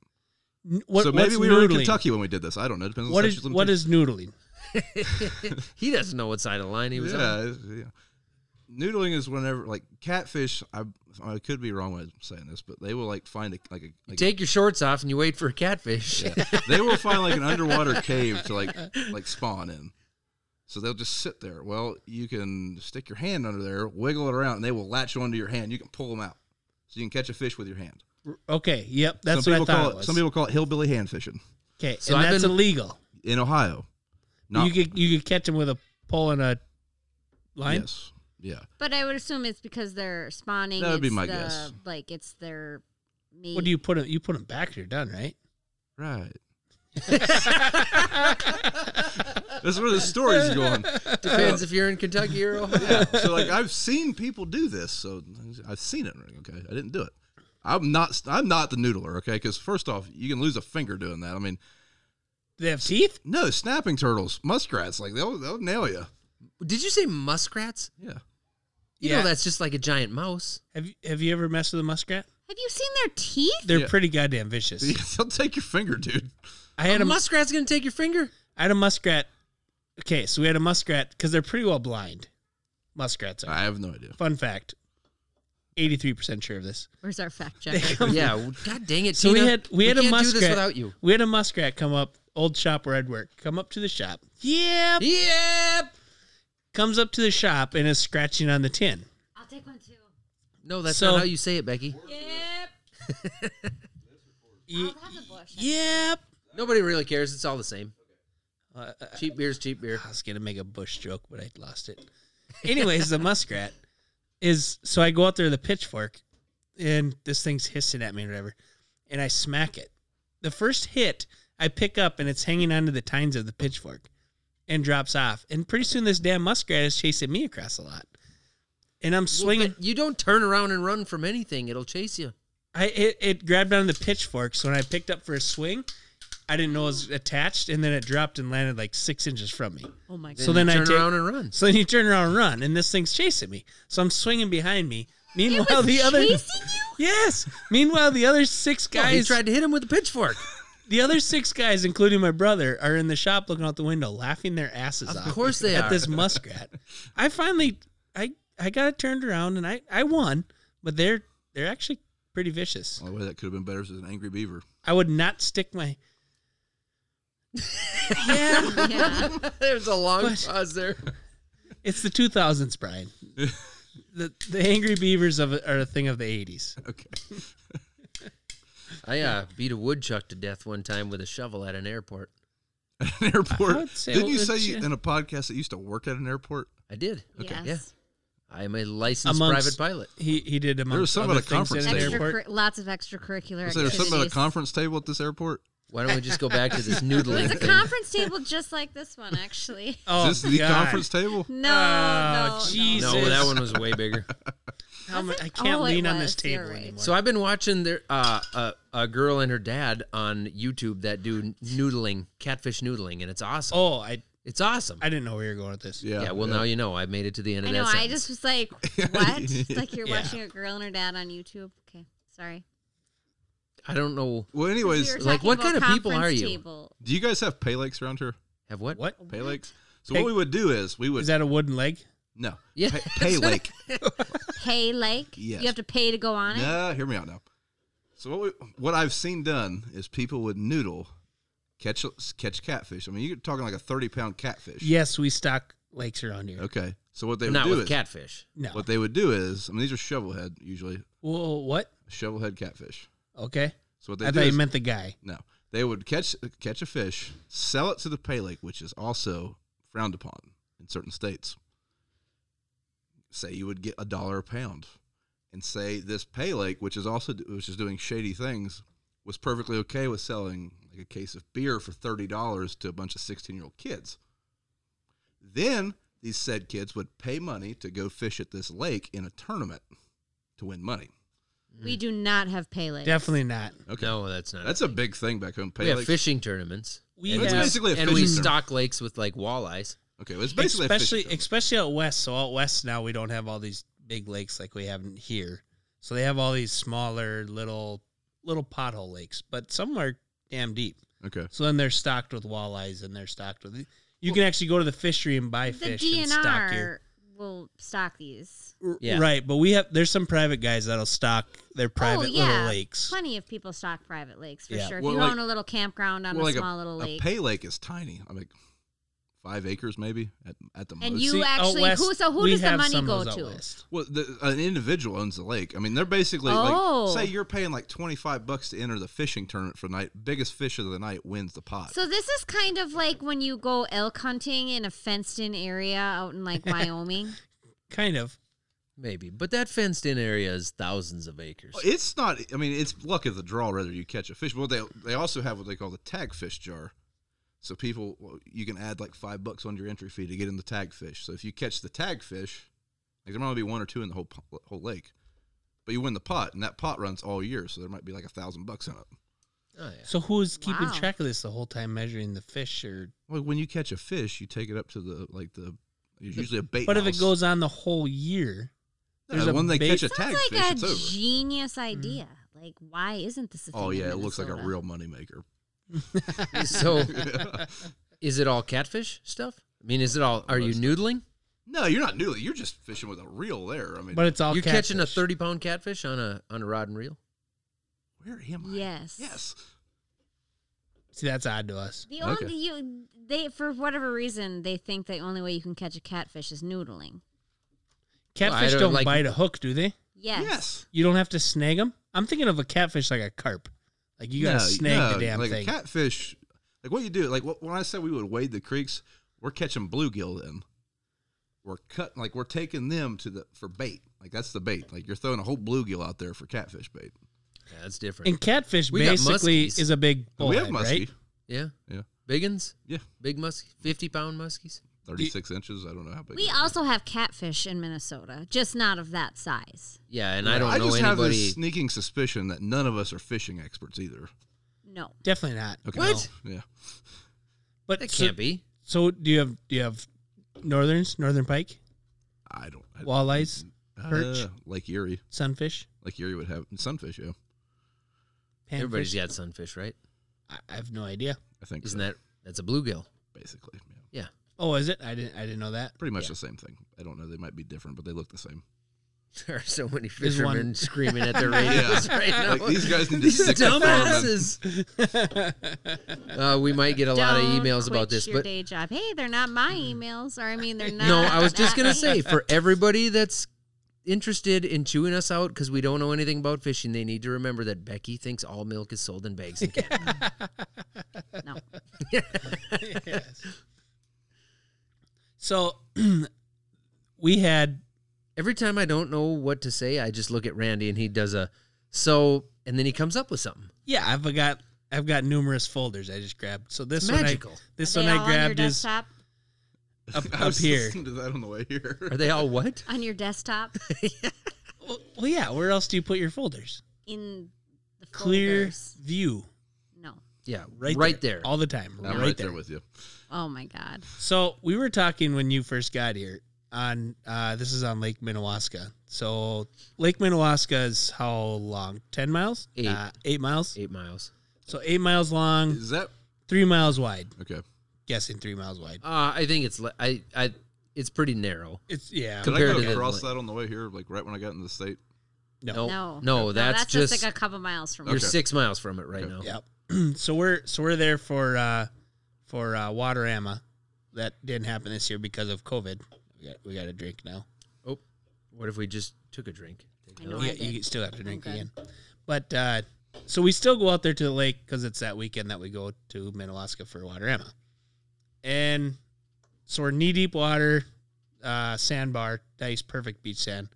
S5: N- what,
S3: so maybe
S5: what's
S3: we
S5: noodling?
S3: were in Kentucky when we did this. I don't know. Depends
S5: What
S3: on
S5: is
S3: statutes of
S5: what is noodling?
S6: He doesn't know what side of the line he was
S3: yeah,
S6: on.
S3: it's- yeah. Noodling is whenever like catfish. I I could be wrong when I'm saying this, but they will like find a like a
S6: You
S3: like,
S6: take your shorts off and you wait for a catfish.
S3: they will find like an underwater cave to like like spawn in. So they'll just sit there. Well, you can stick your hand under there, wiggle it around, and they will latch onto your hand. You can pull them out. So you can catch a fish with your hand.
S5: Okay, yep, that's
S3: some
S5: what I
S3: people
S5: thought
S3: call
S5: it
S3: it,
S5: was.
S3: Some people call it hillbilly hand fishing
S5: okay,
S6: So
S5: and
S6: I've
S5: that's
S6: been-
S5: illegal.
S3: in Ohio. Not
S5: you could you could catch them with a pole and a line.
S3: yes, yeah.
S2: But I would assume it's because they're spawning.
S3: That would be
S2: it's
S3: my
S2: the-
S3: guess.
S2: Like it's their meat.
S5: What do you put them? You put them back. You're done, right?
S3: Right. That's where the story is going.
S6: Depends if you're in Kentucky or Ohio.
S3: So like I've seen people do this. So I've seen it. Okay, I didn't do it. I'm not. I'm not the noodler. Okay, because first off, you can lose a finger doing that. I mean,
S5: They have teeth.
S3: no snapping turtles, muskrats, like they'll they'll nail you.
S6: Did you say muskrats?
S3: Yeah.
S6: You
S5: Yeah.
S6: know that's just like a giant mouse.
S5: Have you, Have you ever messed with a muskrat?
S2: Have you seen their teeth?
S5: They're
S3: Yeah.
S5: pretty goddamn vicious.
S3: They'll take your finger, dude.
S5: I had
S6: a
S5: a
S6: muskrat's gonna take your finger.
S5: I had a muskrat. Okay, so we had a muskrat because they're pretty well blind. Muskrats are.
S3: I have no idea.
S5: Fun fact. Eighty-three percent sure of this.
S2: Where's our fact
S5: They
S2: checker?
S5: come-
S6: Yeah. well, God dang it.
S5: So we
S6: Tina.
S5: had we had a
S6: can't
S5: muskrat
S6: do this without you.
S5: We had a muskrat come up. Old shop where I'd work. Come up to the shop. Yep.
S6: Yep.
S5: Comes up to the shop and is scratching on the tin.
S2: I'll take one too.
S6: No, that's
S5: So-
S6: not how you say it, Becky.
S2: Yep.
S5: Ye-
S6: Oh,
S2: I'll have the bush.
S5: Yep.
S6: Nobody really cares. It's all the same.
S5: Uh, uh,
S6: Cheap beer's cheap beer.
S5: I was gonna make a bush joke, but I lost it. Anyways, the muskrat is so I go out there with a pitchfork, and this thing's hissing at me or whatever, and I smack it. The first hit I pick up, and it's hanging onto the tines of the pitchfork, and drops off. And pretty soon, this damn muskrat is chasing me across a lot, and I'm swinging.
S6: Well, but You don't turn around and run from anything. It'll chase you.
S5: I it, it grabbed onto the pitchfork, so when I picked up for a swing, I didn't know it was attached, and then it dropped and landed like six inches from me.
S2: Oh my god.
S5: So then
S6: you
S5: I
S6: turn
S5: take-
S6: around and run.
S5: So then you turn around and run, and this thing's chasing me. So I'm swinging behind me. Meanwhile,
S2: was
S5: the other
S2: chasing you?
S5: yes. Meanwhile, the other six
S6: No, he
S5: guys,
S6: tried to hit him with a pitchfork.
S5: the other six guys, including my brother, are in the shop looking out the window, laughing their asses
S6: Of
S5: off.
S6: course they
S5: at
S6: are.
S5: this muskrat. I finally, I I got it turned around, and I I won. But they're they're actually pretty vicious.
S3: Only way that could have been better is an angry beaver.
S5: I would not stick my. yeah,
S2: Yeah.
S6: There's a long
S5: But-
S6: pause there.
S5: it's the 2000s, Brian. The, the angry beavers of are a thing of the 80s.
S3: Okay.
S6: I uh, beat a woodchuck to death one time with a shovel at an airport.
S3: At an airport.
S5: I would say-
S3: Didn't you
S5: well,
S3: say
S5: it's-
S3: you, in a podcast that you used to work at an airport?
S6: I did.
S2: Yes.
S6: I am a licensed
S5: Amongst-
S6: private pilot.
S5: He he did among
S3: There was something
S5: other
S3: at a
S5: things
S3: conference
S5: at an
S3: table.
S2: Extra,
S5: airport.
S2: cur- lots of extracurricular
S3: Was
S2: activities.
S3: there something about a conference table at this airport?
S6: Why don't we just go back to this
S2: It
S6: noodling
S2: was a
S6: thing?
S2: conference table just like this one, actually.
S5: Oh,
S3: is this the
S5: God.
S3: conference table?
S2: No,
S5: Oh,
S2: no,
S5: jeez.
S2: no.
S6: No, that one was way bigger.
S5: How
S2: Was
S5: mu-
S2: it?
S5: I can't
S2: Oh, it
S5: lean on this
S2: was. You're
S5: table
S2: right.
S5: anymore.
S6: So I've been watching there uh, a, a girl and her dad on YouTube that do noodling, catfish noodling, and it's awesome.
S5: oh, I
S6: It's awesome.
S5: I didn't know where you were going with this.
S3: Yeah.
S6: yeah, well, now you know. I made it to the end
S2: I
S6: of
S2: know.
S6: that
S2: I
S6: sentence.
S2: just was like, what? It's like you're
S5: Yeah.
S2: watching a girl and her dad on YouTube. Okay, sorry.
S6: I don't know.
S3: Well,
S2: We were
S3: anyways,
S6: like,
S2: talking
S6: what
S2: about
S6: kind of people
S2: conference
S6: are you?
S2: Table.
S3: do you guys have pay lakes around here?
S6: Have what?
S5: What
S3: Pay lakes. So
S5: Pay-
S3: what we would do is we would
S5: is that? A wooden leg?
S3: no
S6: Yeah.
S3: pay, pay lake.
S2: Pay lake.
S3: Yes.
S2: You have to pay to go on it.
S3: No, hear me out now. So what we, what I've seen done is people would noodle catch catch catfish. I mean, you're talking like a thirty pound catfish.
S5: Yes, we stock lakes around here.
S3: Okay. So what they would
S6: Not
S3: do
S6: with
S3: is
S6: catfish.
S5: No.
S3: what they would do is I mean these are shovelhead usually
S5: Whoa, what?
S3: shovelhead catfish.
S5: Okay.
S3: So what they
S5: I
S3: do
S5: thought you
S3: is-
S5: meant the guy.
S3: no they would catch catch a fish, sell it to the pay lake, which is also frowned upon in certain states. Say you would get a dollar a pound, and say this pay lake, which is also which is doing shady things, was perfectly okay with selling like a case of beer for thirty dollars to a bunch of sixteen year old kids. Then these said kids would pay money to go fish at this lake in a tournament to win money.
S2: We do not have pay lake.
S5: Definitely not.
S3: Okay.
S6: No, that's not.
S3: That's a big thing back home. Pay
S6: we have
S3: lakes.
S6: fishing tournaments.
S5: We uh,
S6: and
S5: have-
S3: That's basically a
S6: and we
S3: fishing
S6: stock lakes with like walleyes.
S3: Okay, well, it's basically
S5: especially
S3: a fishing tournament.
S5: especially out west. So out west now we don't have all these big lakes like we have in here. So they have all these smaller little little pothole lakes, but some are damn deep.
S3: okay.
S5: So then they're stocked with walleyes and they're stocked with. You can actually go to the fishery and buy
S2: the
S5: fish and stock
S2: DNR
S5: your.
S2: will stock these.
S6: Yeah.
S5: Right, but we have there's some private guys that'll stock their private
S2: oh, yeah.
S5: little lakes.
S2: Plenty of people stock private lakes for
S5: Yeah.
S2: sure.
S3: Well,
S2: if you
S3: like-
S2: own a little campground on
S3: well,
S2: a
S3: like a-
S2: small little
S3: a
S2: lake,
S3: pay lake is tiny. I'm like five acres maybe at, at the
S2: And
S3: most.
S2: you
S5: See, out
S2: actually
S5: west,
S2: who so who
S5: we
S2: does the
S5: have
S2: money
S5: some of
S2: go
S5: those out
S2: to?
S5: west.
S3: well, the, an individual owns the lake. I mean, they're basically
S2: Oh.
S3: like say you're paying like twenty five bucks to enter the fishing tournament for the night. Biggest fish of the night wins the pot.
S2: So this is kind of like when you go elk hunting in a fenced in area out in like Wyoming.
S5: Kind of.
S6: Maybe, but that fenced-in area is thousands of acres.
S3: It's not. I mean, it's luck of the draw whether you catch a fish. But they they also have what they call the tag fish jar. So people, well, you can add like five bucks on your entry fee to get in the tag fish. So if you catch the tag fish, like there might only be one or two in the whole po- whole lake, but you win the pot, and that pot runs all year. So there might be like a thousand bucks in it.
S6: Oh yeah.
S5: So who's keeping
S2: Wow.
S5: track of this the whole time, measuring the fish or?
S3: Well, when you catch a fish, you take it up to the like the there's usually a bait.
S5: But if it
S3: house.
S5: goes on the whole year,
S3: No,
S5: there's a
S3: when they
S5: bait-
S3: catch a tag
S5: Sounds
S2: Sounds
S3: fish,
S2: like
S3: it's
S2: a
S3: over. Mm.
S2: genius idea. Like why isn't this a thing?
S3: Oh
S2: in
S3: yeah, it looks like a
S2: Minnesota?
S3: real moneymaker.
S6: So, is it all catfish stuff? I mean, is it all? Are you noodling?
S3: No, you're not newly. You're just fishing with a reel there. I mean,
S5: but it's all
S6: You're catching a
S5: catfish.
S6: thirty-pound catfish on a on a rod and reel.
S3: where am I?
S2: Yes.
S3: Yes.
S5: See, that's odd to us.
S2: The
S3: Okay.
S2: only you they for whatever reason they think the only way you can catch a catfish is noodling.
S5: Catfish
S6: I don't
S5: don't,
S6: like-
S5: bite a hook, do they?
S2: Yes.
S3: Yes.
S5: You don't have to snag them. I'm thinking of a catfish like a carp. Like you gotta
S3: No,
S5: snag
S3: no,
S5: the damn
S3: like
S5: thing.
S3: A catfish, like what you do, like wh- when I said we would wade the creeks, we're catching bluegill then. We're cutting, like we're taking them to the for bait. Like that's the bait. Like you're throwing a whole bluegill out there for catfish bait.
S6: Yeah, that's different.
S5: and catfish
S6: We got
S5: basically
S6: muskies.
S5: is a big
S3: And we have
S5: bullhead,
S3: muskie.
S5: right?
S6: yeah,
S3: Yeah.
S6: biggins,
S3: Yeah.
S6: big muskies, fifty-pound muskies.
S3: 36 inches. I don't know how big.
S2: We
S3: it is.
S2: also have catfish in Minnesota, just not of that size.
S6: Yeah, and I don't
S3: I
S6: know
S3: just have
S6: anybody.
S3: this sneaking suspicion that none of us are fishing experts either.
S2: No.
S5: Definitely not.
S3: Okay.
S6: What?
S3: Yeah.
S5: But
S6: That
S5: so,
S6: can't be.
S5: so do you have do you have northerns, northern pike,
S3: I don't. I,
S5: walleyes, perch?
S3: Uh, Lake Erie.
S5: sunfish,
S3: Lake Erie would have sunfish. Yeah.
S6: Everybody's
S5: panfish?
S6: got sunfish, right?
S5: I, I have no idea.
S3: I think.
S6: Isn't
S3: so,
S6: that that's a bluegill?
S3: basically? Yeah.
S6: Yeah.
S5: Oh, is it? I didn't I didn't know that.
S3: Pretty much the same thing. I don't know. They might be different, but they look the same.
S6: There are so many
S5: There's one-
S6: fishermen screaming at their radios right
S5: Uh,
S6: now.
S3: Like, these guys need to
S6: These
S3: stick to farming.
S6: dumbasses. uh, we might get a lot of
S2: Don't
S6: emails about
S2: quit
S6: this,
S2: your
S6: but
S2: day job. Hey, they're not my
S3: Mm.
S2: emails, or I mean, they're not.
S6: no, I was just gonna
S2: that-
S6: say for everybody that's interested in chewing us out because we don't know anything about fishing, they need to remember that Becky thinks all milk is sold in bags. And cans.
S2: No.
S5: So we had
S6: Every time I don't know what to say, I just look at Randy and he does a so, and then he comes up with something.
S5: yeah, I've got I've got numerous folders I just grabbed. So this
S6: It's
S5: one I,
S6: magical.
S5: this
S2: Are they
S5: one
S2: all
S5: I grabbed
S2: on your
S5: is
S2: desktop.
S5: up,
S3: I
S5: up
S3: was
S5: here.
S3: listening to that on the way here.
S6: Are they all what?
S2: On your desktop,
S5: Well, well, yeah. Where else do you put your folders?
S2: in the
S5: Clear
S2: folders.
S5: view,
S2: No.
S6: Yeah,
S5: right,
S6: there.
S5: all the time,
S3: I'm
S5: right, there.
S3: with you.
S2: Oh my God.
S5: So we were talking when you first got here. On uh, this is on Lake Minnewaska. So Lake Minnewaska is how long? Ten miles?
S6: Eight.
S5: Uh, eight miles.
S6: Eight miles.
S5: So eight miles long,
S3: Is that
S5: three miles wide.
S3: okay?
S5: Guessing three miles wide.
S6: Uh, I think it's li- I I it's pretty narrow.
S5: It's yeah.
S3: Did I
S6: Compared to
S3: go
S6: the-
S3: across that on the way here, like right when I got in the state?
S5: No.
S2: No.
S6: Oh, no, that's, just,
S2: like a couple miles from
S6: you're
S2: us.
S6: six miles from it right
S3: Okay.
S6: now.
S5: Yep. so we're so we're there for uh for uh Waterama. That didn't happen this year because of COVID. We got we got a drink now.
S6: Oh, what if we just took a drink? Take
S2: I
S6: it
S2: know.
S6: out.
S5: Yeah,
S2: I did.
S5: you still have to drink
S2: Okay.
S5: again. But uh so we still go out there to the lake because it's that weekend that we go to Minnewaska for Waterama. And so we're knee deep water, uh, sandbar, nice, perfect beach sand.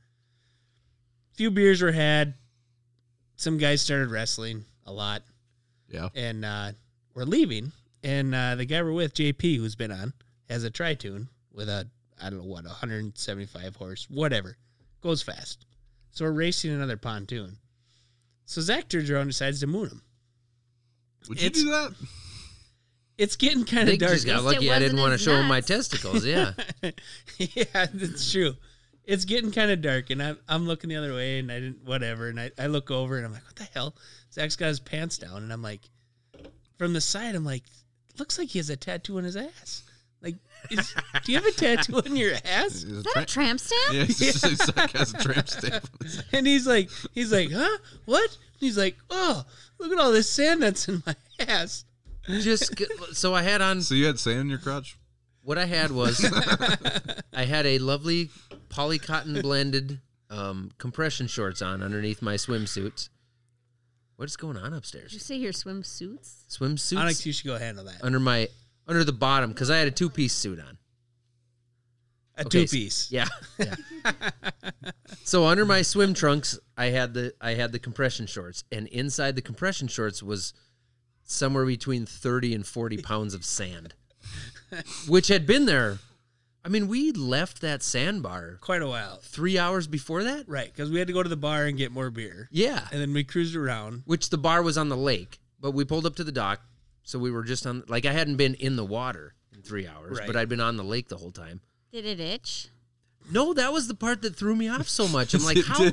S5: Few beers were had. Some guys started wrestling a lot.
S3: Yeah.
S5: and uh, we're leaving. And uh, the guy we're with, JP, who's been on, has a tritune with a I don't know what, 175 horse, whatever, goes fast. So we're racing another pontoon. So Zach turns around and decides to moon him.
S3: Would you
S5: It's-
S3: do that?
S5: It's getting
S6: I
S5: kind of
S6: think
S5: dark.
S6: just got
S2: At least it
S6: lucky. I didn't
S2: wasn't
S6: want to
S2: as
S6: show him my
S2: nuts.
S6: testicles. Yeah,
S5: yeah, that's true. It's getting kind of dark, and I'm, I'm looking the other way, and I didn't, whatever. And I, I look over, and I'm like, what the hell? Zach's got his pants down, and I'm like, from the side, I'm like, looks like he has a tattoo on his ass. Like, is, do you have a tattoo on your
S3: Is
S5: ass?
S3: it
S2: Is that a
S3: tramp-
S2: tramp stamp?
S3: yeah, it's just it's like has a tramp stamp.
S5: And he's like, he's like, huh? What? And he's like, oh, look at all this sand that's in my ass.
S6: just g- so I had on.
S3: So you had sand in your crotch?
S6: what I had was I had a lovely polycotton blended um, compression shorts on underneath my swimsuits. What is going on
S2: Did you
S6: upstairs?
S2: say your swimsuits?
S6: Swimsuits
S5: Onyx, you should go handle that.
S6: under my under the bottom because I had a two piece suit on.
S5: A two
S6: Okay,
S5: piece.
S6: Yeah. yeah. so under my swim trunks, I had the I had the compression shorts, and inside the compression shorts was somewhere between thirty and forty pounds of sand, which had been there. I mean, we left that sandbar
S5: Quite a while.
S6: three hours before that.
S5: Right. Because we had to go to the bar and get more beer.
S6: Yeah,
S5: And then we cruised around.
S6: which the bar was on the lake, but we pulled up to the dock, so we were just on. Like I hadn't been in the water in three hours,
S5: Right.
S6: but I'd been on the lake the whole time.
S2: Did it itch?
S6: No, that was the part that threw me off so much. I'm like, how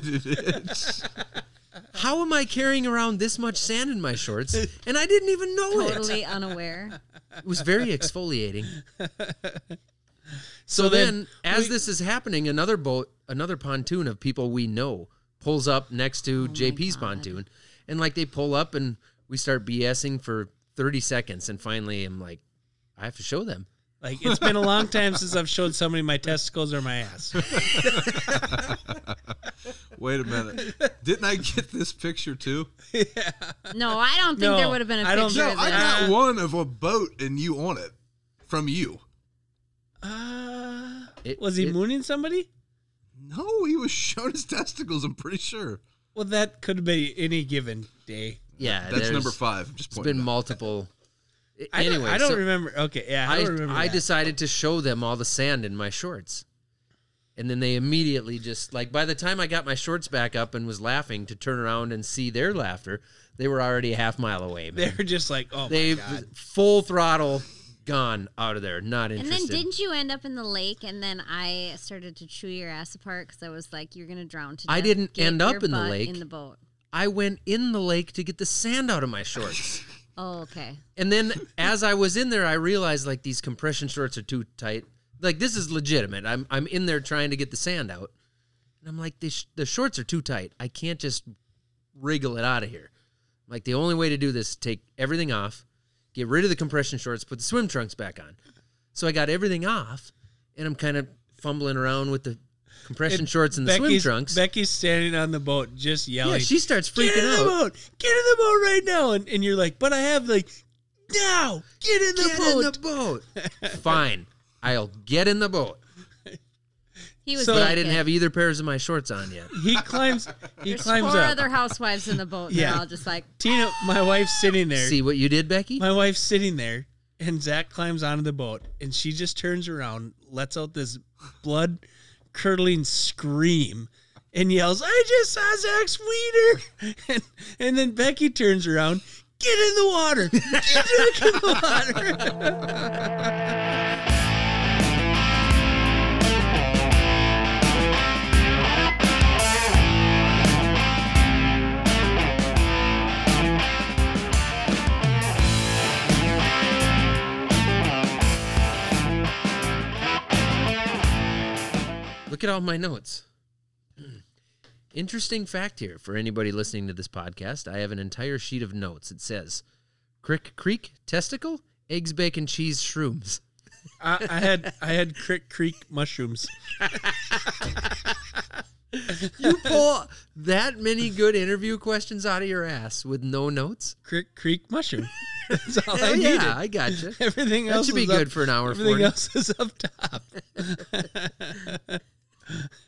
S6: how am I carrying around this much sand in my shorts? And I didn't even know it.
S2: Totally unaware.
S6: It was very exfoliating. So,
S5: So
S6: then,
S5: then
S6: as
S5: we-
S6: this is happening, another boat, another pontoon of people we know pulls up next
S5: Oh
S6: to JP's pontoon. And like they pull up and we start BSing for 30 seconds. And finally, I'm like, I have to show them.
S5: Like it's been a long time since I've showed somebody my testicles or my ass.
S3: Wait a minute. Didn't I get this picture too?
S2: No, I don't think
S5: No,
S2: there would have been a
S5: I don't
S2: picture
S3: No,
S5: know.
S2: of
S3: I
S2: this.
S3: got one of a boat and you on it from you.
S5: Uh,
S6: It-
S5: was he
S6: it-
S5: mooning somebody?
S3: No, he was showing his testicles. I'm pretty sure.
S5: Well, that could be any given day.
S6: Yeah.
S3: That's
S6: there's-
S3: number five. I'm just
S6: It's
S3: pointing.
S6: been
S3: it out.
S6: multiple.
S5: I don't-
S6: anyway,
S5: I don't
S6: so-
S5: remember. Okay, yeah, I
S6: I,
S5: don't remember.
S6: I
S5: that.
S6: decided to show them all the sand in my shorts. And then they immediately just like by the time I got my shorts back up and was laughing to turn around and see their laughter, they were already a half mile away.
S5: they
S6: Man.
S5: were just like, oh
S6: They
S5: my god.
S6: full throttle gone out of there, not
S2: And then
S6: interested.
S2: didn't you end up in the lake? And then I started to chew your ass apart because I was like, "You're gonna drown to death."
S6: I didn't
S2: Get
S6: end
S2: your
S6: up in the
S2: butt
S6: lake.
S2: In the boat.
S6: I went in the lake to get the sand out of my shorts.
S2: Oh, okay.
S6: and then as I was in there, I realized like these compression shorts are too tight. Like this is legitimate. I'm I'm in there trying to get the sand out, and I'm like, the sh- the shorts are too tight. I can't just wriggle it out of here. Like the only way to do this, is take everything off, get rid of the compression shorts, put the swim trunks back on. So I got everything off, and I'm kind of fumbling around with the compression shorts and the swim
S5: Becky's-
S6: trunks.
S5: Becky's standing on the boat, just yelling.
S6: yeah, she starts
S5: get in
S6: freaking
S5: the
S6: out.
S5: boat. Get in the boat right now, and, and you're like, but I have like now. Get in the
S6: Get
S5: boat.
S6: in the boat. Fine, I'll get in the boat.
S2: He was.
S5: So-
S6: but
S2: naked.
S6: I didn't have either pairs of my shorts on yet.
S5: he climbs. He
S2: There's
S5: climbs
S2: four
S5: up.
S2: other housewives in the boat. And
S5: Yeah.
S2: they're all just like,
S5: Tina, my wife's sitting there.
S6: See what you did, Becky?
S5: My wife's sitting there, and Zach climbs onto the boat, and she just turns around, lets out this blood curdling scream, and yells, I just saw Zach's wiener. And, and then Becky turns around, get in the water. Get back in the water.
S6: Look at all my notes. Hmm. Interesting fact here for anybody listening to this podcast. I have an entire sheet of notes. It says Crick Creek testicle, eggs, bacon, cheese, shrooms.
S5: I, I had I had Crick Creek mushrooms.
S6: You pull that many good interview questions out of your ass with no notes?
S5: Crick Creek mushroom. That's all I
S6: Hell
S5: needed.
S6: yeah, I gotcha.
S5: Everything
S6: That
S5: else
S6: should be
S5: was up-
S6: good for an hour
S5: Everything
S6: forty.
S5: else is up top.